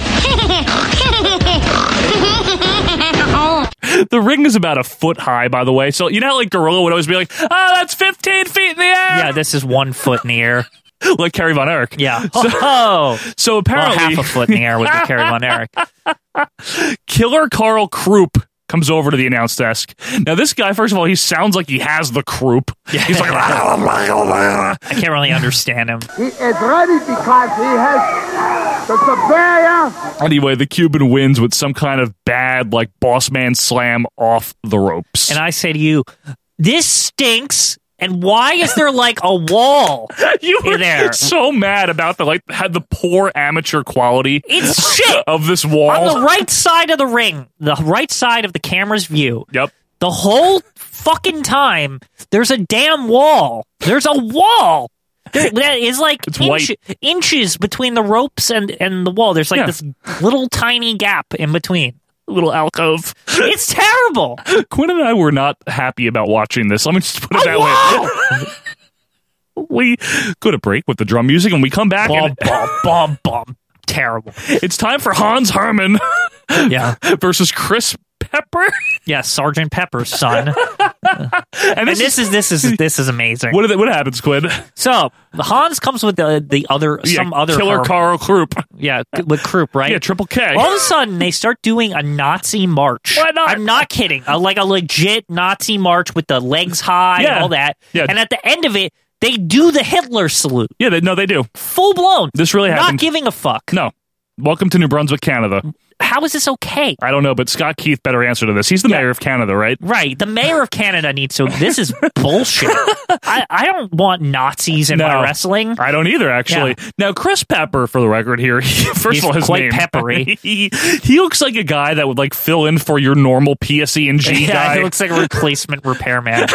Speaker 1: The ring is about a foot high, by the way. So you know, how, like Gorilla would always be like, "Oh, that's 15 feet in the air."
Speaker 2: Yeah, this is one foot in the air.
Speaker 1: like Kerry Von Erich.
Speaker 2: Yeah. oh.
Speaker 1: So apparently,
Speaker 2: half a foot in the air would be Kerry Von Erich.
Speaker 1: Killer Carl Krupp comes over to the announce desk. Now, this guy, first of all, he sounds like he has the croup. He's like,
Speaker 2: I can't really understand him.
Speaker 8: He is ready because he has the superior
Speaker 1: anyway, the Cuban wins with some kind of bad, like, boss man slam off the ropes.
Speaker 2: And I say to you, this stinks. And why is there like a wall
Speaker 1: you
Speaker 2: in there?
Speaker 1: so mad about the like had the poor amateur quality
Speaker 2: It's shit.
Speaker 1: of this wall.
Speaker 2: On the right side of the ring, the right side of the camera's view.
Speaker 1: Yep.
Speaker 2: The whole fucking time, there's a damn wall. There's a wall. There, that is like inch, inches between the ropes and, and the wall. There's like
Speaker 1: Yeah.
Speaker 2: this little tiny gap in between.
Speaker 1: Little alcove.
Speaker 2: It's terrible.
Speaker 1: Quinn and I were not happy about watching this. Let me just put it that way. we go to break with the drum music and we come back
Speaker 2: Bum,
Speaker 1: and
Speaker 2: bum, bum, bum. Terrible.
Speaker 1: it's time for Hans Herman
Speaker 2: Yeah.
Speaker 1: versus Chris Pepper.
Speaker 2: Yeah, Sergeant Pepper's son.
Speaker 1: And
Speaker 2: and
Speaker 1: this
Speaker 2: this, is, this is this is amazing.
Speaker 1: What, are the- what happens, Quinn?
Speaker 2: so Hans comes with the the other
Speaker 1: Yeah,
Speaker 2: some other
Speaker 1: Killer
Speaker 2: Herman.
Speaker 1: Carl Krupp.
Speaker 2: Yeah, with Krupp, right?
Speaker 1: Yeah, Triple K.
Speaker 2: All of a sudden, they start doing a Nazi march.
Speaker 1: Why not?
Speaker 2: I'm not kidding. A, like a legit Nazi march with the legs high and
Speaker 1: Yeah.
Speaker 2: all that.
Speaker 1: Yeah.
Speaker 2: And at the end of it, they do the Hitler salute.
Speaker 1: Yeah, they, no, they do.
Speaker 2: Full blown.
Speaker 1: This really
Speaker 2: not
Speaker 1: happened.
Speaker 2: giving a fuck.
Speaker 1: No. Welcome to New Brunswick, Canada.
Speaker 2: How is this okay?
Speaker 1: I don't know, but Scott Keith better answer to this. He's the mayor of Canada, right?
Speaker 2: Right. The mayor of Canada needs to. This is bullshit. I, I don't want Nazis in
Speaker 1: No.
Speaker 2: my wrestling.
Speaker 1: I don't either, actually. Now, Chris Pepper, for the record here, he, first
Speaker 2: He's
Speaker 1: of all, his
Speaker 2: quite
Speaker 1: name.
Speaker 2: peppery.
Speaker 1: he, he looks like a guy that would like fill in for your normal PSE and G
Speaker 2: yeah,
Speaker 1: guy,
Speaker 2: he looks like a replacement repairman.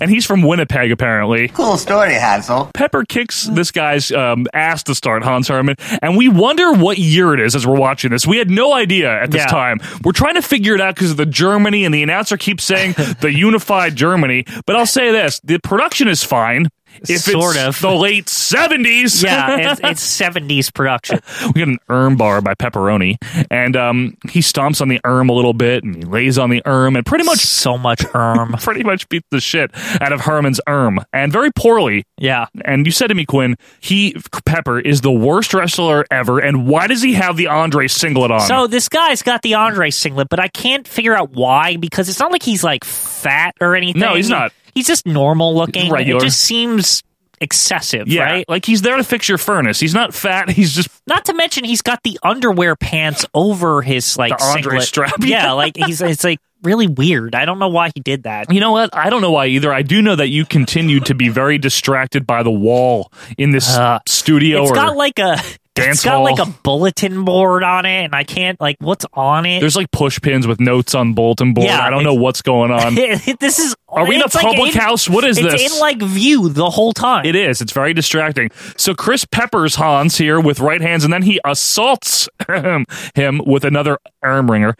Speaker 1: and he's from Winnipeg apparently.
Speaker 17: Cool story, Hansel.
Speaker 1: Pepper kicks this guy's um, ass to start Hans Herman, and we wonder what year it is as we're watching this. We had no idea at this
Speaker 2: Yeah.
Speaker 1: time. We're trying to figure it out because of the Germany, and the announcer keeps saying the unified Germany. But I'll say this: the production is fine. If
Speaker 2: Sort
Speaker 1: it's
Speaker 2: of.
Speaker 1: the late seventies,
Speaker 2: yeah, it's, it's 70s production.
Speaker 1: we got an erm bar by pepperoni and um, he stomps on the erm a little bit and he lays on the erm and pretty much
Speaker 2: so much erm
Speaker 1: pretty much beats the shit out of herman's erm and very poorly
Speaker 2: Yeah.
Speaker 1: and you said to me quinn he pepper is the worst wrestler ever and why does he have the andre singlet on
Speaker 2: So this guy's got the Andre singlet, but I can't figure out why because it's not like he's like fat or anything.
Speaker 1: No, he's not.
Speaker 2: He's just normal looking.
Speaker 1: Regular.
Speaker 2: It just seems excessive,
Speaker 1: yeah
Speaker 2: right?
Speaker 1: like he's there to fix your furnace he's not fat he's just
Speaker 2: Not to mention he's got the underwear pants over his like
Speaker 1: The Andre
Speaker 2: singlet.
Speaker 1: strap.
Speaker 2: Yeah, like he's it's like really weird. I don't know why he did that.
Speaker 1: you know what? I don't know why either. I do know that you continued to be very distracted by the wall in this
Speaker 2: Uh,
Speaker 1: studio.
Speaker 2: It's
Speaker 1: or
Speaker 2: got like a
Speaker 1: Dance
Speaker 2: it's got
Speaker 1: hall.
Speaker 2: like a bulletin board on it, and I can't like what's on it.
Speaker 1: There's like push pins with notes on bulletin board.
Speaker 2: Yeah,
Speaker 1: I don't know what's going on.
Speaker 2: this is
Speaker 1: um, Are we in a
Speaker 2: it's, like,
Speaker 1: public house? What is
Speaker 2: it's
Speaker 1: this?
Speaker 2: in like view the whole time.
Speaker 1: It is. It's very distracting. So Chris peppers Hans here with right hands, and then he assaults him with another arm ringer.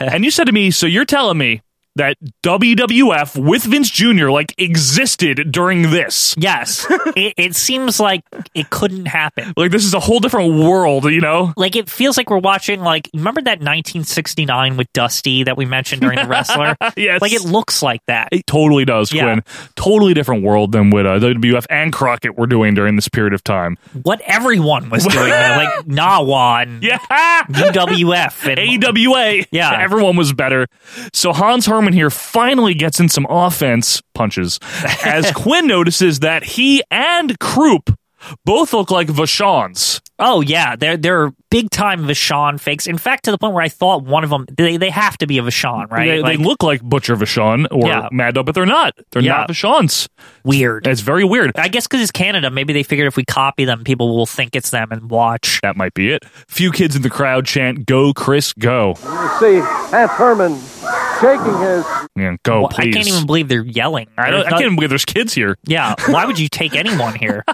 Speaker 1: and you said to me, so you're telling me that WWF with Vince Jr. like existed during this?
Speaker 2: Yes, it, it seems like it couldn't happen.
Speaker 1: Like this is a whole different world, you know?
Speaker 2: Like it feels like we're watching like remember that 1969 with Dusty that we mentioned during the wrestler.
Speaker 1: Yes.
Speaker 2: like it looks like that.
Speaker 1: It totally does,
Speaker 2: Yeah.
Speaker 1: Quinn. Totally different world than what uh, WWF and Crockett were doing during this period of time.
Speaker 2: What everyone was doing there, like Nawa and
Speaker 1: Yeah.
Speaker 2: UWF and
Speaker 1: AWA.
Speaker 2: Yeah.
Speaker 1: Everyone was better. So Hans Foreman here finally gets in some offense punches as Quinn notices that he and Croup both look like Vashons.
Speaker 2: Oh yeah, they're they're big time Vashon fakes. In fact, to the point where I thought one of them they, they have to be a Vashon, right?
Speaker 1: They,
Speaker 2: Like-
Speaker 1: they look like Butcher Vashon or
Speaker 2: Yeah.
Speaker 1: Mad Dog, but they're not. They're
Speaker 2: Yeah.
Speaker 1: not Vashons.
Speaker 2: Weird.
Speaker 1: It's very weird.
Speaker 2: I guess because it's Canada, maybe they figured if we copy them, people will think it's them and watch.
Speaker 1: That might be it. Few kids in the crowd chant "Go, Chris, go!"
Speaker 16: You see Hans Herman shaking his.
Speaker 1: Man, go,
Speaker 2: Well, I
Speaker 1: please.
Speaker 2: can't even believe they're yelling.
Speaker 1: I, don't,
Speaker 2: There's
Speaker 1: I
Speaker 2: not-
Speaker 1: can't even believe there's kids here.
Speaker 2: Yeah, why would you take anyone here,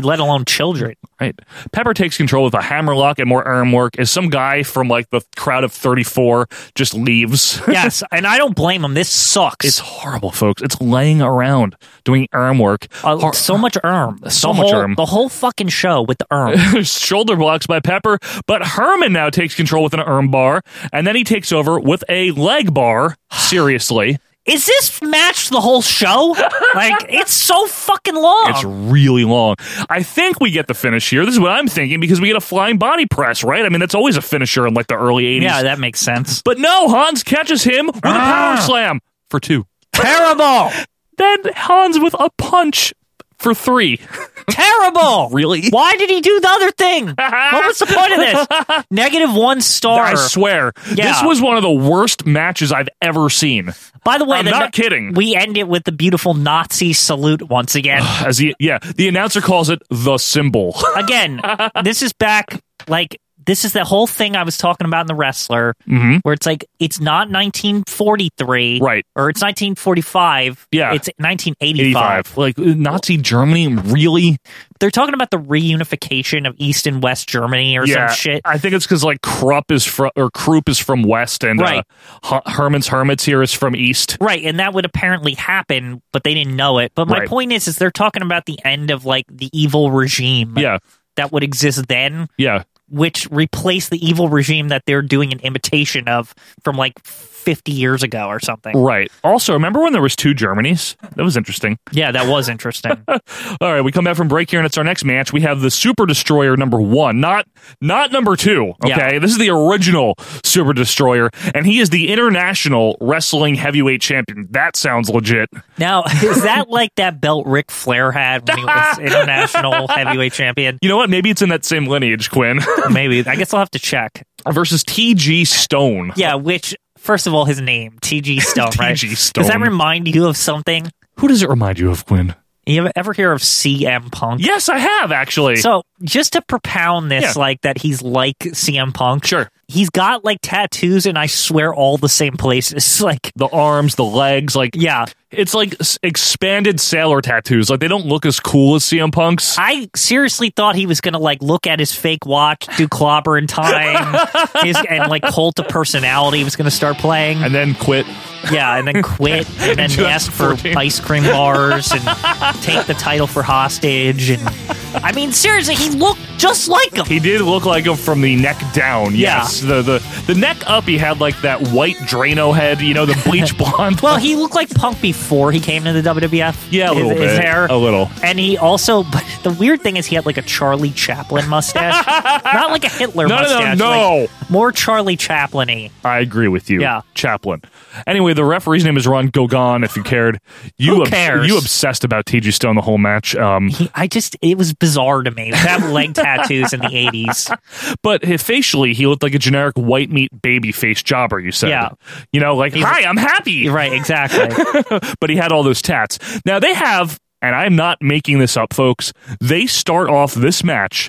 Speaker 2: let alone children?
Speaker 1: Right. Pepper takes control with a hammerlock and more arm work as some guy from like the crowd of 34 just leaves.
Speaker 2: yes, and I don't blame them. This sucks.
Speaker 1: It's horrible, folks. It's laying around doing arm work.
Speaker 2: Uh, so much arm.
Speaker 1: So
Speaker 2: The
Speaker 1: much erm.
Speaker 2: whole-
Speaker 1: arm.
Speaker 2: The whole fucking show with the erm. arm.
Speaker 1: Shoulder blocks by Pepper, but Herman now takes control with an arm bar, and then he takes over with a leg bar. Seriously.
Speaker 2: Is this match the whole show? like it's so fucking long.
Speaker 1: It's really long. I think we get the finish here. This is what I'm thinking because we get a flying body press, right? I mean, that's always a finisher in like the early 80s.
Speaker 2: yeah, that makes sense.
Speaker 1: But no, Hans catches him with a power slam for two.
Speaker 2: Terrible.
Speaker 1: Then Hans with a punch for three.
Speaker 2: Terrible.
Speaker 1: Really?
Speaker 2: Why did he do the other thing? what was the point of this? Negative one star.
Speaker 1: I swear,
Speaker 2: Yeah.
Speaker 1: this was one of the worst matches I've ever seen.
Speaker 2: By the way,
Speaker 1: I'm
Speaker 2: the
Speaker 1: not kidding.
Speaker 2: We end it with the beautiful Nazi salute once again.
Speaker 1: As he, yeah, the announcer calls it the symbol.
Speaker 2: again, this is back like this is the whole thing I was talking about in the wrestler,
Speaker 1: Mhm.
Speaker 2: where it's like it's not 1943,
Speaker 1: Right.
Speaker 2: Or it's 1945.
Speaker 1: Yeah.
Speaker 2: it's 1985.
Speaker 1: 85. Like Nazi Germany, really?
Speaker 2: They're talking about the reunification of East and West Germany or
Speaker 1: yeah,
Speaker 2: some shit.
Speaker 1: I think it's because like Krupp is from or Krupp is from West, and
Speaker 2: Right.
Speaker 1: uh, H- Herman's Hermits here is from East.
Speaker 2: Right, and that would apparently happen, but they didn't know it. But my
Speaker 1: Right.
Speaker 2: point is, is they're talking about the end of like the evil regime
Speaker 1: Yeah,
Speaker 2: that would exist then,
Speaker 1: yeah.
Speaker 2: which replaced the evil regime that they're doing an imitation of from like 50 years ago or something.
Speaker 1: Right. Also, remember when there was two Germanys? That was interesting.
Speaker 2: Yeah, that was interesting.
Speaker 1: All right, we come back from break here, and it's our next match. We have the Super Destroyer number one, not not number two.
Speaker 2: Yeah.
Speaker 1: Okay, this is the original Super Destroyer, and he is the International Wrestling Heavyweight Champion. That sounds legit.
Speaker 2: now, is that like that belt Ric Flair had when he was international heavyweight champion?
Speaker 1: You know what? Maybe it's in that same lineage, Quinn.
Speaker 2: Maybe. I guess I'll have to check.
Speaker 1: Versus T.G. Stone.
Speaker 2: Yeah, which first of all, his name TG Stone, right?
Speaker 1: T.G.
Speaker 2: Does that
Speaker 1: Stone.
Speaker 2: remind you of something?
Speaker 1: Who does it remind you of, Quinn?
Speaker 2: You ever- ever hear of CM Punk?
Speaker 1: Yes, I have actually.
Speaker 2: So just to propound this,
Speaker 1: Yeah.
Speaker 2: like that he's like CM Punk.
Speaker 1: Sure.
Speaker 2: He's got like tattoos, and I swear all the same places. Like,
Speaker 1: the arms, the legs, like
Speaker 2: yeah,
Speaker 1: it's like s- expanded sailor tattoos. Like they don't look as cool as CM Punk's.
Speaker 2: I seriously thought he was gonna like look at his fake watch, do clobber in time, his, and like cult of personality was gonna start playing.
Speaker 1: and then quit.
Speaker 2: yeah, and then quit, and then ask for
Speaker 1: 2014.
Speaker 2: ice cream bars and take the title for hostage. And I mean, seriously, he looked just like him.
Speaker 1: He did look like him from the neck down.
Speaker 2: Yeah.
Speaker 1: Yes, the the the neck up. He had like that white Drano head. You know, the bleach blonde.
Speaker 2: Well, he looked like Punk before he came to the WWF.
Speaker 1: yeah, a
Speaker 2: his,
Speaker 1: little
Speaker 2: his
Speaker 1: bit,
Speaker 2: hair.
Speaker 1: a little.
Speaker 2: And he also, but the weird thing is, he had like a Charlie Chaplin mustache, not like a Hitler
Speaker 1: No, no, no,
Speaker 2: mustache.
Speaker 1: no.
Speaker 2: like, more Charlie Chaplin-y.
Speaker 1: I agree with you.
Speaker 2: Yeah.
Speaker 1: Chaplin. Anyway, the referee's name is Ron Gogon. If you cared, you
Speaker 2: Who cares?
Speaker 1: you obsessed about T.G. Stone the whole match. Um,
Speaker 2: He, I just, it was bizarre to me to have leg tattoos in the eighties.
Speaker 1: but he- facially, he looked like a generic white meat baby face jobber. You said,
Speaker 2: Yeah.
Speaker 1: You know, like hi, I'm happy.
Speaker 2: Right, exactly.
Speaker 1: but he had all those tats. Now they have, and I'm not making this up, folks. They start off this match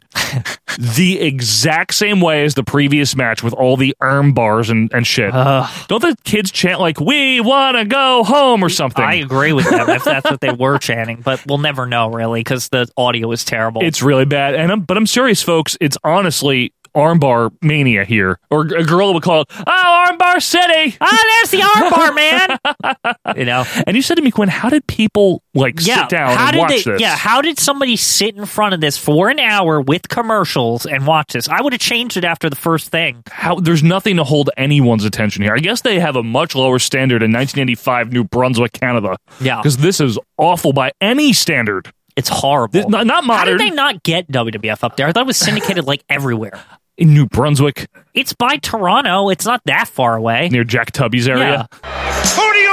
Speaker 1: the exact same way as the previous match with all the arm bars and, and shit. Don't the kids chant like "We wanna go home" or something?
Speaker 2: I agree with them if that's what they were chanting, but we'll never know really because the audio is terrible.
Speaker 1: it's really bad, and I'm, but I'm serious, folks. It's honestly armbar mania here, or a girl would call it "Oh armbar city."
Speaker 2: ah, there's the armbar man. you know,
Speaker 1: And you said to me, Quinn, how did people like
Speaker 2: yeah.
Speaker 1: sit down
Speaker 2: how
Speaker 1: and
Speaker 2: did
Speaker 1: watch
Speaker 2: they,
Speaker 1: this?
Speaker 2: Yeah, how did somebody sit in front of this for an hour with commercials and watch this? I would have changed it after the first thing.
Speaker 1: how there's nothing to hold anyone's attention here. I guess they have a much lower standard in 1985 New Brunswick, Canada.
Speaker 2: Yeah.
Speaker 1: because this is awful by any standard.
Speaker 2: It's horrible.
Speaker 1: This- not, not
Speaker 2: How
Speaker 1: modern
Speaker 2: did they not get WWF up there? I thought it was syndicated like everywhere.
Speaker 1: in New Brunswick
Speaker 2: It's by Toronto. It's not that far away.
Speaker 1: near Jack Tubby's area.
Speaker 4: Who do you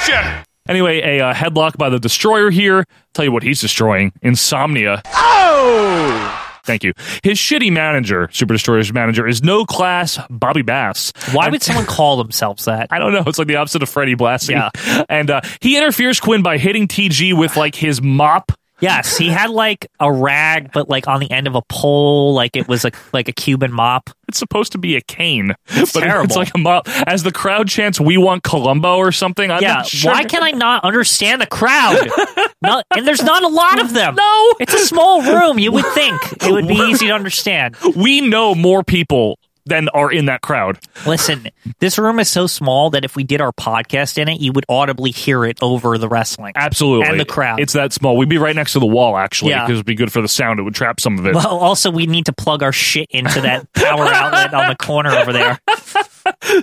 Speaker 4: shit.
Speaker 1: Anyway, a uh, headlock by the Destroyer here. Tell you what he's destroying insomnia.
Speaker 4: Oh!
Speaker 1: Thank you. His shitty manager, Super Destroyer's manager, is no class Bobby Bass.
Speaker 2: Why would someone call themselves that?
Speaker 1: I don't know. It's like the opposite of Freddie Blasting.
Speaker 2: Yeah.
Speaker 1: And uh, he interferes Quinn by hitting TG with like his mop.
Speaker 2: Yes, he had like a rag, but like on the end of a pole, like it was a like a Cuban mop.
Speaker 1: It's supposed to be a cane,
Speaker 2: It's
Speaker 1: but
Speaker 2: terrible.
Speaker 1: it's like a mop. As the crowd chants, "We want Columbo" or something. I'm
Speaker 2: yeah,
Speaker 1: not sure.
Speaker 2: why can I not understand the crowd? no, and there's not a lot of them.
Speaker 1: No,
Speaker 2: it's a small room. You would think it would be easy to understand.
Speaker 1: We know more people than are in that crowd.
Speaker 2: Listen, this room is so small that if we did our podcast in it, you would audibly hear it over the wrestling.
Speaker 1: Absolutely.
Speaker 2: And the crowd.
Speaker 1: It's that small. We'd be right next to the wall, actually,
Speaker 2: Yeah.
Speaker 1: because it'd be good for the sound. It would trap some of it.
Speaker 2: Well, also we need to plug our shit into that power outlet on the corner over there.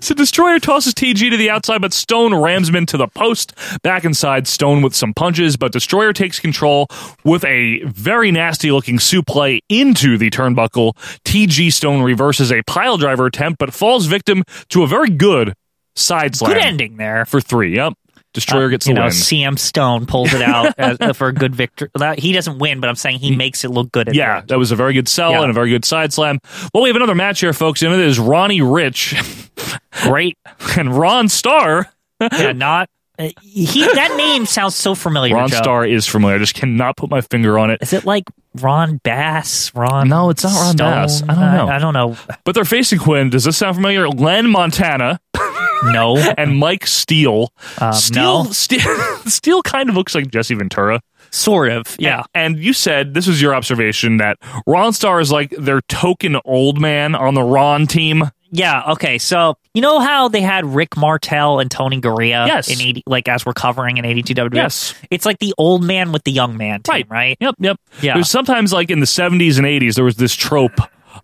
Speaker 1: so Destroyer tosses TG to the outside, but Stone rams him into the post. Back inside, Stone with some punches, but Destroyer takes control with a very nasty looking suplex into the turnbuckle. TG Stone reverses a pile driver attempt, but falls victim to a very good side slam.
Speaker 2: Good ending there.
Speaker 1: For three, yep. Destroyer gets the
Speaker 2: you know,
Speaker 1: win.
Speaker 2: CM Stone pulls it out as, for a good victory. That- He doesn't win, but I'm saying he makes it look good. At
Speaker 1: Yeah, that was a very good sell
Speaker 2: Yeah.
Speaker 1: and a very good side slam. Well, we have another match here, folks, and it is Ronnie Rich,
Speaker 2: great,
Speaker 1: and Ron Starr.
Speaker 2: the end. Yeah, not uh, he. That name sounds so familiar.
Speaker 1: Ron
Speaker 2: Joe.
Speaker 1: Starr is familiar. I just cannot put my finger on it.
Speaker 2: Is it like Ron Bass? Ron?
Speaker 1: No, it's not Ron
Speaker 2: Stone? Uh,
Speaker 1: Bass. I don't know.
Speaker 2: I, don't know.
Speaker 1: But they're facing Quinn. Does this sound familiar? Len Montana
Speaker 2: No.
Speaker 1: and Mike Steele.
Speaker 2: Um,
Speaker 1: Steele,
Speaker 2: no.
Speaker 1: Ste- Steele kind of looks like Jesse Ventura.
Speaker 2: Sort of. Yeah.
Speaker 1: And you said this was your observation that Ron Starr is like their token old man on the Ron team.
Speaker 2: Yeah. Okay. So you know how they had Rick Martel and Tony Garea
Speaker 1: Yes.
Speaker 2: in eighty, like as we're covering in eighty two W.
Speaker 1: Yes.
Speaker 2: It's like the old man with the young man team, right?
Speaker 1: Yep, yep.
Speaker 2: Yeah.
Speaker 1: There's sometimes like in the 70s and 80s there was this trope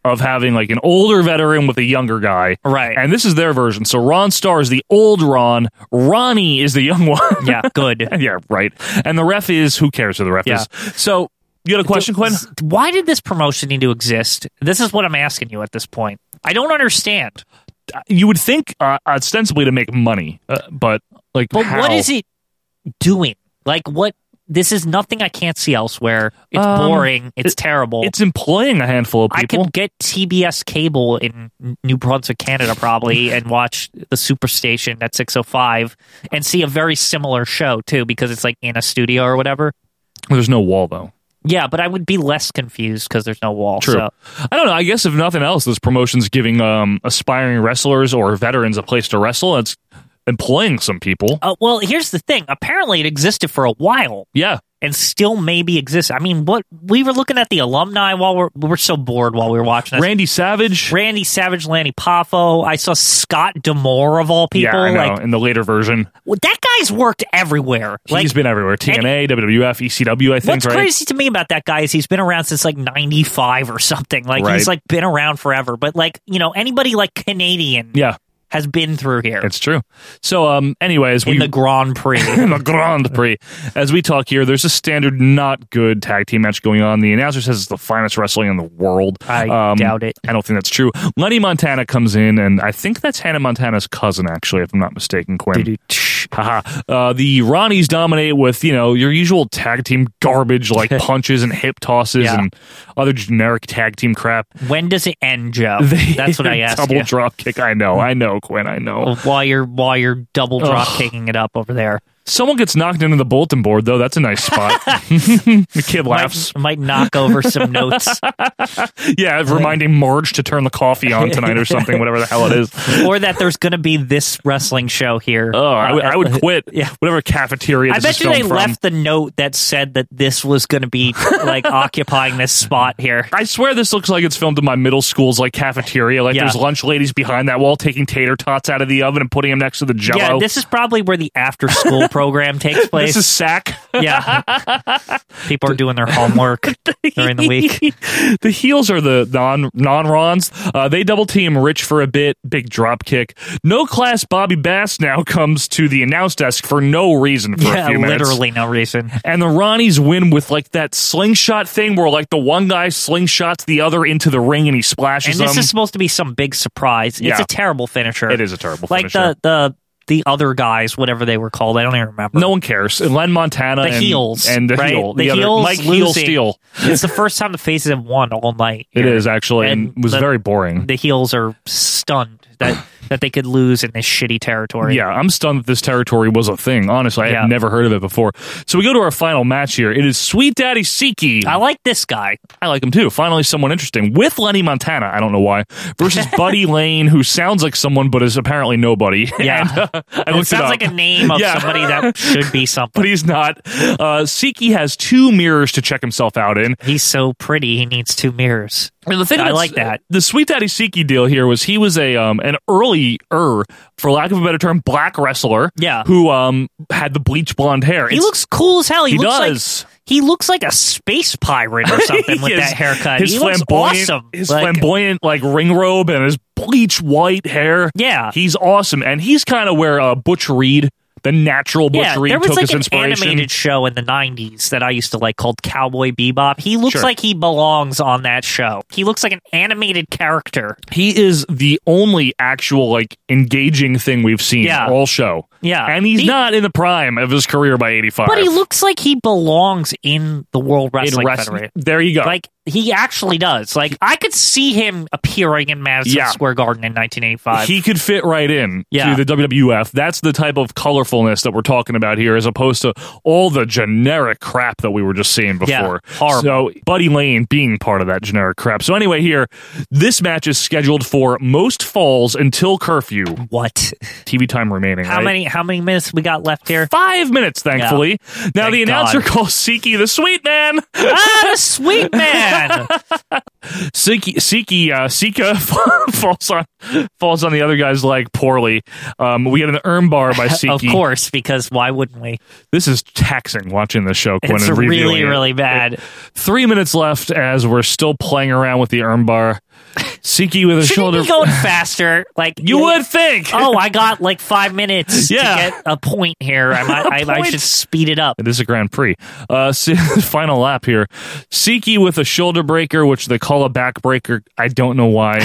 Speaker 1: of having like an older veteran with a younger guy.
Speaker 2: Right.
Speaker 1: And this is their version. So Ron Starr is the old Ron. Ronnie is the young one.
Speaker 2: Yeah. Good.
Speaker 1: yeah, right. And the ref is who cares who the ref
Speaker 2: Yeah.
Speaker 1: is. So you got a question, Quinn?
Speaker 2: Why did this promotion need to exist? This is what I'm asking you at this point. I don't understand.
Speaker 1: You would think uh, ostensibly to make money, uh, but like,
Speaker 2: But what
Speaker 1: how?
Speaker 2: is it doing? Like what? This is nothing I can't see elsewhere. It's
Speaker 1: Um,
Speaker 2: boring. It's
Speaker 1: it-
Speaker 2: terrible.
Speaker 1: It's employing a handful of
Speaker 2: I
Speaker 1: people.
Speaker 2: could get TBS cable in New Brunswick, Canada, probably, and watch the Superstation at 6:05 and see a very similar show too, because it's like in a studio or whatever.
Speaker 1: There's no wall though.
Speaker 2: Yeah, but I would be less confused because there's no wall.
Speaker 1: True.
Speaker 2: So.
Speaker 1: I don't know. I guess if nothing else, this promotion's giving um, aspiring wrestlers or veterans a place to wrestle. It's employing some people.
Speaker 2: Uh, well, here's the thing. Apparently, it existed for a while.
Speaker 1: Yeah.
Speaker 2: And still maybe exists. I mean, what we were looking at the alumni while we're we were so bored while we were watching this.
Speaker 1: Randy Savage.
Speaker 2: Randy Savage, Lanny Poffo. I saw Scott Demore of all people.
Speaker 1: yeah, I know.
Speaker 2: Like
Speaker 1: in the later version,
Speaker 2: well, that guy's worked everywhere. Like
Speaker 1: he's been everywhere. TNA, WWF, ECW. E I think.
Speaker 2: what's
Speaker 1: right?
Speaker 2: crazy to me about that guy is he's been around since like 95 or something like
Speaker 1: Right.
Speaker 2: he's like been around forever but like you know anybody like canadian
Speaker 1: Yeah,
Speaker 2: has been through here
Speaker 1: it's true. So, um, anyways,
Speaker 2: in
Speaker 1: we
Speaker 2: the grand prix
Speaker 1: in the Grand Prix. As we talk here, there's a standard not good tag team match going on. The announcer says it's the finest wrestling in the world. Um,
Speaker 2: I doubt it.
Speaker 1: I don't think that's true. Lenny Montana comes in, and I think that's Hannah Montana's cousin, actually, if I'm not mistaken, Quinn. Haha. Uh, the Ronnies dominate with, you know, your usual tag team garbage like punches and hip tosses
Speaker 2: Yeah.
Speaker 1: and other generic tag team crap.
Speaker 2: when does it end joe
Speaker 1: They-
Speaker 2: that's what i asked Oh.
Speaker 1: Double
Speaker 2: you.
Speaker 1: drop kick. I know. I know, Quinn. I know.
Speaker 2: while you're while you're double drop
Speaker 1: Ugh.
Speaker 2: kicking it up over there
Speaker 1: Someone gets knocked into the bulletin board, though. That's a nice spot. the kid laughs.
Speaker 2: might knock over some notes
Speaker 1: Yeah, reminding Marge to turn the coffee on tonight or something, whatever the hell it is.
Speaker 2: or that there's gonna be this wrestling show here
Speaker 1: Oh, I would- I would quit.
Speaker 2: yeah
Speaker 1: Whatever cafeteria.
Speaker 2: I
Speaker 1: this
Speaker 2: bet
Speaker 1: is
Speaker 2: you they
Speaker 1: filmed from.
Speaker 2: left the note that said that this was going to be like occupying this spot here.
Speaker 1: I swear this looks like it's filmed in my middle school's like cafeteria. Like
Speaker 2: Yeah.
Speaker 1: there's lunch ladies behind that wall taking tater tots out of the oven and putting them next to the jello.
Speaker 2: Yeah, this is probably where the after school program takes place.
Speaker 1: This is sack.
Speaker 2: yeah. People are doing their homework during the week.
Speaker 1: the heels are the non non Rons. Uh, they double team Rich for a bit. Big drop kick. No class. Bobby Bass now comes to the announce desk for no reason for a
Speaker 2: Yeah,
Speaker 1: few minutes.
Speaker 2: literally no reason.
Speaker 1: And the Ronnies win with like that slingshot thing where like the one guy slingshots the other into the ring and he splashes
Speaker 2: And this
Speaker 1: him.
Speaker 2: is supposed to be some big surprise. It's
Speaker 1: um, Yeah.
Speaker 2: a terrible finisher.
Speaker 1: It is a terrible
Speaker 2: like
Speaker 1: finisher.
Speaker 2: the the the other guys, whatever they were called. I don't even remember.
Speaker 1: No one cares. Len Montana,
Speaker 2: The
Speaker 1: and,
Speaker 2: heels.
Speaker 1: and the
Speaker 2: right?
Speaker 1: heel,
Speaker 2: The,
Speaker 1: other-
Speaker 2: heels
Speaker 1: Mike Heel
Speaker 2: losing.
Speaker 1: Steel.
Speaker 2: it's the first time the faces have won all night.
Speaker 1: It is actually and, was
Speaker 2: the-
Speaker 1: very boring.
Speaker 2: The heels are stunned that, that they could lose in this shitty territory.
Speaker 1: Yeah, I'm stunned that this territory was a thing. Honestly, I had never heard of it before. So we go to our final match here. It is Sweet Daddy Siki. I
Speaker 2: like this guy.
Speaker 1: I like him too. Finally, someone interesting with Lenny Montana. I don't know why versus Buddy Lane, who sounds like someone but is apparently nobody.
Speaker 2: Yeah.
Speaker 1: And, uh, I
Speaker 2: It
Speaker 1: looked
Speaker 2: sounds
Speaker 1: up.
Speaker 2: like a name of somebody that should be something,
Speaker 1: but he's not. Uh, Siki has two mirrors to check himself out in.
Speaker 2: He's so pretty. He needs two mirrors.
Speaker 1: And the thing
Speaker 2: I
Speaker 1: that's-
Speaker 2: like that.
Speaker 1: uh, The Sweet Daddy Siki deal here was he was a um an early er for lack of a better term black wrestler
Speaker 2: Yeah.
Speaker 1: who um had the bleach blonde hair.
Speaker 2: He
Speaker 1: It's-
Speaker 2: looks cool as hell. He,
Speaker 1: He
Speaker 2: looks
Speaker 1: does.
Speaker 2: Like, he looks like a space pirate or something with
Speaker 1: His-
Speaker 2: that haircut.
Speaker 1: His
Speaker 2: he looks
Speaker 1: flamboyant,
Speaker 2: awesome.
Speaker 1: His
Speaker 2: Like,
Speaker 1: flamboyant like ring robe and his bleach white hair.
Speaker 2: Yeah,
Speaker 1: he's awesome, and he's kind of where uh, Butch Reed, the natural Butch
Speaker 2: yeah,
Speaker 1: Reed,
Speaker 2: there was
Speaker 1: took
Speaker 2: like
Speaker 1: his
Speaker 2: an
Speaker 1: inspiration.
Speaker 2: animated show in the '90s that I used to like called Cowboy Bebop. He looks
Speaker 1: Sure.
Speaker 2: like he belongs on that show. He looks like an animated character.
Speaker 1: he is the only actual like engaging thing we've seen
Speaker 2: Yeah.
Speaker 1: all show.
Speaker 2: Yeah,
Speaker 1: and he's not in the prime of his career by eighty five.
Speaker 2: but he looks like he belongs in the World Wrestling
Speaker 1: wrest-
Speaker 2: Federation.
Speaker 1: There you go.
Speaker 2: Like he actually does. Like I could see him appearing in Madison
Speaker 1: Yeah.
Speaker 2: Square Garden in 1985.
Speaker 1: He could fit right in
Speaker 2: Yeah.
Speaker 1: to the WWF. That's the type of colorfulness that we're talking about here, as opposed to all the generic crap that we were just seeing
Speaker 2: Yeah,
Speaker 1: before.
Speaker 2: horrible.
Speaker 1: So Buddy Lane being part of that generic crap. So anyway, here this match is scheduled for most falls until curfew.
Speaker 2: What
Speaker 1: TV time remaining?
Speaker 2: how
Speaker 1: right?
Speaker 2: many how many minutes we got left here?
Speaker 1: Five minutes, thankfully. Now
Speaker 2: Thank
Speaker 1: the announcer
Speaker 2: God.
Speaker 1: calls Siki the Sweet Man.
Speaker 2: ah, the sweet man.
Speaker 1: Siki Siki uh, Sika falls on falls on the other guy's leg poorly. Um, we get an arm bar by Siki.
Speaker 2: Of course, because why wouldn't we?
Speaker 1: This is taxing watching the show, Quinn.
Speaker 2: It's
Speaker 1: and reviewing
Speaker 2: really,
Speaker 1: it.
Speaker 2: really bad.
Speaker 1: Three minutes left as we're still playing around with the arm bar. Siki with a
Speaker 2: Shouldn't
Speaker 1: shoulder.
Speaker 2: be going faster. Like
Speaker 1: You would think.
Speaker 2: Oh, I got like five minutes
Speaker 1: Yeah.
Speaker 2: to get a point here. I might, I, I
Speaker 1: Point.
Speaker 2: should speed it up.
Speaker 1: It is a Grand Prix. Uh, S- final lap here. Siki with a shoulder breaker, which they call a back breaker. I don't know why.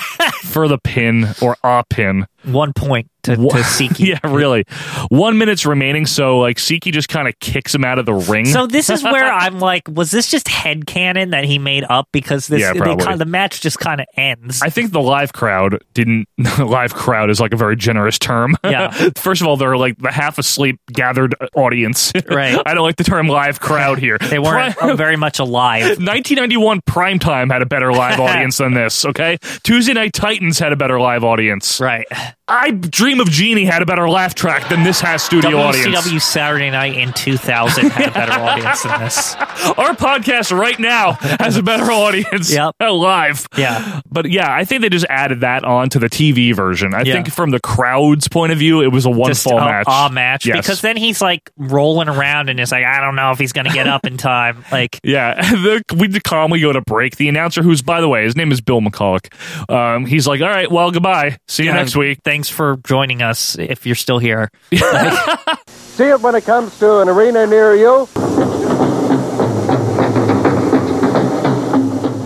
Speaker 1: For the pin or a pin.
Speaker 2: One point to, to Siki.
Speaker 1: yeah, really. One minute's remaining, so like Siki just kind of kicks him out of the ring.
Speaker 2: So this is where I'm like, was this just headcanon that he made up because this
Speaker 1: Yeah,
Speaker 2: they
Speaker 1: probably.
Speaker 2: kind of- the match just kind of ends.
Speaker 1: I think the live crowd didn't. live crowd is like a very generous term.
Speaker 2: Yeah.
Speaker 1: First of all, they're like the half asleep gathered audience.
Speaker 2: Right.
Speaker 1: I don't like the term live crowd here.
Speaker 2: They weren't uh, very much alive.
Speaker 1: 1991 primetime had a better live audience than this, okay? Tuesday Night Titans had a better live audience.
Speaker 2: Right.
Speaker 1: I Dream of Genie had a better laugh track than this has studio
Speaker 2: WCW
Speaker 1: audience.
Speaker 2: Saturday Night in 2000 had a better audience than this.
Speaker 1: Our podcast right now has a better audience
Speaker 2: Yep.
Speaker 1: live.
Speaker 2: Yeah.
Speaker 1: But yeah, I think they just added that on to the TV version. I
Speaker 2: Yeah.
Speaker 1: think from the crowd's point of view, it was a one
Speaker 2: Just
Speaker 1: fall
Speaker 2: a,
Speaker 1: match.
Speaker 2: a match
Speaker 1: Yes.
Speaker 2: because then he's like rolling around and it's like I don't know if he's gonna get up in time. Like
Speaker 1: Yeah, the, we calmly go to break. The announcer, who's by the way, his name is Bill McCulloch. Um, he's like, "All right, well, goodbye. See you
Speaker 2: Yeah,
Speaker 1: next week."
Speaker 2: Thanks for joining us. If you're still here,
Speaker 16: See it when it comes to an arena near you.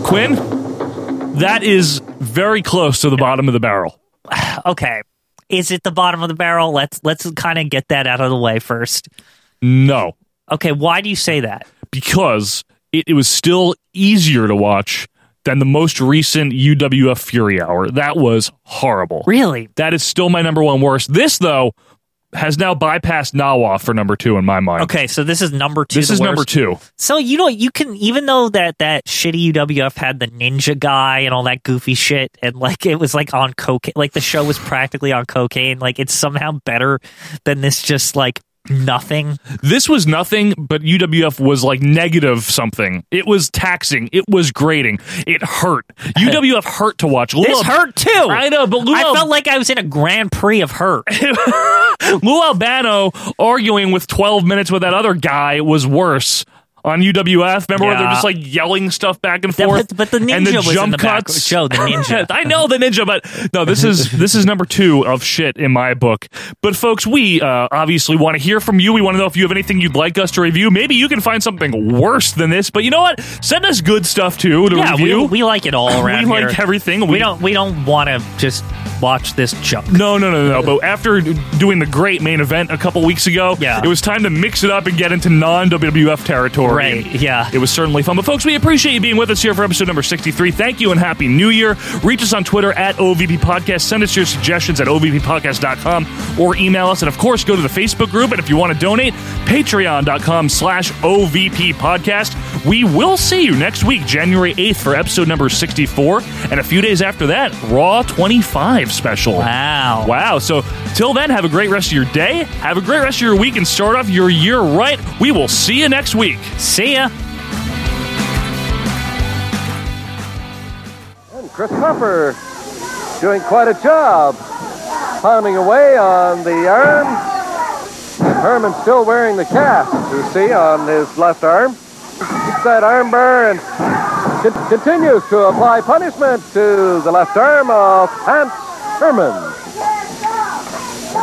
Speaker 1: Quinn, that is very close to the bottom of the barrel.
Speaker 2: okay. Is it the bottom of the barrel? Let's let's kind of get that out of the way first.
Speaker 1: No,
Speaker 2: Okay, why do you say that?
Speaker 1: because it, it was still easier to watch than the most recent UWF Fury Hour. That was horrible.
Speaker 2: Really?
Speaker 1: That is still my number one worst. This though has now bypassed Nawa for number two in my mind.
Speaker 2: Okay, so this is number two.
Speaker 1: This
Speaker 2: the
Speaker 1: is number
Speaker 2: worst.
Speaker 1: two.
Speaker 2: So you know you can even though that that shitty UWF had the ninja guy and all that goofy shit and like it was like on cocaine like the show was practically on cocaine like it's somehow better than this just like nothing.
Speaker 1: This was nothing, but UWF was like negative something. It was taxing. It was grating. It hurt. UWF hurt to watch.
Speaker 2: This
Speaker 1: Lou-
Speaker 2: hurt too.
Speaker 1: I know, but Lou,
Speaker 2: I felt like I was in a Grand Prix of hurt.
Speaker 1: Lou Albano arguing with 12 minutes with that other guy was worse on UWF. Remember where they're
Speaker 2: Yeah.
Speaker 1: just like yelling stuff back and
Speaker 2: Yeah,
Speaker 1: forth?
Speaker 2: but- but the
Speaker 1: and the
Speaker 2: ninja was in
Speaker 1: jump
Speaker 2: the back-
Speaker 1: cuts.
Speaker 2: Joe, the ninja.
Speaker 1: I know the ninja, but no, this is this is number two of shit in my book. But folks, we uh, obviously want to hear from you. We want to know if you have anything you'd like us to review. Maybe you can find something worse than this. But you know what? Send us good stuff too to
Speaker 2: yeah,
Speaker 1: review.
Speaker 2: we, we like it all around
Speaker 1: We like
Speaker 2: here.
Speaker 1: everything.
Speaker 2: We,
Speaker 1: We-
Speaker 2: don't we don't want to just watch this junk.
Speaker 1: No, no, no, no. But after doing the great main event a couple weeks ago, yeah. it was time to mix it up and get into non WWF territory.
Speaker 2: Right, yeah.
Speaker 1: It was certainly fun. But folks, we appreciate you being with us here for episode number 63. Thank you and Happy New Year. Reach us on Twitter at OVP Podcast. Send us your suggestions at OVPPodcast.com or email us. And of course, go to the Facebook group. And if you want to donate, patreon.com slash OVP Podcast. We will see you next week, January 8th, for episode number 64. And a few days after that, Raw 25 special.
Speaker 2: Wow.
Speaker 1: Wow. So till then, have a great rest of your day. Have a great rest of your week and start off your year right. We will see you next week.
Speaker 2: See ya.
Speaker 16: And Chris Hopper doing quite a job, pounding away on the arm. Herman still wearing the cast, you see, on his left arm. Keeps that arm bar and con- continues to apply punishment to the left arm of Hans Herman.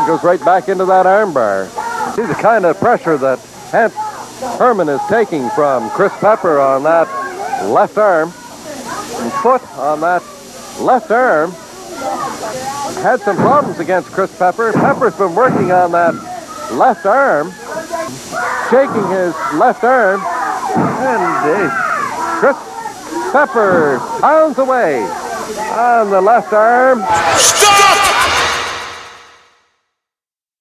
Speaker 16: Goes right back into that arm bar. See the kind of pressure that Hans Herman is taking from Chris Pepper on that left arm and foot on that left arm. Had some problems against Chris Pepper. Pepper's been working on that left arm, shaking his left arm, and uh, Chris Pepper pounds away on the left arm.
Speaker 4: Stop!